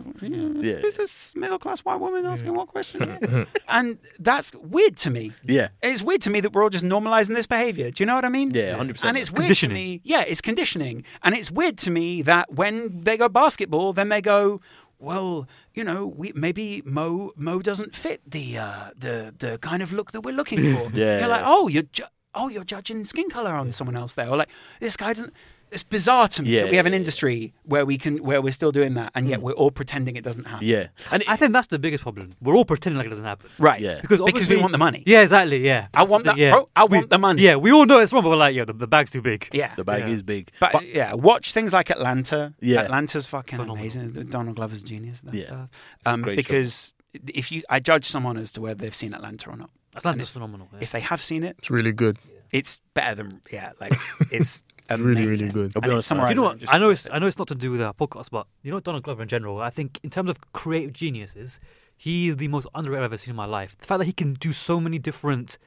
[SPEAKER 2] Yeah.
[SPEAKER 5] who's this middle class white woman asking what question? here?" and that's weird to me.
[SPEAKER 2] Yeah.
[SPEAKER 5] It's weird to me that we're all just normalizing this behavior. Do you know what I mean?
[SPEAKER 2] Yeah, 100%.
[SPEAKER 5] And it's weird to
[SPEAKER 3] Conditioning.
[SPEAKER 5] me. Yeah, it's conditioning. And it's weird to me that when they go basketball, then they go, well, you know, we, maybe Mo Mo doesn't fit the uh, the the kind of look that we're looking for.
[SPEAKER 2] Yeah.
[SPEAKER 5] You're like, oh, you're ju- oh, you're judging skin color on someone else there, or like this guy doesn't. It's bizarre to me
[SPEAKER 2] Yeah,
[SPEAKER 5] that we have an
[SPEAKER 2] yeah, yeah.
[SPEAKER 5] industry where we can where we're still doing that, and yet we're all pretending it doesn't happen.
[SPEAKER 2] Mm. Yeah. And it,
[SPEAKER 3] I think that's the biggest problem. We're all pretending like it doesn't happen.
[SPEAKER 5] Right.
[SPEAKER 2] Yeah.
[SPEAKER 5] Because because we
[SPEAKER 3] obviously-
[SPEAKER 5] want the money.
[SPEAKER 3] Yeah, exactly. Yeah.
[SPEAKER 5] I
[SPEAKER 3] That's
[SPEAKER 5] want
[SPEAKER 3] the
[SPEAKER 5] that.
[SPEAKER 3] thing, yeah.
[SPEAKER 5] bro. I want the money.
[SPEAKER 3] Yeah, we all know it's wrong, but we're like, yeah, the, the bag's too big.
[SPEAKER 5] Yeah.
[SPEAKER 2] the bag
[SPEAKER 3] Yeah.
[SPEAKER 2] is big.
[SPEAKER 5] But, yeah, watch things like Atlanta.
[SPEAKER 2] Yeah.
[SPEAKER 5] Atlanta's fucking
[SPEAKER 3] Phenomenal.
[SPEAKER 5] amazing. Donald Glover's a genius. and That
[SPEAKER 2] Yeah.
[SPEAKER 5] stuff. Um,
[SPEAKER 2] great show.
[SPEAKER 5] because if you, I judge someone as to whether they've seen Atlanta or not.
[SPEAKER 3] Atlanta's phenomenal. Yeah.
[SPEAKER 5] If they have seen it,
[SPEAKER 4] It's really good.
[SPEAKER 5] it's better than yeah. Like it's
[SPEAKER 4] Really, really
[SPEAKER 5] amazing.
[SPEAKER 4] good.
[SPEAKER 2] I'll be
[SPEAKER 5] And
[SPEAKER 2] honest,
[SPEAKER 5] it
[SPEAKER 2] man.
[SPEAKER 5] summarizes
[SPEAKER 3] you know
[SPEAKER 5] it
[SPEAKER 3] what?
[SPEAKER 5] just
[SPEAKER 3] I know it's
[SPEAKER 5] perfect.
[SPEAKER 3] I know it's not to do with our podcast, but you know Donald Glover in general. I think in terms of creative geniuses, he is the most underrated I've ever seen in my life. The fact that he can do so many different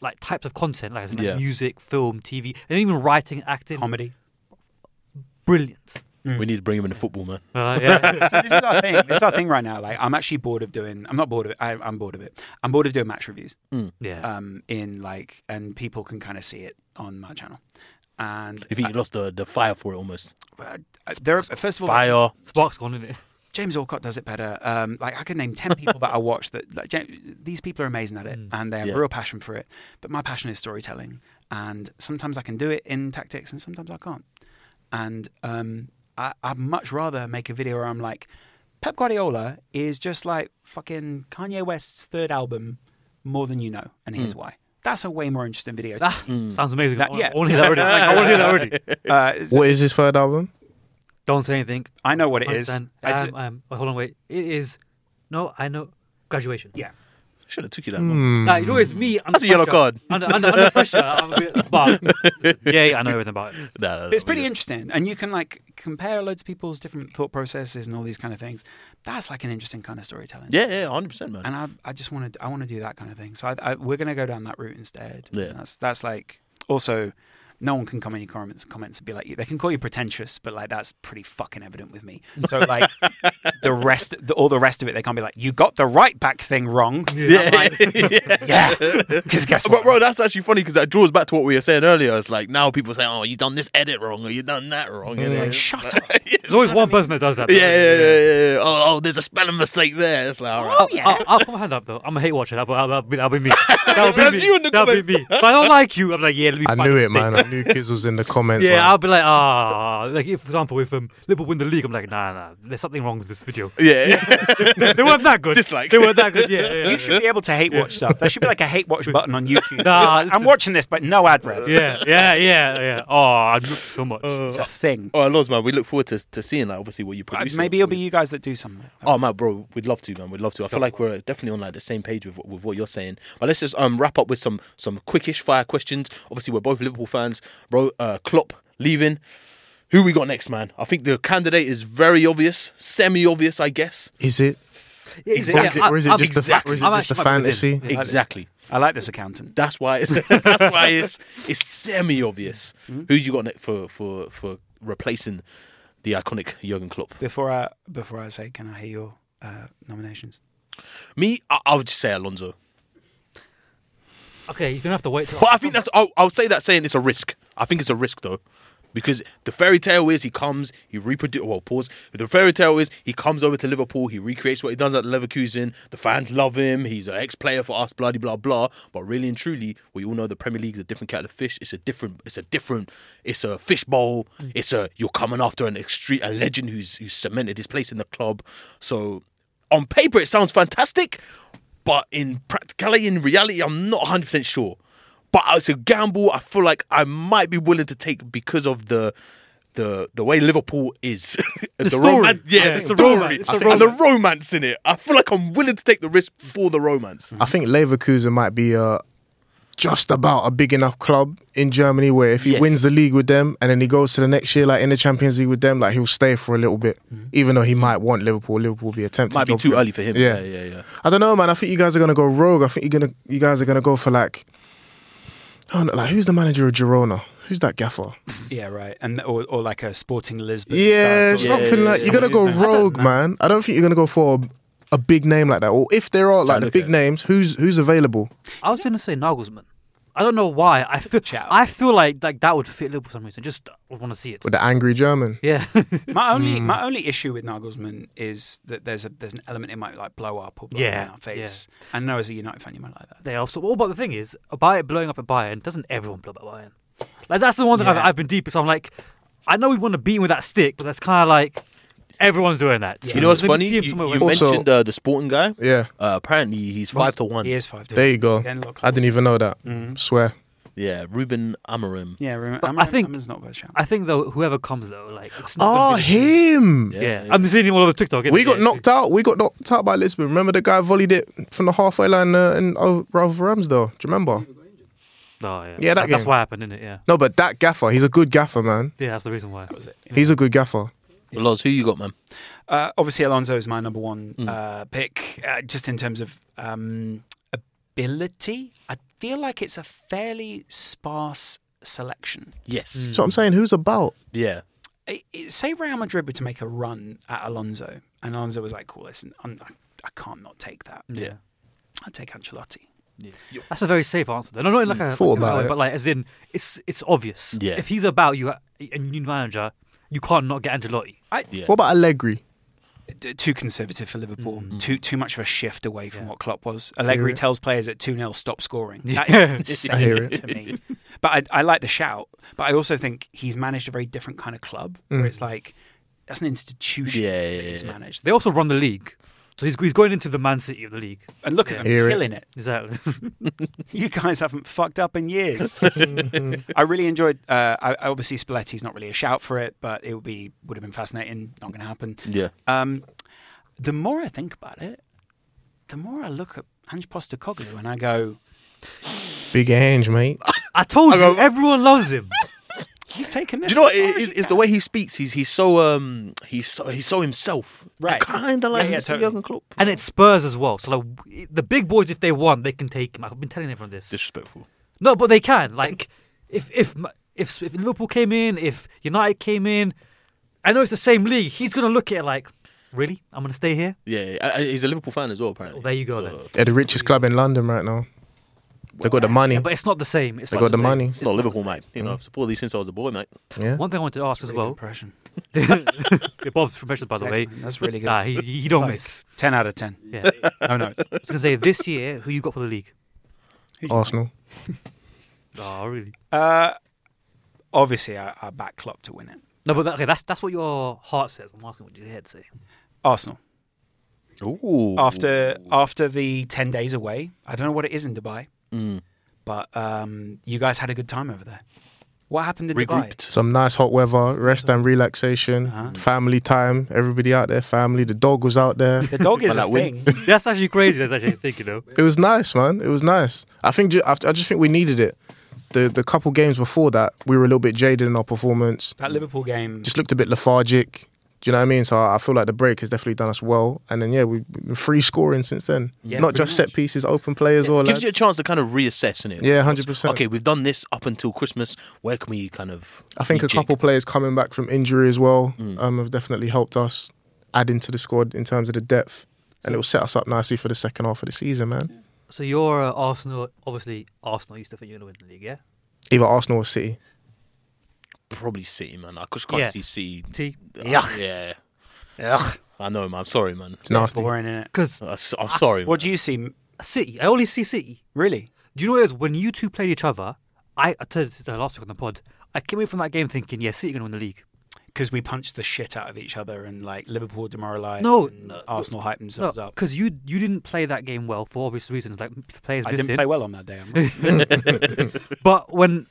[SPEAKER 3] like types of content, like, I said, like
[SPEAKER 2] Yeah.
[SPEAKER 3] music, film, TV, and even writing, acting,
[SPEAKER 5] comedy.
[SPEAKER 3] brilliant.
[SPEAKER 2] we need to bring him into football, man.
[SPEAKER 3] Uh, yeah.
[SPEAKER 5] so this is our thing. This is our thing right now. Like I'm actually bored of doing. I'm not bored of it. I, I'm bored of it. I'm bored of doing match reviews.
[SPEAKER 3] yeah.
[SPEAKER 5] Um, in like, and people can kind of see it on my channel. And
[SPEAKER 2] If he lost the, the fire for it almost.
[SPEAKER 5] uh, there, are, first of all,
[SPEAKER 2] Fire.
[SPEAKER 3] Spark's gone, isn't it?
[SPEAKER 5] James Orcott does it better. Um, like I could name ten people that I watch that like, Ja- these people are amazing at it and they have
[SPEAKER 2] Yeah.
[SPEAKER 5] a real passion for it. But my passion is storytelling, and sometimes I can do it in tactics, and sometimes I can't. And um, I, I'd much rather make a video where I'm like, Pep Guardiola is just like fucking Kanye West's third album, more than you know, and here's why. That's a way more interesting video. to
[SPEAKER 3] Ah,
[SPEAKER 5] me.
[SPEAKER 2] Mm.
[SPEAKER 3] Sounds amazing.
[SPEAKER 5] That-
[SPEAKER 3] I,
[SPEAKER 5] yeah.
[SPEAKER 3] yeah. I want to hear that already. Like, I want to hear that already.
[SPEAKER 5] Uh, it's-
[SPEAKER 4] What is his third album?
[SPEAKER 3] Don't say anything.
[SPEAKER 5] I know what it is.
[SPEAKER 3] Understand.
[SPEAKER 5] It's-
[SPEAKER 3] Um, um, hold on, wait. It is. No, I know. Graduation.
[SPEAKER 5] yeah.
[SPEAKER 2] Should have took you that one.
[SPEAKER 3] Nah, you know, it's me. Under
[SPEAKER 2] Mm. That's a yellow card.
[SPEAKER 3] pressure. Under, under, under pressure, I'm a bit. But yeah, yeah, I know everything about it.
[SPEAKER 2] Nah, nah, nah,
[SPEAKER 5] But it's
[SPEAKER 2] we
[SPEAKER 5] pretty
[SPEAKER 2] good.
[SPEAKER 5] interesting, and you can like compare loads of people's different thought processes and all these kind of things. That's like an interesting kind of storytelling.
[SPEAKER 2] Yeah, yeah, 100%, man.
[SPEAKER 5] And I, I just want to, I want to do that kind of thing. So I, I, we're going to go down that route instead.
[SPEAKER 2] Yeah.
[SPEAKER 5] And That's that's like also, no one can come in your comments comments and be like you. They can call you pretentious, but like that's pretty fucking evident with me. So like the rest, the, all the rest of it, they can't be like you got the right back thing wrong. Yeah. yeah. Because guess
[SPEAKER 2] But
[SPEAKER 5] what?
[SPEAKER 2] bro, that's actually funny because that draws back to what we were saying earlier. It's like now people say, "Oh, you done this edit wrong, or you done that wrong." And
[SPEAKER 5] Like
[SPEAKER 2] it's-
[SPEAKER 5] shut up.
[SPEAKER 3] There's always one person that does that. though.
[SPEAKER 2] yeah, yeah, yeah, yeah, yeah. Oh, oh, there's a spelling mistake there. It's like, all right.
[SPEAKER 5] Oh
[SPEAKER 3] I'll-
[SPEAKER 5] yeah.
[SPEAKER 3] I'll, I'll put my hand up though. I'm a hate watcher. That'll, that'll, that'll, be, that'll be me. That'll be
[SPEAKER 2] That's
[SPEAKER 3] me.
[SPEAKER 2] you in the
[SPEAKER 3] that'll be
[SPEAKER 2] comments.
[SPEAKER 3] me. But I don't like you. I'm like, yeah, let me.
[SPEAKER 4] I
[SPEAKER 3] find
[SPEAKER 4] knew
[SPEAKER 3] a
[SPEAKER 4] it, man.
[SPEAKER 3] mistake.
[SPEAKER 4] New Kids was in the comments.
[SPEAKER 3] Yeah, I'll
[SPEAKER 4] man.
[SPEAKER 3] be like, ah, like if, for example, if um, Liverpool win the league, I'm like, nah, nah, there's something wrong with this video.
[SPEAKER 2] Yeah.
[SPEAKER 3] they, they weren't that good.
[SPEAKER 2] Dislike.
[SPEAKER 3] They weren't that good. Yeah, yeah,
[SPEAKER 5] You
[SPEAKER 3] yeah.
[SPEAKER 5] should be able to hate watch stuff. There should be like a hate watch button on YouTube.
[SPEAKER 3] Nah,
[SPEAKER 5] I'm
[SPEAKER 3] listen.
[SPEAKER 5] watching this, but no ad rev.
[SPEAKER 3] yeah, yeah, yeah, yeah. Oh, I looked so much.
[SPEAKER 4] Uh.
[SPEAKER 5] It's a thing.
[SPEAKER 2] oh, Lords, man, we look forward to, to seeing like obviously what you produce.
[SPEAKER 5] Maybe it'll be you guys that do something.
[SPEAKER 2] Oh man, bro, we'd love to, man. We'd love to. I feel like we're definitely on like the same page with, with what you're saying. But let's just um wrap up with some some quickish fire questions. Obviously, we're both Liverpool fans, bro. Uh, Klopp leaving. Who we got next, man? I think the candidate is very obvious, semi obvious, I guess.
[SPEAKER 4] Is it?
[SPEAKER 3] Is
[SPEAKER 4] Or is it, or is it just the, or is it
[SPEAKER 3] I'm
[SPEAKER 4] just the
[SPEAKER 3] actually quite convinced.
[SPEAKER 4] fantasy?
[SPEAKER 3] Yeah.
[SPEAKER 2] Exactly.
[SPEAKER 5] I like this accountant.
[SPEAKER 2] That's why it's that's why it's it's semi obvious. Who you got next for for for replacing the iconic Jurgen Klopp?
[SPEAKER 5] Before I before I say, can I hear your uh, nominations?
[SPEAKER 2] Me, I, I would just say Alonso.
[SPEAKER 3] Okay, you're gonna have to wait. Till
[SPEAKER 2] But I think that's I'll, I'll say that saying it's a risk. I think it's a risk though, because the fairy tale is he comes, he reproduce. Well, pause. The fairy tale is he comes over to Liverpool, he recreates what he does at Leverkusen. The fans love him. He's an ex-player for us. Bloody blah blah. But really and truly, we all know the Premier League is a different kettle of fish. It's a different. It's a different. It's a fishbowl. It's a you're coming after an extreme a legend who's who's cemented his place in the club. So on paper it sounds fantastic, but in practicality, in reality, I'm not 100 percent sure. But it's a gamble. I feel like I might be willing to take because of the the the way Liverpool is the,
[SPEAKER 3] story.
[SPEAKER 2] roman- yeah,
[SPEAKER 3] I
[SPEAKER 2] the
[SPEAKER 3] think the
[SPEAKER 2] story,
[SPEAKER 3] romance, the
[SPEAKER 2] and the romance in it. I feel like I'm willing to take the risk for the romance.
[SPEAKER 4] I think Leverkusen might be uh, just about a big enough club in Germany where if he
[SPEAKER 2] Yes.
[SPEAKER 4] wins the league with them and then he goes to the next year, like in the Champions League with them, like he'll stay for a little bit, even though he might want Liverpool. Liverpool will be attempting.
[SPEAKER 2] Mm-hmm. Might be too early for him. yeah,
[SPEAKER 4] Yeah.
[SPEAKER 2] yeah. yeah.
[SPEAKER 4] I don't know, man. I think you guys are gonna go rogue. I think you're gonna, you guys are gonna go for like, I don't know, like who's the manager of Girona? Who's that gaffer?
[SPEAKER 5] Yeah, right. And or, or like a sporting Lisbon.
[SPEAKER 4] Yeah,
[SPEAKER 5] style sort of-
[SPEAKER 4] something
[SPEAKER 2] yeah,
[SPEAKER 4] like
[SPEAKER 2] yeah.
[SPEAKER 4] you're gonna go rogue, man. I don't think you're gonna go for a, a big name like that. Or if there are like the
[SPEAKER 2] look
[SPEAKER 4] big
[SPEAKER 2] at-
[SPEAKER 4] names, who's who's available?
[SPEAKER 3] I was gonna say Nagelsmann. I don't know why. I feel
[SPEAKER 5] shout.
[SPEAKER 3] I feel like like that would fit Liverpool for some reason. Just I want to see it.
[SPEAKER 4] With the angry German.
[SPEAKER 3] Yeah,
[SPEAKER 5] My only
[SPEAKER 3] Hmm.
[SPEAKER 5] my only issue with Nagelsmann is that there's a there's an element it might like blow up or blow
[SPEAKER 3] Yeah,
[SPEAKER 5] in our face. And I know as a United fan you might like that.
[SPEAKER 3] they also. Well, but the thing is, a Bayern blowing up at Bayern doesn't everyone blow up at Bayern. Like that's the one thing I've,
[SPEAKER 5] Yeah.
[SPEAKER 3] I've been deep. So I'm like, I know we want to beat him with that stick, but that's kind of like everyone's doing that.
[SPEAKER 2] You know what's
[SPEAKER 3] Let me
[SPEAKER 2] funny?
[SPEAKER 3] see him
[SPEAKER 2] You,
[SPEAKER 3] somewhere
[SPEAKER 2] you
[SPEAKER 3] where-
[SPEAKER 4] Also-
[SPEAKER 2] mentioned uh, the sporting guy.
[SPEAKER 4] Yeah,
[SPEAKER 2] Uh, apparently he's five to one.
[SPEAKER 5] He is five two.
[SPEAKER 4] there you go.
[SPEAKER 5] Again, a lot
[SPEAKER 4] I didn't
[SPEAKER 5] closer.
[SPEAKER 4] even know that.
[SPEAKER 3] Mm-hmm.
[SPEAKER 4] Swear.
[SPEAKER 2] Yeah, Ruben Amorim.
[SPEAKER 5] Yeah, remember,
[SPEAKER 3] But
[SPEAKER 5] Amram,
[SPEAKER 3] I think-
[SPEAKER 5] Amram's not bad shout.
[SPEAKER 3] I think though, whoever comes though, like it's not
[SPEAKER 4] Oh,
[SPEAKER 3] gonna be the-
[SPEAKER 4] him.
[SPEAKER 3] Yeah. Um, I'm seeing him all over TikTok. isn't
[SPEAKER 4] We
[SPEAKER 3] it?
[SPEAKER 4] got
[SPEAKER 3] Yeah.
[SPEAKER 4] knocked out. We got knocked out by Lisbon. Remember the guy volleyed it from the halfway line uh, in oh, Ralph Ramsdale? Do you remember?
[SPEAKER 3] Oh, yeah.
[SPEAKER 4] Yeah, that
[SPEAKER 3] That's
[SPEAKER 4] game.
[SPEAKER 3] what happened, isn't it? Yeah.
[SPEAKER 4] No, but that gaffer, he's a good gaffer, man.
[SPEAKER 3] Yeah, that's the reason why. That
[SPEAKER 5] was it.
[SPEAKER 4] He's a good gaffer.
[SPEAKER 2] Loz, who you got, man?
[SPEAKER 5] Uh, obviously, Alonso is my number one uh, pick, uh, just in terms of um, ability. I feel like it's a fairly sparse selection.
[SPEAKER 2] Yes.
[SPEAKER 4] So I'm saying, who's about?
[SPEAKER 2] Yeah.
[SPEAKER 5] I I- say Real Madrid were to make a run at Alonso, and Alonso was like, "Cool, listen, I'm, I, I can't not take that.
[SPEAKER 3] Mm.
[SPEAKER 2] Yeah.
[SPEAKER 5] I take Ancelotti."
[SPEAKER 3] That's a very safe answer. Though. No, not in like a
[SPEAKER 4] Thought
[SPEAKER 3] like a
[SPEAKER 4] about
[SPEAKER 3] way,
[SPEAKER 4] it.
[SPEAKER 3] but like as in it's it's obvious.
[SPEAKER 2] Yeah.
[SPEAKER 3] If he's about you and you need a manager, you can't not get Angelotti.
[SPEAKER 5] I,
[SPEAKER 2] Yeah.
[SPEAKER 4] What about Allegri?
[SPEAKER 5] d- too conservative for Liverpool. Too too much of a shift away from
[SPEAKER 3] Yeah.
[SPEAKER 5] what Klopp was. Allegri
[SPEAKER 4] it.
[SPEAKER 5] tells players at 2 0 stop scoring. That
[SPEAKER 3] Yeah.
[SPEAKER 5] is
[SPEAKER 4] I hear
[SPEAKER 5] insane to me. But I, I like the shout. But I also think he's managed a very different kind of club where it's like that's an institution
[SPEAKER 2] Yeah, yeah,
[SPEAKER 5] that he's
[SPEAKER 2] yeah.
[SPEAKER 5] managed.
[SPEAKER 3] They also run the league, so he's he's going into the Man City of the league.
[SPEAKER 5] And look at them
[SPEAKER 4] Hear it.
[SPEAKER 5] killing it.
[SPEAKER 3] Exactly.
[SPEAKER 5] You guys haven't fucked up in years. I really enjoyed. Uh, I, I obviously, Spalletti's not really a shout for it, but it would be would have been fascinating. Not going to happen.
[SPEAKER 2] Yeah.
[SPEAKER 5] Um, the more I think about it, the more I look at Ange Postacoglu and I go,
[SPEAKER 4] Big Ange, mate.
[SPEAKER 3] I told you,
[SPEAKER 2] got-
[SPEAKER 3] everyone loves him.
[SPEAKER 5] "You've taken
[SPEAKER 2] Do
[SPEAKER 5] this."
[SPEAKER 2] you know what?
[SPEAKER 5] as far
[SPEAKER 2] It,
[SPEAKER 5] as
[SPEAKER 2] it's,
[SPEAKER 5] you
[SPEAKER 2] it's the
[SPEAKER 5] can."
[SPEAKER 2] way he speaks. He's he's so um he's so he's so himself.
[SPEAKER 5] Right.
[SPEAKER 2] Kind of like
[SPEAKER 5] Yeah, yeah,
[SPEAKER 2] Mr.
[SPEAKER 5] totally.
[SPEAKER 2] Jurgen Klopp.
[SPEAKER 3] And it's Spurs as well. So like w- the big boys, if they want, they can take him. I've been telling everyone this.
[SPEAKER 2] Disrespectful.
[SPEAKER 3] No, but they can. Like, if if Ma- if if Liverpool came in, if United came in, I know it's the same league. He's gonna look at it like, really? I'm gonna stay here.
[SPEAKER 2] Yeah, yeah. I- I- he's a Liverpool fan as well. Apparently.
[SPEAKER 3] Well, there you go then.
[SPEAKER 4] They're the richest club in London right now. They got the money.
[SPEAKER 3] Yeah, but it's not the same. It's
[SPEAKER 4] They
[SPEAKER 3] not
[SPEAKER 4] got the
[SPEAKER 3] same.
[SPEAKER 4] money.
[SPEAKER 2] It's not Liverpool, mate. You know, I've supported these since I was a boy, mate.
[SPEAKER 4] Yeah.
[SPEAKER 3] One thing I wanted to ask as
[SPEAKER 5] That's a
[SPEAKER 3] well.
[SPEAKER 5] good impression.
[SPEAKER 3] Yeah, Bob's professional, by the
[SPEAKER 5] That's
[SPEAKER 3] way.
[SPEAKER 5] excellent. That's really good.
[SPEAKER 2] uh,
[SPEAKER 3] Nah, he, he he don't
[SPEAKER 5] Like,
[SPEAKER 3] miss.
[SPEAKER 5] Ten out of ten.
[SPEAKER 3] Yeah, I was
[SPEAKER 5] Oh no,
[SPEAKER 3] gonna say this year, who you got for the league?
[SPEAKER 4] Arsenal.
[SPEAKER 3] Oh, really?
[SPEAKER 5] uh, obviously I, I back Klopp to win it.
[SPEAKER 3] No, but that, okay, that's that's what your heart says. I'm asking what your head say.
[SPEAKER 5] Arsenal
[SPEAKER 2] Ooh.
[SPEAKER 5] after after the ten days away. I don't know what it is in Dubai,
[SPEAKER 2] Mm.
[SPEAKER 5] but um, you guys had a good time over there. What happened in Dubai?
[SPEAKER 2] regrouped.
[SPEAKER 4] Some nice hot weather, rest and relaxation,
[SPEAKER 3] Uh-huh.
[SPEAKER 4] family time. Everybody out there, family. The dog was out there.
[SPEAKER 5] The dog is
[SPEAKER 2] Well,
[SPEAKER 5] a
[SPEAKER 2] that win-
[SPEAKER 5] thing.
[SPEAKER 3] That's actually crazy. That's actually a thing, you know.
[SPEAKER 4] It was nice, man. It was nice. I think ju- I I just think we needed it. The the couple games before that, we were a little bit jaded in our performance.
[SPEAKER 5] That Liverpool game.
[SPEAKER 4] Just looked a bit lethargic. Do you know what I mean? So I I feel like the break has definitely done us well. And then yeah, we've been free scoring since then.
[SPEAKER 5] Yeah,
[SPEAKER 4] Not
[SPEAKER 5] pretty
[SPEAKER 4] just
[SPEAKER 5] much.
[SPEAKER 4] set pieces, open play as well.
[SPEAKER 2] Gives
[SPEAKER 4] lads.
[SPEAKER 2] you a chance to kind of reassess, innit?
[SPEAKER 4] Yeah, 100%.
[SPEAKER 2] Okay, we've done this up until Christmas. Where can we kind of?
[SPEAKER 4] I think a
[SPEAKER 2] rejig?
[SPEAKER 4] couple players coming back from injury as well
[SPEAKER 2] Mm.
[SPEAKER 4] um, have definitely helped us add into the squad in terms of the depth, and it will set us up nicely for the second half of the season, man.
[SPEAKER 3] So you're uh, Arsenal. Obviously, Arsenal used to think you're going to win the league, yeah?
[SPEAKER 4] Either Arsenal or City.
[SPEAKER 2] Probably City, man. I just can't
[SPEAKER 3] Yeah.
[SPEAKER 2] see City.
[SPEAKER 3] T.
[SPEAKER 2] Yeah. Yeah.
[SPEAKER 5] Ugh,
[SPEAKER 2] I know, man. I'm sorry, man.
[SPEAKER 4] It's nasty.
[SPEAKER 5] boring, is it?
[SPEAKER 3] Because
[SPEAKER 2] I s- I'm sorry.
[SPEAKER 5] What
[SPEAKER 2] What
[SPEAKER 5] do you see?
[SPEAKER 3] City, I only see City.
[SPEAKER 5] Really?
[SPEAKER 3] Do you know what it is? When you two played each other, I, I told this last week on the pod. I came away from that game thinking, yeah, City going to win the league.
[SPEAKER 5] Because we punched the shit out of each other and like Liverpool demoralised.
[SPEAKER 3] No,
[SPEAKER 5] and
[SPEAKER 3] no.
[SPEAKER 5] Arsenal hyped themselves up.
[SPEAKER 3] Because you you didn't play that game well for obvious reasons, like the players
[SPEAKER 5] I
[SPEAKER 3] missing.
[SPEAKER 5] didn't play well on that day. I'm not-
[SPEAKER 3] But when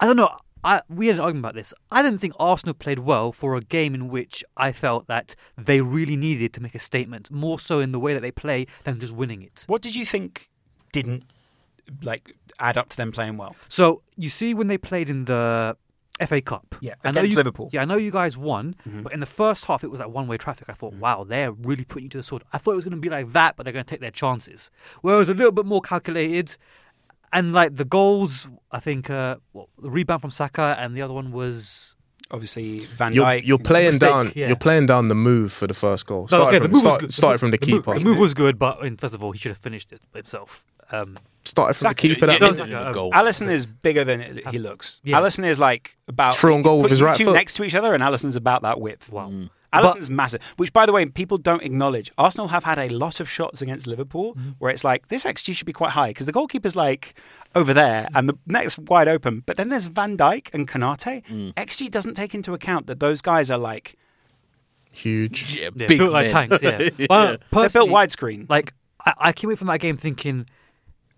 [SPEAKER 3] I don't know, I we had an argument about this. I didn't think Arsenal played well for a game in which I felt that they really needed to make a statement, more so in the way that they play than just winning it.
[SPEAKER 5] what did you think didn't like add up to them playing well?
[SPEAKER 3] So you see, when they played in the FA Cup,
[SPEAKER 5] Yeah,
[SPEAKER 3] I know
[SPEAKER 5] against
[SPEAKER 3] you-
[SPEAKER 5] Liverpool.
[SPEAKER 3] Yeah, I know you guys won,
[SPEAKER 4] Mm-hmm.
[SPEAKER 3] but in the first half it was like one-way traffic. I thought, wow, they're really putting you to the sword. I thought it was going to be like that, but they're going to take their chances. Whereas a little bit more calculated, and like the goals, I think, uh, well, the rebound from Saka and the other one was
[SPEAKER 5] Obviously, Van
[SPEAKER 4] You're,
[SPEAKER 5] Dijk.
[SPEAKER 4] you're playing
[SPEAKER 3] mistake,
[SPEAKER 4] down.
[SPEAKER 3] yeah.
[SPEAKER 4] You're playing down the move for the first goal.
[SPEAKER 3] No,
[SPEAKER 4] Started
[SPEAKER 3] okay, the
[SPEAKER 4] from,
[SPEAKER 3] move was
[SPEAKER 4] start-
[SPEAKER 3] good.
[SPEAKER 4] started from the
[SPEAKER 3] The move-
[SPEAKER 4] keeper.
[SPEAKER 3] The move was good, but I mean, first of all, he should have finished it himself. Um,
[SPEAKER 4] Started from the
[SPEAKER 5] Exactly.
[SPEAKER 4] keeper. That
[SPEAKER 3] Yeah,
[SPEAKER 4] was-
[SPEAKER 3] yeah. um,
[SPEAKER 5] Allison is bigger than it- he looks.
[SPEAKER 3] Uh, Yeah.
[SPEAKER 5] Allison is like about
[SPEAKER 4] Through on goal
[SPEAKER 5] put
[SPEAKER 4] with his
[SPEAKER 5] you
[SPEAKER 4] right
[SPEAKER 5] two
[SPEAKER 4] foot.
[SPEAKER 5] next to each other, and Allison's about that width.
[SPEAKER 3] wow.
[SPEAKER 5] Allison's massive. Which, by the way, people don't acknowledge. Arsenal have had a lot of shots against Liverpool
[SPEAKER 3] Mm-hmm.
[SPEAKER 5] where it's like this XG should be quite high because the goalkeeper's like over there
[SPEAKER 3] Mm.
[SPEAKER 5] and the next wide open. But then there's Van Dijk and Kanate.
[SPEAKER 3] Mm.
[SPEAKER 5] XG doesn't take into account that those guys are like
[SPEAKER 4] Huge.
[SPEAKER 2] Yeah,
[SPEAKER 3] Yeah,
[SPEAKER 2] big
[SPEAKER 3] built like
[SPEAKER 2] men.
[SPEAKER 3] tanks, yeah. But
[SPEAKER 5] they're built
[SPEAKER 3] personally,
[SPEAKER 5] widescreen.
[SPEAKER 3] Like, I, I came away from that game thinking,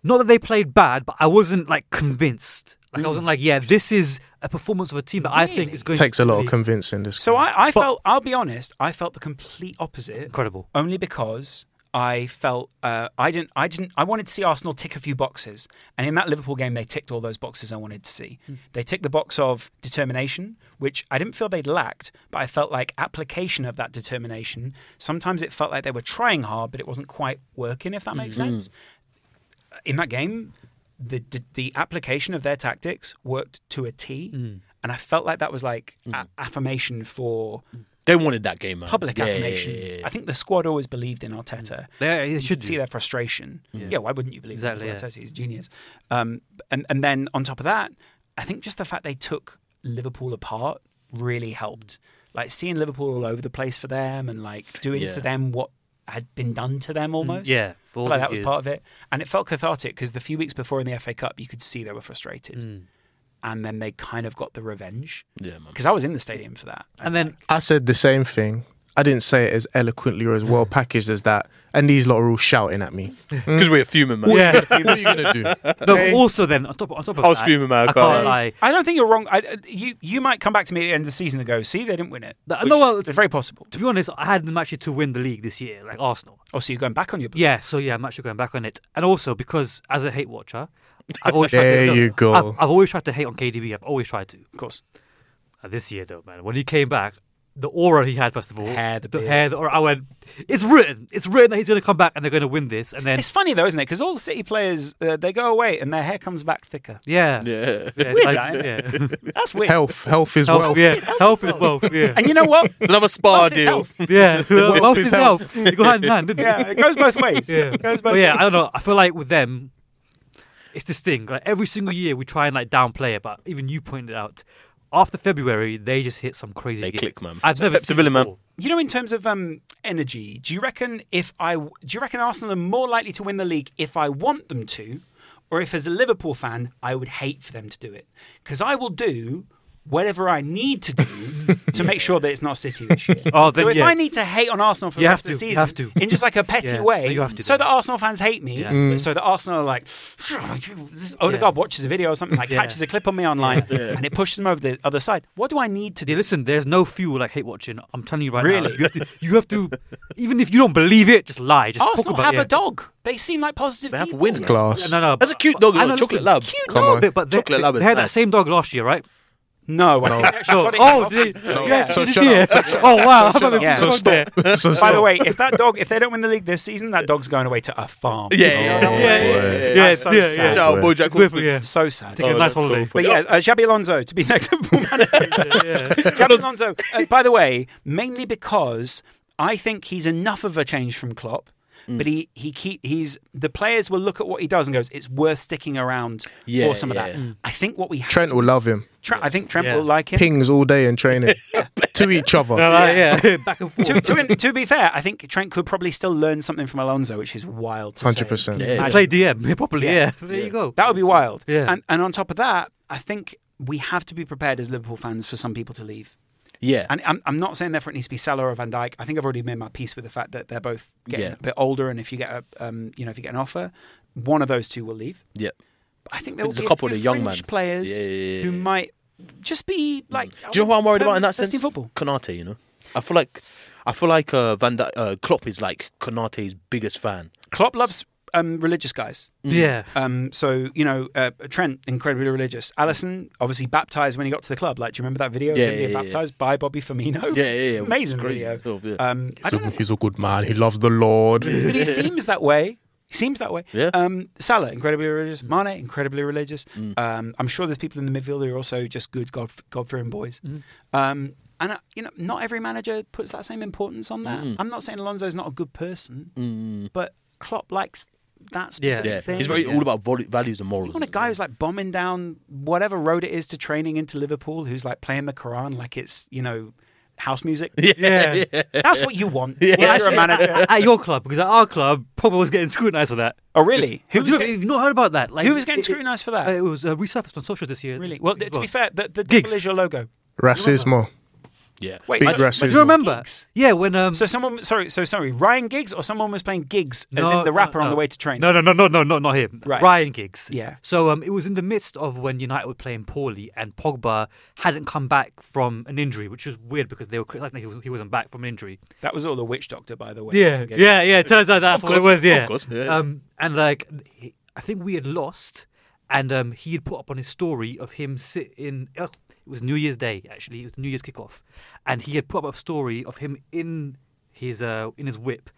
[SPEAKER 3] not that they played bad, but I wasn't like convinced. Like,
[SPEAKER 2] Mm.
[SPEAKER 3] I wasn't like, yeah, this is a performance of a team that I think is going
[SPEAKER 4] Takes a
[SPEAKER 3] to
[SPEAKER 4] lot of
[SPEAKER 3] be
[SPEAKER 4] convincing. This.
[SPEAKER 5] so
[SPEAKER 4] guy.
[SPEAKER 5] I, I felt. I'll be honest. I felt the complete opposite.
[SPEAKER 3] incredible.
[SPEAKER 5] only because I felt uh, I didn't I didn't I wanted to see Arsenal tick a few boxes, and in that Liverpool game they ticked all those boxes I wanted to see. They ticked the box of determination, which I didn't feel they'd lacked, but I felt like application of that determination. Sometimes it felt like they were trying hard, but it wasn't quite working. If that makes sense. In that game, the the, the application of their tactics worked to a T, and I felt like that was like a- affirmation for
[SPEAKER 2] They wanted that game, man.
[SPEAKER 5] public
[SPEAKER 2] Yeah, yeah,
[SPEAKER 5] affirmation.
[SPEAKER 2] yeah, yeah.
[SPEAKER 5] I think the squad always believed in Arteta.
[SPEAKER 3] They, they
[SPEAKER 5] You
[SPEAKER 3] should
[SPEAKER 5] should see
[SPEAKER 3] see
[SPEAKER 5] their frustration. Yeah, why wouldn't you believe
[SPEAKER 3] Exactly,
[SPEAKER 5] in
[SPEAKER 3] yeah.
[SPEAKER 5] Arteta? He's a genius. Um, and and then on top of that, I think just the fact they took Liverpool apart really helped. Like seeing Liverpool all over the place for them and like doing
[SPEAKER 2] Yeah.
[SPEAKER 5] to them what had been done to them almost.
[SPEAKER 3] Yeah,
[SPEAKER 5] I
[SPEAKER 3] for
[SPEAKER 5] feel
[SPEAKER 3] all
[SPEAKER 5] like
[SPEAKER 3] these
[SPEAKER 5] that was
[SPEAKER 3] years.
[SPEAKER 5] part of it, and it felt cathartic because the few weeks before in the FA Cup, you could see they were frustrated, and then they kind of got the revenge.
[SPEAKER 2] Yeah, man.
[SPEAKER 5] Because I was in the stadium for that.
[SPEAKER 3] And then
[SPEAKER 4] I said the same thing. I didn't say it as eloquently or as well packaged as that. And these lot are all shouting at me.
[SPEAKER 2] Because we're fuming, man.
[SPEAKER 3] yeah,
[SPEAKER 4] Hey, what are you gonna do?
[SPEAKER 3] no.
[SPEAKER 4] Hey.
[SPEAKER 3] Also, then on top on top of
[SPEAKER 2] I was
[SPEAKER 3] that,
[SPEAKER 2] fuming, man, I
[SPEAKER 3] I
[SPEAKER 2] can't
[SPEAKER 3] can't lie.
[SPEAKER 5] I don't think you're wrong. I, you you might come back to me at the end of the season and go, see, they didn't win it.
[SPEAKER 3] No,
[SPEAKER 5] Which
[SPEAKER 3] well,
[SPEAKER 5] it's very possible.
[SPEAKER 3] To be honest, I had them actually to win the league this year, like Arsenal.
[SPEAKER 5] Oh, so you're going back on your.
[SPEAKER 3] Yeah, so yeah, I'm actually going back on it, and also because as a hate watcher, I've always
[SPEAKER 4] There
[SPEAKER 3] tried to,
[SPEAKER 4] you go.
[SPEAKER 3] I've, I've always tried to hate on KDB. I've always tried to.
[SPEAKER 5] Of course.
[SPEAKER 3] Uh, this year though, man, when he came back, the aura he had first of all,
[SPEAKER 5] hair, the beard.
[SPEAKER 3] hair, the aura. I went, it's written, it's written that he's going to come back and they're going to win this, and then
[SPEAKER 5] It's funny though, isn't it? Because all the City players uh, they go away and their hair comes back thicker.
[SPEAKER 3] yeah,
[SPEAKER 2] Yeah.
[SPEAKER 3] yeah, it's
[SPEAKER 5] Weird,
[SPEAKER 3] like-
[SPEAKER 5] that, isn't
[SPEAKER 3] yeah.
[SPEAKER 5] That's weird.
[SPEAKER 4] Health, health is
[SPEAKER 3] health,
[SPEAKER 4] wealth.
[SPEAKER 3] yeah, health is wealth, yeah,
[SPEAKER 5] And you know what?
[SPEAKER 2] It's another spa
[SPEAKER 5] Health is
[SPEAKER 2] deal.
[SPEAKER 5] health.
[SPEAKER 3] yeah, wealth
[SPEAKER 4] is
[SPEAKER 3] is health. It go hand in hand, didn't
[SPEAKER 5] Yeah,
[SPEAKER 3] it?
[SPEAKER 5] it goes both ways.
[SPEAKER 3] Yeah,
[SPEAKER 5] It goes both
[SPEAKER 3] but yeah,
[SPEAKER 5] ways.
[SPEAKER 3] I don't know. I feel like with them, it's this thing. Like every single year, we try and like downplay it, but even you pointed out. After February, they just hit some crazy.
[SPEAKER 2] They
[SPEAKER 3] gear.
[SPEAKER 2] click, man.
[SPEAKER 3] I've never
[SPEAKER 2] Pep
[SPEAKER 3] seen
[SPEAKER 2] Sevilla, man.
[SPEAKER 3] before.
[SPEAKER 5] You know, in terms of um, energy, do you reckon if I do you reckon Arsenal are more likely to win the league if I want them to, or if as a Liverpool fan I would hate for them to do it? Because I will do whatever I need to do to make sure that it's not City this year.
[SPEAKER 3] Oh, then
[SPEAKER 5] so if
[SPEAKER 3] yeah.
[SPEAKER 5] I need to hate on Arsenal for
[SPEAKER 3] You
[SPEAKER 5] the
[SPEAKER 3] have
[SPEAKER 5] rest of the
[SPEAKER 3] to, you
[SPEAKER 5] season,
[SPEAKER 3] have to.
[SPEAKER 5] in just like a petty
[SPEAKER 3] Yeah,
[SPEAKER 5] way,
[SPEAKER 3] you have to
[SPEAKER 5] so
[SPEAKER 3] do
[SPEAKER 5] that
[SPEAKER 3] that.
[SPEAKER 5] Arsenal fans hate me,
[SPEAKER 3] Yeah.
[SPEAKER 5] but so that Arsenal are like, this Odegaard watches a video or something, like
[SPEAKER 3] Yeah.
[SPEAKER 5] catches a clip of me online, and it pushes them over the other side. What do I need to do?
[SPEAKER 3] Yeah, listen, there's no fuel like hate watching. I'm telling you right now.
[SPEAKER 5] Really?
[SPEAKER 3] You have to, you have to even if you don't believe it, just lie. Just
[SPEAKER 5] Arsenal
[SPEAKER 3] talk about
[SPEAKER 5] have
[SPEAKER 3] yeah.
[SPEAKER 5] a dog. They seem like positive.
[SPEAKER 2] They have
[SPEAKER 5] people.
[SPEAKER 2] wins.
[SPEAKER 4] Class.
[SPEAKER 3] No, no.
[SPEAKER 2] That's a
[SPEAKER 3] but-
[SPEAKER 2] cute
[SPEAKER 3] but-
[SPEAKER 2] dog,
[SPEAKER 3] I
[SPEAKER 2] though.
[SPEAKER 3] know,
[SPEAKER 2] Chocolate
[SPEAKER 3] listen,
[SPEAKER 2] lab.
[SPEAKER 5] Cute
[SPEAKER 4] Come
[SPEAKER 5] dog.
[SPEAKER 4] on.
[SPEAKER 3] Bit, but they,
[SPEAKER 2] Chocolate lab
[SPEAKER 3] they,
[SPEAKER 2] is
[SPEAKER 3] they had that
[SPEAKER 2] nice.
[SPEAKER 3] same dog last year, right?
[SPEAKER 5] No, I think they actually got it in
[SPEAKER 3] Oh,
[SPEAKER 5] the
[SPEAKER 3] they,
[SPEAKER 5] boxes. So-
[SPEAKER 3] yeah.
[SPEAKER 4] so
[SPEAKER 3] they
[SPEAKER 4] shut
[SPEAKER 3] did. Oh wow. I'm having
[SPEAKER 5] Yeah.
[SPEAKER 3] a
[SPEAKER 5] So
[SPEAKER 3] dog there.
[SPEAKER 4] So
[SPEAKER 5] By the
[SPEAKER 4] stop.
[SPEAKER 5] way, if that dog, if they don't win the league this season, that dog's going away to a farm.
[SPEAKER 2] Yeah, yeah,
[SPEAKER 5] Oh,
[SPEAKER 2] yeah, yeah, yeah,
[SPEAKER 5] boy.
[SPEAKER 2] yeah, yeah.
[SPEAKER 5] That's so
[SPEAKER 3] yeah,
[SPEAKER 5] sad.
[SPEAKER 2] Shout out Bojack
[SPEAKER 3] It's
[SPEAKER 2] Horseman.
[SPEAKER 3] yeah.
[SPEAKER 5] Oh, So sad.
[SPEAKER 3] Take a nice
[SPEAKER 2] that's so
[SPEAKER 3] holiday.
[SPEAKER 2] funny.
[SPEAKER 5] But yeah, uh, Xabi Alonso to be next football manager.
[SPEAKER 3] yeah.
[SPEAKER 5] Xabi Alonso, uh, by the way, mainly because I think he's enough of a change from Klopp. But he he keep he's the players will look at what he does and goes it's worth sticking around
[SPEAKER 2] Yeah,
[SPEAKER 5] for some
[SPEAKER 2] yeah.
[SPEAKER 5] of that. I think what we have
[SPEAKER 4] Trent will love him.
[SPEAKER 5] Tre- I think Trent
[SPEAKER 3] Yeah.
[SPEAKER 5] will like him.
[SPEAKER 4] Pings all day in training to each
[SPEAKER 3] No,
[SPEAKER 4] other.
[SPEAKER 3] no, yeah. Back and forth.
[SPEAKER 5] to, to, to be fair, I think Trent could probably still learn something from Alonso, which is wild. to say.
[SPEAKER 4] 100%.
[SPEAKER 5] Can you
[SPEAKER 3] I
[SPEAKER 5] imagine?
[SPEAKER 3] play DM properly. Yeah,
[SPEAKER 5] Yeah.
[SPEAKER 3] there you go.
[SPEAKER 5] That would be wild.
[SPEAKER 3] Yeah.
[SPEAKER 5] And, and on top of that, I think we have to be prepared as Liverpool fans for some people to leave.
[SPEAKER 2] Yeah.
[SPEAKER 5] And I'm, I'm not saying therefore it needs to be Salah or Van Dijk. I think I've already made my peace with the fact that they're both getting
[SPEAKER 2] Yeah.
[SPEAKER 5] a bit older, and if you get a, um, you know, if you get an offer, one of those two will leave.
[SPEAKER 2] Yeah.
[SPEAKER 5] But I think there will
[SPEAKER 2] There's
[SPEAKER 5] be
[SPEAKER 2] a couple
[SPEAKER 5] few
[SPEAKER 2] of young
[SPEAKER 5] fringe
[SPEAKER 2] man.
[SPEAKER 5] players
[SPEAKER 2] Yeah, yeah, yeah,
[SPEAKER 5] who
[SPEAKER 2] yeah.
[SPEAKER 5] might just be like.
[SPEAKER 2] Do you know what I'm worried about in that
[SPEAKER 5] first
[SPEAKER 2] sense?
[SPEAKER 5] team football.
[SPEAKER 2] Konate, you know. I feel like I feel like uh, Van Dijk, uh, Klopp is like Konate's biggest fan.
[SPEAKER 5] Klopp loves um, religious guys.
[SPEAKER 3] Yeah.
[SPEAKER 5] Um, so you know, uh, Trent incredibly religious. Allison obviously baptized when he got to the club. Like, do you remember that video? of
[SPEAKER 2] Yeah,
[SPEAKER 5] him being
[SPEAKER 2] yeah, yeah.
[SPEAKER 5] baptized by Bobby Firmino.
[SPEAKER 2] Yeah, yeah, yeah. It was
[SPEAKER 5] Amazing
[SPEAKER 2] crazy
[SPEAKER 5] video.
[SPEAKER 2] stuff, yeah.
[SPEAKER 5] Um, I don't know,
[SPEAKER 4] He's a good man. He loves the Lord.
[SPEAKER 5] but he seems that way. He seems that way.
[SPEAKER 2] Yeah.
[SPEAKER 5] Um, Salah, incredibly religious. Mane, incredibly religious.
[SPEAKER 2] Mm.
[SPEAKER 5] Um, I'm sure there's people in the midfield who are also just good God God fearing boys.
[SPEAKER 2] Mm.
[SPEAKER 5] Um, and uh, you know, not every manager puts that same importance on
[SPEAKER 2] Mm.
[SPEAKER 5] that. I'm not saying Alonso's not a good person, but Klopp likes that specific
[SPEAKER 2] Yeah,
[SPEAKER 5] thing.
[SPEAKER 2] he's very all about vol- values and morals.
[SPEAKER 5] You want a
[SPEAKER 2] isn't
[SPEAKER 5] guy
[SPEAKER 2] he?
[SPEAKER 5] who's like bombing down whatever road it is to training into Liverpool, who's like playing the Quran like it's you know house music.
[SPEAKER 3] Yeah.
[SPEAKER 5] That's what you want.
[SPEAKER 3] Well,
[SPEAKER 5] If you're a
[SPEAKER 3] actually,
[SPEAKER 5] manager.
[SPEAKER 3] at, at your club, because at our club, Pogba was getting scrutinized for that.
[SPEAKER 5] Oh really?
[SPEAKER 3] Who
[SPEAKER 5] Who was
[SPEAKER 3] you,
[SPEAKER 5] getting,
[SPEAKER 3] have not heard about that? Like,
[SPEAKER 5] who was
[SPEAKER 3] it-
[SPEAKER 5] getting
[SPEAKER 3] it-
[SPEAKER 5] scrutinised for that?
[SPEAKER 3] uh, It, was uh, resurfaced on socials this year.
[SPEAKER 5] really? Well,
[SPEAKER 3] As
[SPEAKER 5] to be fair, the, the
[SPEAKER 3] Gigs.
[SPEAKER 5] devil is your logo.
[SPEAKER 4] Racismo.
[SPEAKER 2] yeah.
[SPEAKER 5] Wait,
[SPEAKER 4] Big
[SPEAKER 5] so,
[SPEAKER 3] Do
[SPEAKER 4] racism.
[SPEAKER 3] you remember?
[SPEAKER 5] Gigs.
[SPEAKER 3] Yeah, when um.
[SPEAKER 5] so someone, sorry, so sorry, Ryan Giggs or someone was playing gigs as
[SPEAKER 3] no,
[SPEAKER 5] in the
[SPEAKER 3] no,
[SPEAKER 5] rapper on
[SPEAKER 3] no.
[SPEAKER 5] the way to train.
[SPEAKER 3] No, no, no, no, no, no, not him.
[SPEAKER 5] Right.
[SPEAKER 3] Ryan Giggs.
[SPEAKER 5] Yeah.
[SPEAKER 3] So um, it was in the midst of when United were playing poorly and Pogba hadn't come back from an injury, which was weird because they were criticising he, was, he wasn't back from an injury.
[SPEAKER 5] That was all the witch doctor, by the way.
[SPEAKER 3] Yeah,
[SPEAKER 5] Gigs.
[SPEAKER 3] yeah, yeah. It turns out that's
[SPEAKER 2] Of
[SPEAKER 3] what it
[SPEAKER 2] course,
[SPEAKER 3] was. Yeah,
[SPEAKER 2] of course, yeah.
[SPEAKER 3] Um, and like, he- I think we had lost, and um, he had put up on his story of him sitting. Oh, it was New Year's Day actually. It was New Year's kickoff, and he had put up a story of him in his uh, in his whip.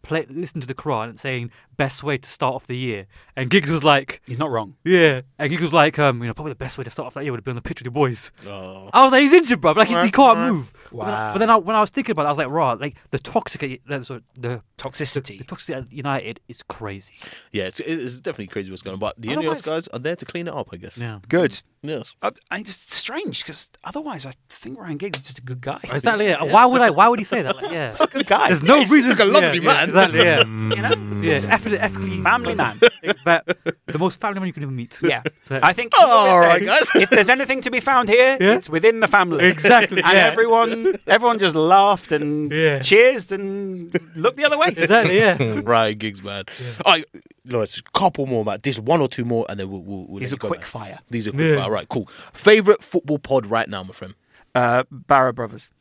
[SPEAKER 3] Play, listen to the Quran and saying best way to start off the year, and Giggs was like,
[SPEAKER 5] He's not wrong.
[SPEAKER 3] yeah, and Giggs was like, um, you know, probably the best way to start off that year would have been on the pitch with your boys.
[SPEAKER 5] Oh.
[SPEAKER 3] I was like, he's injured, bro. Like he's, he can't move. But then, I,
[SPEAKER 5] Wow.
[SPEAKER 3] but then I, when I was thinking about it, I was like, raw, like the toxic, the, sorry, the
[SPEAKER 5] Toxicity.
[SPEAKER 3] the toxic at United is crazy.
[SPEAKER 2] Yeah, it's, it's definitely crazy what's going on. But the
[SPEAKER 5] Otherwise-
[SPEAKER 2] Ineos guys are there to clean it up, I guess.
[SPEAKER 3] Yeah,
[SPEAKER 5] Good.
[SPEAKER 2] Yes.
[SPEAKER 5] Uh, it's strange because otherwise, I think Ryan Giggs is just a good guy.
[SPEAKER 3] exactly. Yeah. Why would I? Why would he say that? Like, yeah,
[SPEAKER 5] a good guy.
[SPEAKER 3] there's no reason.
[SPEAKER 2] like a lovely
[SPEAKER 3] yeah,
[SPEAKER 2] man.
[SPEAKER 3] Yeah, exactly. Yeah,
[SPEAKER 5] you know,
[SPEAKER 3] yeah. Mm. Effort, effort,
[SPEAKER 5] family man.
[SPEAKER 3] but the most family man you can ever meet.
[SPEAKER 5] Yeah,
[SPEAKER 3] That-
[SPEAKER 5] I think. you've
[SPEAKER 2] Oh,
[SPEAKER 5] always
[SPEAKER 2] all right,
[SPEAKER 5] said,
[SPEAKER 2] guys.
[SPEAKER 5] If there's anything to be found here,
[SPEAKER 3] Yeah.
[SPEAKER 5] it's within the family.
[SPEAKER 3] Exactly,
[SPEAKER 5] and
[SPEAKER 3] yeah.
[SPEAKER 5] everyone, everyone just laughed and
[SPEAKER 3] Yeah.
[SPEAKER 5] cheered and looked the other way.
[SPEAKER 3] exactly. Yeah.
[SPEAKER 2] Right, gigs, man. All right, Lawrence, a couple more, man. Just one or two more, and then we'll. we'll, we'll
[SPEAKER 5] These
[SPEAKER 2] let
[SPEAKER 5] are
[SPEAKER 2] you go,
[SPEAKER 5] quick
[SPEAKER 2] man.
[SPEAKER 5] fire.
[SPEAKER 2] These are quick fire. All right, cool. Favorite football pod right now, my friend.
[SPEAKER 5] Uh, Barra Brothers.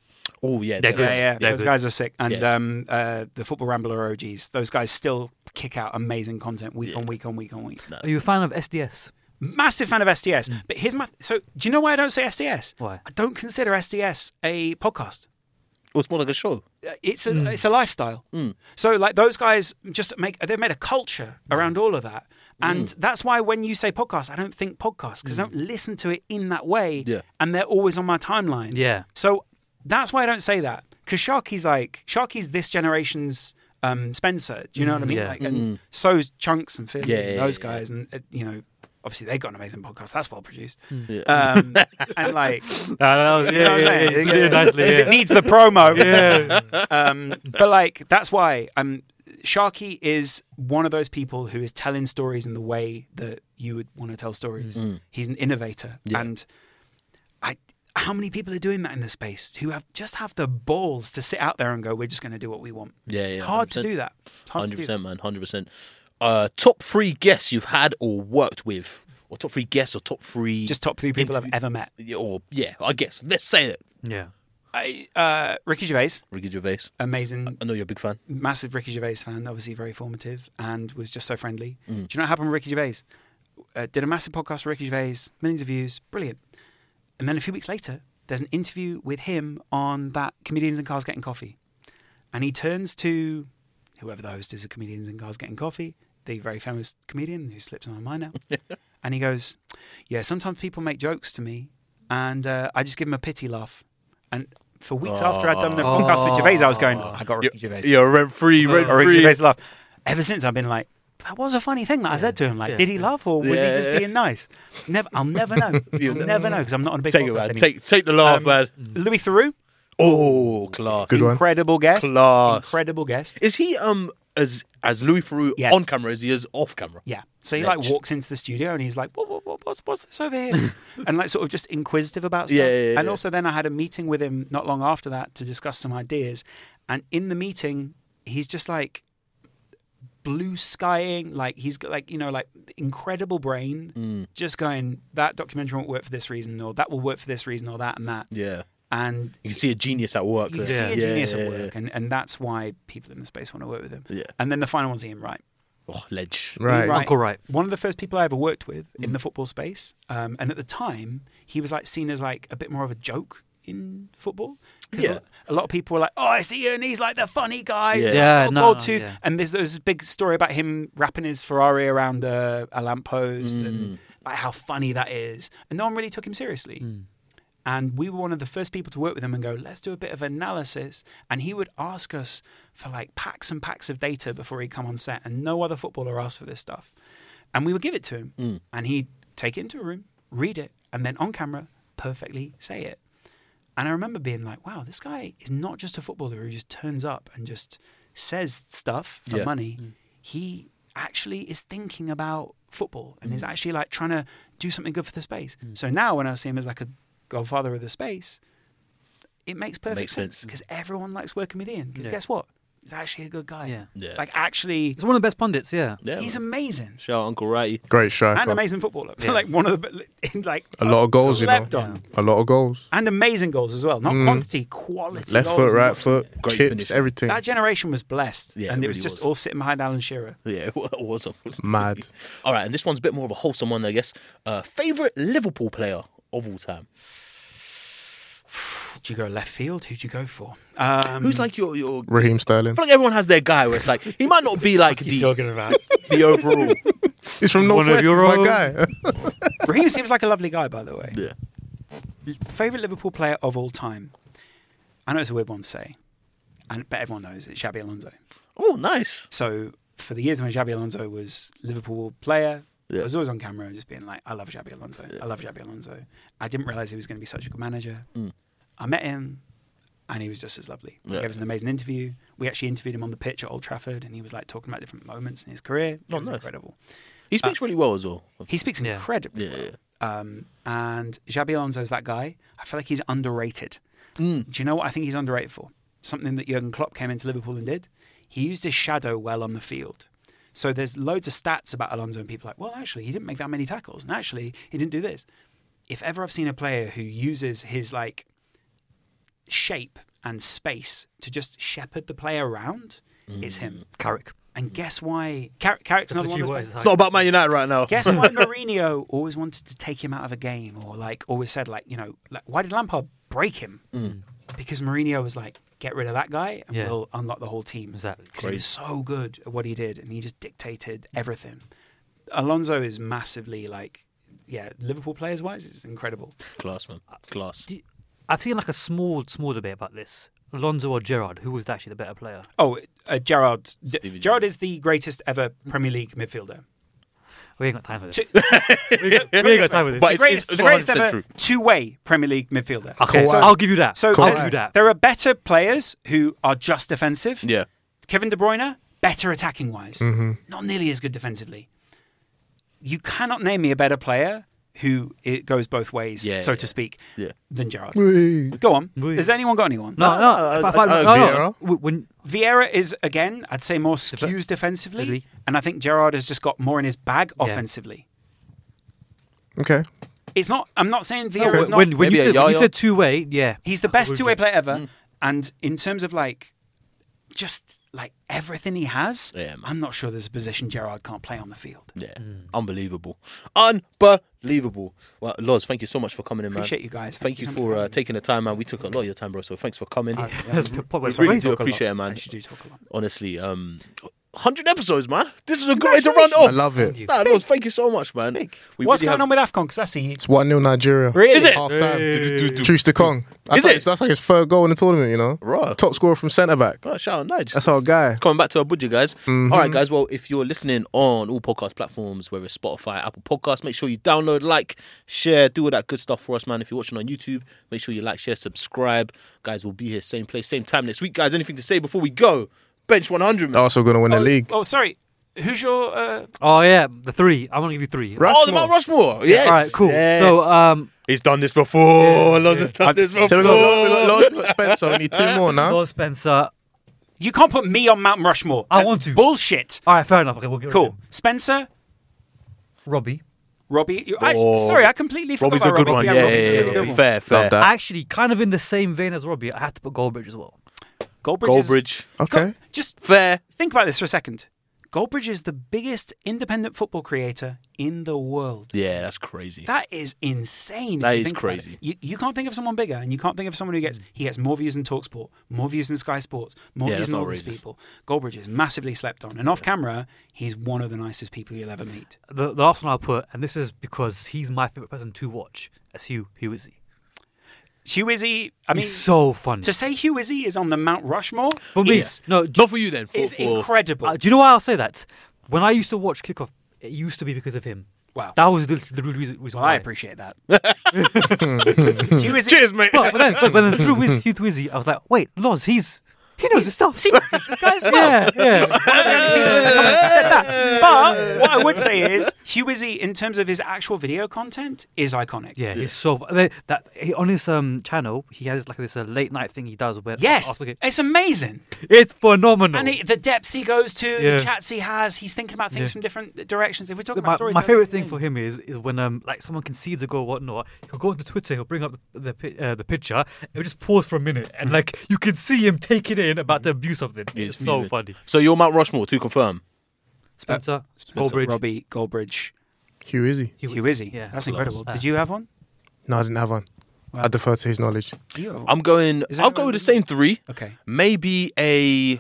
[SPEAKER 2] Oh yeah,
[SPEAKER 3] They're
[SPEAKER 5] Yeah,
[SPEAKER 3] good.
[SPEAKER 5] yeah,
[SPEAKER 3] They're
[SPEAKER 5] those
[SPEAKER 3] good.
[SPEAKER 5] guys are sick. And
[SPEAKER 2] Yeah.
[SPEAKER 5] um, uh, the Football Rambler OGs, those guys still kick out amazing content week on week on week on week.
[SPEAKER 3] Are you a fan of SDS?
[SPEAKER 5] Massive fan of SDS. But here's my. So, do you know why I don't say SDS?
[SPEAKER 3] Mm. Why?
[SPEAKER 5] I don't consider SDS a podcast.
[SPEAKER 2] Oh, it's more like a show.
[SPEAKER 5] Uh, it's a
[SPEAKER 2] Hmm.
[SPEAKER 5] it's a lifestyle. So like those guys just make they've made a culture
[SPEAKER 2] Hmm.
[SPEAKER 5] around all of that. And that's why when you say podcast, I don't think podcast because I don't listen to it in that way.
[SPEAKER 2] Hmm. Yeah.
[SPEAKER 5] And they're always on my timeline.
[SPEAKER 3] Yeah.
[SPEAKER 5] So that's why I don't say that because Sharky's like Sharky's this generation's um, Spencer. Do you know what I mean?
[SPEAKER 3] yeah.
[SPEAKER 5] Like, and so's Chunks and Phil,
[SPEAKER 2] Hmm, Yeah,
[SPEAKER 5] and
[SPEAKER 2] yeah,
[SPEAKER 5] those
[SPEAKER 2] yeah, yeah.
[SPEAKER 5] guys, and uh, you know. Obviously, they've got an amazing podcast. That's well produced,
[SPEAKER 2] Hmm.
[SPEAKER 5] um, and like, you
[SPEAKER 3] Uh,
[SPEAKER 5] know what I'm saying? It needs the promo.
[SPEAKER 3] Yeah.
[SPEAKER 5] Um, but like that's why um, Sharky is one of those people who is telling stories in the
[SPEAKER 2] Mm.
[SPEAKER 5] way that you would want to tell stories. He's an innovator, and I how many people are doing that in the space who have just have the balls to sit out there and go, we're just going to do what we want?
[SPEAKER 2] Yeah, yeah,
[SPEAKER 5] It's hard to
[SPEAKER 2] 100%.
[SPEAKER 5] do that. It's hard
[SPEAKER 2] Hundred
[SPEAKER 5] to do that.
[SPEAKER 2] percent, man. Hundred percent. Uh, top three guests you've had or worked with, or top three guests, or top three.
[SPEAKER 5] Just top three people I've ever met.
[SPEAKER 2] Yeah, Or yeah, I guess. Let's say it.
[SPEAKER 3] Yeah.
[SPEAKER 5] I, uh, Ricky Gervais,
[SPEAKER 2] Ricky Gervais.
[SPEAKER 5] amazing,
[SPEAKER 2] I know you're a big fan.
[SPEAKER 5] massive Ricky Gervais fan, obviously very formative, and was just so friendly. Do you know what happened with Ricky Gervais? Uh, did a massive podcast with Ricky Gervais, millions of views, brilliant. And then a few weeks later, there's an interview with him on that Comedians and Cars Getting Coffee. And he turns to whoever the host is of Comedians and Cars Getting Coffee, the very famous comedian who slips my mind now. and he goes, Yeah, sometimes people make jokes to me, and uh, I just give them a pity laugh. And for weeks after I'd done the podcast with Gervais, I was going, I got Ricky Gervais
[SPEAKER 2] Yeah, rent free, rent
[SPEAKER 5] or Oh, Ricky
[SPEAKER 2] free.
[SPEAKER 5] Gervais laugh. Ever since I've been like, that was a funny thing that I said to him. Like,
[SPEAKER 3] Yeah.
[SPEAKER 5] did he laugh or was he just
[SPEAKER 2] Yeah.
[SPEAKER 5] being nice? Never, I'll never know. I'll never know because I'm not on a big
[SPEAKER 2] Take it,
[SPEAKER 5] podcast
[SPEAKER 2] man.
[SPEAKER 5] anymore.
[SPEAKER 2] Take take the laugh,
[SPEAKER 5] Um,
[SPEAKER 2] man.
[SPEAKER 5] Louis Theroux,
[SPEAKER 2] Oh, class.
[SPEAKER 4] Good one.
[SPEAKER 5] incredible guest,
[SPEAKER 2] Class.
[SPEAKER 5] incredible guest.
[SPEAKER 2] Is he um as as Louis Theroux
[SPEAKER 5] Yes.
[SPEAKER 2] on camera as he is off camera?
[SPEAKER 5] Yeah. So he
[SPEAKER 2] Legend.
[SPEAKER 5] like walks into the studio and he's like, what, what, what, what's, what's this over here? and like sort of just inquisitive about stuff.
[SPEAKER 2] Yeah, yeah, yeah,
[SPEAKER 5] and
[SPEAKER 2] yeah.
[SPEAKER 5] also then I had a meeting with him not long after that to discuss some ideas. And in the meeting, he's just like blue skying, like he's got like, you know, like incredible brain,
[SPEAKER 2] Mm.
[SPEAKER 5] just going, that documentary won't work for this reason or that will work for this reason or that and that.
[SPEAKER 2] Yeah.
[SPEAKER 5] And
[SPEAKER 2] You can see a genius at work.
[SPEAKER 5] you can
[SPEAKER 2] there.
[SPEAKER 5] see a
[SPEAKER 2] Yeah,
[SPEAKER 5] genius
[SPEAKER 2] yeah,
[SPEAKER 5] at work. And, and that's why people in the space want to work with him.
[SPEAKER 2] Yeah.
[SPEAKER 5] And then the final one's Ian Wright.
[SPEAKER 2] yeah. Oh, ledge.
[SPEAKER 4] Right.
[SPEAKER 5] Right.
[SPEAKER 3] Uncle Wright. Mm-hmm.
[SPEAKER 5] one of the first people I ever worked with in the football space. Um, and at the time, he was like seen as like a bit more of a joke in football. 'Cause
[SPEAKER 2] Yeah.
[SPEAKER 5] A lot of people were like, "Oh, I see you," and he's like the funny guy,
[SPEAKER 2] Yeah.
[SPEAKER 5] he's
[SPEAKER 3] Yeah,
[SPEAKER 5] got a
[SPEAKER 3] no,
[SPEAKER 5] gold
[SPEAKER 3] no,
[SPEAKER 5] tooth.
[SPEAKER 3] yeah.
[SPEAKER 5] And there's, there's this big story about him wrapping his Ferrari around a, a lamppost and like how funny that is. And no one really took him seriously.
[SPEAKER 3] Mm.
[SPEAKER 5] And we were one of the first people to work with him and go, let's do a bit of analysis. And he would ask us for like packs and packs of data before he'd come on set. And no other footballer asked for this stuff. And we would give it to him. And he'd take it into a room, read it, and then on camera, perfectly say it. And I remember being like, wow, this guy is not just a footballer who just turns up and just says stuff for
[SPEAKER 2] Yeah.
[SPEAKER 5] money.
[SPEAKER 3] Mm.
[SPEAKER 5] He actually is thinking about football and
[SPEAKER 4] Mm.
[SPEAKER 5] is actually like trying to do something good for the space. So now when I see him as like a godfather of the space, it makes perfect
[SPEAKER 2] Makes
[SPEAKER 5] sense
[SPEAKER 2] sense.
[SPEAKER 5] because everyone likes working with Ian. Because
[SPEAKER 3] Yeah.
[SPEAKER 5] guess what? He's actually a good guy.
[SPEAKER 3] Yeah.
[SPEAKER 2] Yeah.
[SPEAKER 5] Like, actually,
[SPEAKER 3] He's one of the best pundits, yeah.
[SPEAKER 2] Yeah.
[SPEAKER 5] he's
[SPEAKER 2] man.
[SPEAKER 5] amazing
[SPEAKER 2] Shout out Uncle Ratty.
[SPEAKER 4] Great show.
[SPEAKER 5] and
[SPEAKER 4] club.
[SPEAKER 5] amazing footballer.
[SPEAKER 3] Yeah.
[SPEAKER 5] like, one of the, like,
[SPEAKER 4] A lot of goals, you know.
[SPEAKER 5] slept on.
[SPEAKER 4] A lot of goals.
[SPEAKER 5] And amazing goals as well. Not
[SPEAKER 4] Mm.
[SPEAKER 5] quantity, quality.
[SPEAKER 4] Left
[SPEAKER 5] goals
[SPEAKER 4] foot,
[SPEAKER 5] and
[SPEAKER 4] right
[SPEAKER 5] goals.
[SPEAKER 4] foot,
[SPEAKER 2] Great
[SPEAKER 4] chips,
[SPEAKER 2] finish.
[SPEAKER 4] everything.
[SPEAKER 5] That generation was blessed.
[SPEAKER 2] Yeah,
[SPEAKER 5] and
[SPEAKER 2] it
[SPEAKER 5] it was
[SPEAKER 2] really
[SPEAKER 5] just
[SPEAKER 2] was.
[SPEAKER 5] all sitting behind Alan Shearer.
[SPEAKER 2] Yeah, it wa- it was awesome.
[SPEAKER 4] Mad.
[SPEAKER 2] All right, and this one's a bit more of a wholesome one, I guess. Uh, favorite Liverpool player of all time?
[SPEAKER 5] Did you go left field? Who'd you go for? Um,
[SPEAKER 2] Who's like your your? I
[SPEAKER 4] Raheem Sterling.
[SPEAKER 2] feel like everyone has their guy where it's like he might not be like the
[SPEAKER 5] about?
[SPEAKER 2] the overall.
[SPEAKER 4] He's from
[SPEAKER 3] One of
[SPEAKER 4] Northwest. He's
[SPEAKER 3] your
[SPEAKER 4] my
[SPEAKER 3] own.
[SPEAKER 4] guy.
[SPEAKER 5] Raheem seems like a lovely guy, by the way.
[SPEAKER 2] Yeah.
[SPEAKER 5] Favorite Liverpool player of all time? I know it's a weird one to say, and but everyone knows it's Xabi Alonso.
[SPEAKER 2] Oh, nice.
[SPEAKER 5] So for the years when Xabi Alonso was Liverpool player,
[SPEAKER 2] Yeah.
[SPEAKER 5] I was always on camera just being like, I love Xabi Alonso. I love Xabi Alonso. I didn't realize he was going to be such a good manager. I met him and he was just as lovely.
[SPEAKER 2] Mm. Yeah.
[SPEAKER 5] He gave us an amazing interview. We actually interviewed him on the pitch at Old Trafford and he was like talking about different moments in his career. It
[SPEAKER 2] Oh,
[SPEAKER 5] was
[SPEAKER 2] nice.
[SPEAKER 5] incredible.
[SPEAKER 2] He speaks really well as well.
[SPEAKER 5] He speaks
[SPEAKER 3] Yeah.
[SPEAKER 5] incredibly
[SPEAKER 2] Yeah,
[SPEAKER 5] well. Um, and Xabi Alonso's that guy. I feel like he's underrated.
[SPEAKER 2] Mm.
[SPEAKER 5] Do you know what I think he's underrated for? Something that Jurgen Klopp came into Liverpool and did. He used his shadow well on the field. So there's loads of stats about Alonso and people like, well, actually, he didn't make that many tackles. And actually, he didn't do this. If ever I've seen a player who uses his like shape and space to just shepherd the player around, it's
[SPEAKER 2] Mm.
[SPEAKER 5] him.
[SPEAKER 3] Carrick.
[SPEAKER 5] And guess why? Car- Carrick's another one.
[SPEAKER 3] Literally
[SPEAKER 5] of
[SPEAKER 3] what
[SPEAKER 5] those
[SPEAKER 3] his
[SPEAKER 5] players-
[SPEAKER 3] height-
[SPEAKER 2] It's not about Man United right now.
[SPEAKER 5] Guess why Mourinho always wanted to take him out of a game, or like always said, like you know, like, why did Lampard break him?
[SPEAKER 2] Mm.
[SPEAKER 5] Because Mourinho was like, get rid of that guy, and
[SPEAKER 3] Yeah.
[SPEAKER 5] we'll unlock the whole team.
[SPEAKER 3] Exactly.
[SPEAKER 5] Because he was so good at what he did, and he just dictated everything. Alonso is massively like, yeah, Liverpool players wise, it's incredible.
[SPEAKER 2] Class, man. Class.
[SPEAKER 3] Do you- I've seen like a small, small debate about this. Alonso or Gerard, who was actually the better player?
[SPEAKER 5] Oh, uh, Gerard, Gerard is the greatest ever Premier League midfielder.
[SPEAKER 3] We ain't got time for this.
[SPEAKER 5] Two-
[SPEAKER 3] we ain't got time for this.
[SPEAKER 2] But
[SPEAKER 5] The
[SPEAKER 2] it's-
[SPEAKER 5] greatest,
[SPEAKER 2] it's
[SPEAKER 5] the greatest
[SPEAKER 2] 100%
[SPEAKER 5] ever
[SPEAKER 2] true.
[SPEAKER 5] two-way Premier League midfielder.
[SPEAKER 3] okay, so
[SPEAKER 4] Kawhi.
[SPEAKER 3] I'll give you that.
[SPEAKER 5] So
[SPEAKER 3] I'll
[SPEAKER 5] there,
[SPEAKER 3] give you that.
[SPEAKER 5] there are better players who are just defensive.
[SPEAKER 2] Yeah.
[SPEAKER 5] Kevin De Bruyne, better
[SPEAKER 2] Mm-hmm.
[SPEAKER 5] attacking wise, not nearly as good defensively. You cannot name me a better player who it goes both ways,
[SPEAKER 2] Yeah,
[SPEAKER 5] so
[SPEAKER 2] yeah.
[SPEAKER 5] to speak,
[SPEAKER 2] Yeah.
[SPEAKER 5] than Gerard.
[SPEAKER 4] Wait.
[SPEAKER 5] Go on.
[SPEAKER 3] Wait.
[SPEAKER 5] Has anyone got anyone?
[SPEAKER 3] No, no,
[SPEAKER 2] uh,
[SPEAKER 3] if I- if I-
[SPEAKER 2] uh,
[SPEAKER 3] no, no.
[SPEAKER 4] Vieira?
[SPEAKER 3] W- When
[SPEAKER 5] Vieira is again, I'd say more skews defensively,
[SPEAKER 3] Really?
[SPEAKER 5] and I think Gerard has just got more in his bag offensively.
[SPEAKER 4] Okay.
[SPEAKER 5] It's not. I'm not saying Vieira's
[SPEAKER 3] when,
[SPEAKER 5] not.
[SPEAKER 3] when,
[SPEAKER 2] Maybe
[SPEAKER 3] you
[SPEAKER 2] a
[SPEAKER 3] said, when
[SPEAKER 2] Yaya.
[SPEAKER 3] you said two way, yeah,
[SPEAKER 5] he's the best two way player ever,
[SPEAKER 2] Mm.
[SPEAKER 5] and in terms of like, just like everything he has,
[SPEAKER 2] Yeah, man.
[SPEAKER 5] I'm not sure there's a position Gerard can't play on the field.
[SPEAKER 2] Yeah, unbelievable, unbelievable. Well, Loz, thank you so much for coming in, man.
[SPEAKER 5] Appreciate you guys.
[SPEAKER 2] Thank, you
[SPEAKER 5] so much
[SPEAKER 2] for uh,
[SPEAKER 5] having me.
[SPEAKER 2] taking the time, man. We took a lot of your time, bro. So thanks for coming.
[SPEAKER 3] That's the point where
[SPEAKER 2] We really do
[SPEAKER 3] we talk a lot.
[SPEAKER 2] appreciate it, man.
[SPEAKER 5] Actually, do talk a lot.
[SPEAKER 2] Honestly, um, hundred episodes, man. This is a good way to run off.
[SPEAKER 4] I love it.
[SPEAKER 3] you.
[SPEAKER 2] Nah, Loz, thank you so much, man. We
[SPEAKER 5] What's
[SPEAKER 2] really have-
[SPEAKER 5] going on with Afcon? Because I see you.
[SPEAKER 4] It's 1 0 Nigeria.
[SPEAKER 5] Really? Is it?
[SPEAKER 4] Half time.
[SPEAKER 2] Hey.
[SPEAKER 4] Truce to Kong. That's
[SPEAKER 2] Is
[SPEAKER 4] like,
[SPEAKER 2] it?
[SPEAKER 4] That's like his third goal in the tournament, you know?
[SPEAKER 2] Right.
[SPEAKER 4] Top scorer from centre back.
[SPEAKER 2] Oh, shout out Nige.
[SPEAKER 4] That's our guy.
[SPEAKER 2] Coming back to Abuja, guys. All right, guys. Well, if you're listening on all podcast platforms, whether it's Spotify, Apple Podcasts, make sure you download, like, share, do all that good stuff for us, man. If you're watching on YouTube, make sure you like, share, subscribe. Guys, we'll be here same place, same time next week. Guys, anything to say before we go? Bench 100, man.
[SPEAKER 4] Also going to win the league.
[SPEAKER 5] Oh, sorry. Who's your? Uh,
[SPEAKER 3] Oh yeah, the three. I'm gonna give you three.
[SPEAKER 4] Right.
[SPEAKER 2] Oh, the Mount Rushmore. Yes.
[SPEAKER 3] All right, cool.
[SPEAKER 2] Yes.
[SPEAKER 3] So um,
[SPEAKER 2] he's done this before. Loz has done
[SPEAKER 5] I've-
[SPEAKER 2] this
[SPEAKER 4] So
[SPEAKER 2] before.
[SPEAKER 4] we got, we got,
[SPEAKER 2] Oh.
[SPEAKER 4] we got Spencer. We need two more now.
[SPEAKER 3] Lord Spencer.
[SPEAKER 5] you can't put me on Mount Rushmore.
[SPEAKER 3] I
[SPEAKER 5] That's
[SPEAKER 3] want to.
[SPEAKER 5] Bullshit.
[SPEAKER 3] All right, fair enough. Okay, we'll get rid of
[SPEAKER 5] Cool.
[SPEAKER 3] him.
[SPEAKER 5] Spencer,
[SPEAKER 3] Robbie.
[SPEAKER 5] Robbie. you- I,
[SPEAKER 2] Oh.
[SPEAKER 5] sorry, I completely forgot
[SPEAKER 2] Robbie's a
[SPEAKER 5] about
[SPEAKER 2] good
[SPEAKER 5] Robbie.
[SPEAKER 2] one.
[SPEAKER 5] Yeah,
[SPEAKER 2] Yeah, yeah,
[SPEAKER 5] Robbie's a
[SPEAKER 2] yeah,
[SPEAKER 5] really
[SPEAKER 2] yeah.
[SPEAKER 5] good one.
[SPEAKER 2] Fair, fair.
[SPEAKER 4] Love that.
[SPEAKER 3] Actually, kind of in the same vein as Robbie, I have to put Goldbridge as well.
[SPEAKER 5] Goldbridge. is-
[SPEAKER 2] Goldbridge.
[SPEAKER 4] Okay.
[SPEAKER 5] just
[SPEAKER 2] Fair.
[SPEAKER 5] think about this for a second. Goldbridge is the biggest independent football creator in the world.
[SPEAKER 2] Yeah, that's crazy.
[SPEAKER 5] That is insane. if
[SPEAKER 2] That
[SPEAKER 5] you
[SPEAKER 2] is
[SPEAKER 5] think about it.
[SPEAKER 2] crazy.
[SPEAKER 5] You, you can't think of someone bigger, and you can't think of someone who gets he gets more views than Talksport, more views than Sky Sports, more
[SPEAKER 2] Yeah,
[SPEAKER 5] views
[SPEAKER 2] that's
[SPEAKER 5] than all these
[SPEAKER 2] outrageous.
[SPEAKER 5] people. Goldbridge is massively slept on, and off camera, he's one of the nicest people you'll ever meet.
[SPEAKER 3] The, the last one I'll put, and this is because he's my favorite person to watch. As Hugh, who is he?
[SPEAKER 5] Hugh Izzy, I mean,
[SPEAKER 3] He's so funny.
[SPEAKER 5] to say Hugh Izzy is on the Mount Rushmore
[SPEAKER 3] for me,
[SPEAKER 5] is,
[SPEAKER 3] no. Do,
[SPEAKER 2] Not for you then. For,
[SPEAKER 5] is
[SPEAKER 2] for
[SPEAKER 5] incredible.
[SPEAKER 3] uh, do you know why I'll say that? When I used to watch kickoff, it used to be because of him.
[SPEAKER 5] Wow.
[SPEAKER 3] That was the, the real reason. reason
[SPEAKER 5] well, I
[SPEAKER 3] why.
[SPEAKER 5] appreciate that. Hugh Izzy,
[SPEAKER 2] Cheers, mate.
[SPEAKER 3] But, but then, but, but then through Wiz, Hugh Wizzy, I was like, wait, Loz, he's he knows his stuff.
[SPEAKER 5] guys,
[SPEAKER 3] yeah, yeah.
[SPEAKER 5] But what I would say is, Hugh Izzy, in terms of his actual video content, is iconic.
[SPEAKER 3] Yeah, he's so fu- they- that he, on his um channel he has like this uh, late night thing he does where
[SPEAKER 5] Yes,
[SPEAKER 3] after the game-
[SPEAKER 5] it's amazing.
[SPEAKER 3] it's phenomenal.
[SPEAKER 5] And he, the depths he goes to,
[SPEAKER 3] Yeah.
[SPEAKER 5] the chats he has, he's thinking about things
[SPEAKER 3] Yeah.
[SPEAKER 5] from different directions. If we're talking
[SPEAKER 3] my,
[SPEAKER 5] about storytelling,
[SPEAKER 3] my favorite thing for him is is when um like someone concedes a goal or whatnot, he'll go onto Twitter, he'll bring up the the, pi- uh, the picture, it'll just pause for a minute, and like you can see him take it in about to abuse something. It's, so
[SPEAKER 2] fuming.
[SPEAKER 3] funny.
[SPEAKER 2] So you're Mount Rushmore to confirm.
[SPEAKER 3] Spencer,
[SPEAKER 5] Goldbridge.
[SPEAKER 3] Goldbridge,
[SPEAKER 5] Robbie Goldbridge,
[SPEAKER 4] Who is he?
[SPEAKER 5] Hugh Izzy.
[SPEAKER 3] Yeah,
[SPEAKER 5] That's
[SPEAKER 3] close.
[SPEAKER 5] incredible.
[SPEAKER 3] Uh,
[SPEAKER 5] Did you have one?
[SPEAKER 4] No, I didn't have one. I defer to his knowledge.
[SPEAKER 5] You have one.
[SPEAKER 2] I'm going.
[SPEAKER 5] Is
[SPEAKER 2] I'll
[SPEAKER 5] that
[SPEAKER 2] go
[SPEAKER 5] what
[SPEAKER 2] with the
[SPEAKER 5] it
[SPEAKER 2] same three.
[SPEAKER 5] Okay.
[SPEAKER 2] Maybe a,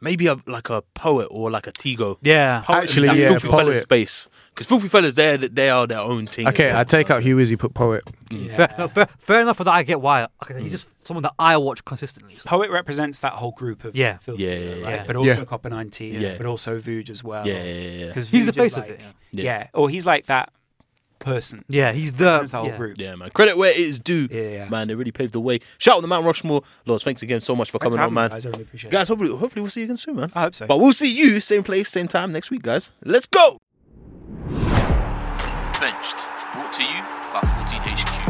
[SPEAKER 2] maybe a like a poet or like a Tigo.
[SPEAKER 3] Yeah,
[SPEAKER 2] Poet and
[SPEAKER 4] Actually,
[SPEAKER 2] that
[SPEAKER 4] yeah,
[SPEAKER 2] filthy
[SPEAKER 4] poet.
[SPEAKER 2] fellas space because filthy fellas, they they are their own thing.
[SPEAKER 4] Okay, I take out Hugh Izzy, put poet.
[SPEAKER 3] fair, no, fair, fair enough for that. I get why. Like, He's just someone that I watch consistently.
[SPEAKER 5] Poet represents that whole group of
[SPEAKER 3] Yeah.
[SPEAKER 5] film,
[SPEAKER 2] Yeah, yeah, yeah.
[SPEAKER 5] right?
[SPEAKER 3] Yeah.
[SPEAKER 5] but also
[SPEAKER 4] Yeah.
[SPEAKER 5] Copper 19,
[SPEAKER 2] Yeah.
[SPEAKER 5] but also Vooge as well.
[SPEAKER 2] Yeah, yeah, yeah, yeah.
[SPEAKER 5] 'Cause
[SPEAKER 3] He's the
[SPEAKER 5] Vooge is
[SPEAKER 3] face of it,
[SPEAKER 5] like-
[SPEAKER 2] yeah.
[SPEAKER 5] Yeah.
[SPEAKER 2] Yeah.
[SPEAKER 5] or he's like that person.
[SPEAKER 3] Yeah, he's the,
[SPEAKER 5] Represents the whole
[SPEAKER 3] yeah.
[SPEAKER 5] group.
[SPEAKER 2] Yeah, man. Credit where it is due.
[SPEAKER 5] Yeah, yeah.
[SPEAKER 2] man. They really paved the way. Shout out to Mount Rushmore, Lords. Thanks again so much for
[SPEAKER 5] Thanks
[SPEAKER 2] coming
[SPEAKER 5] for
[SPEAKER 2] on,
[SPEAKER 5] having me,
[SPEAKER 2] man.
[SPEAKER 5] guys. I really appreciate it.
[SPEAKER 2] Guys, hopefully, hopefully we'll see you again soon, man.
[SPEAKER 5] I hope so.
[SPEAKER 2] But we'll see you same place, same time next week, guys. Let's go.
[SPEAKER 1] Benched. Brought to you by 14HQ.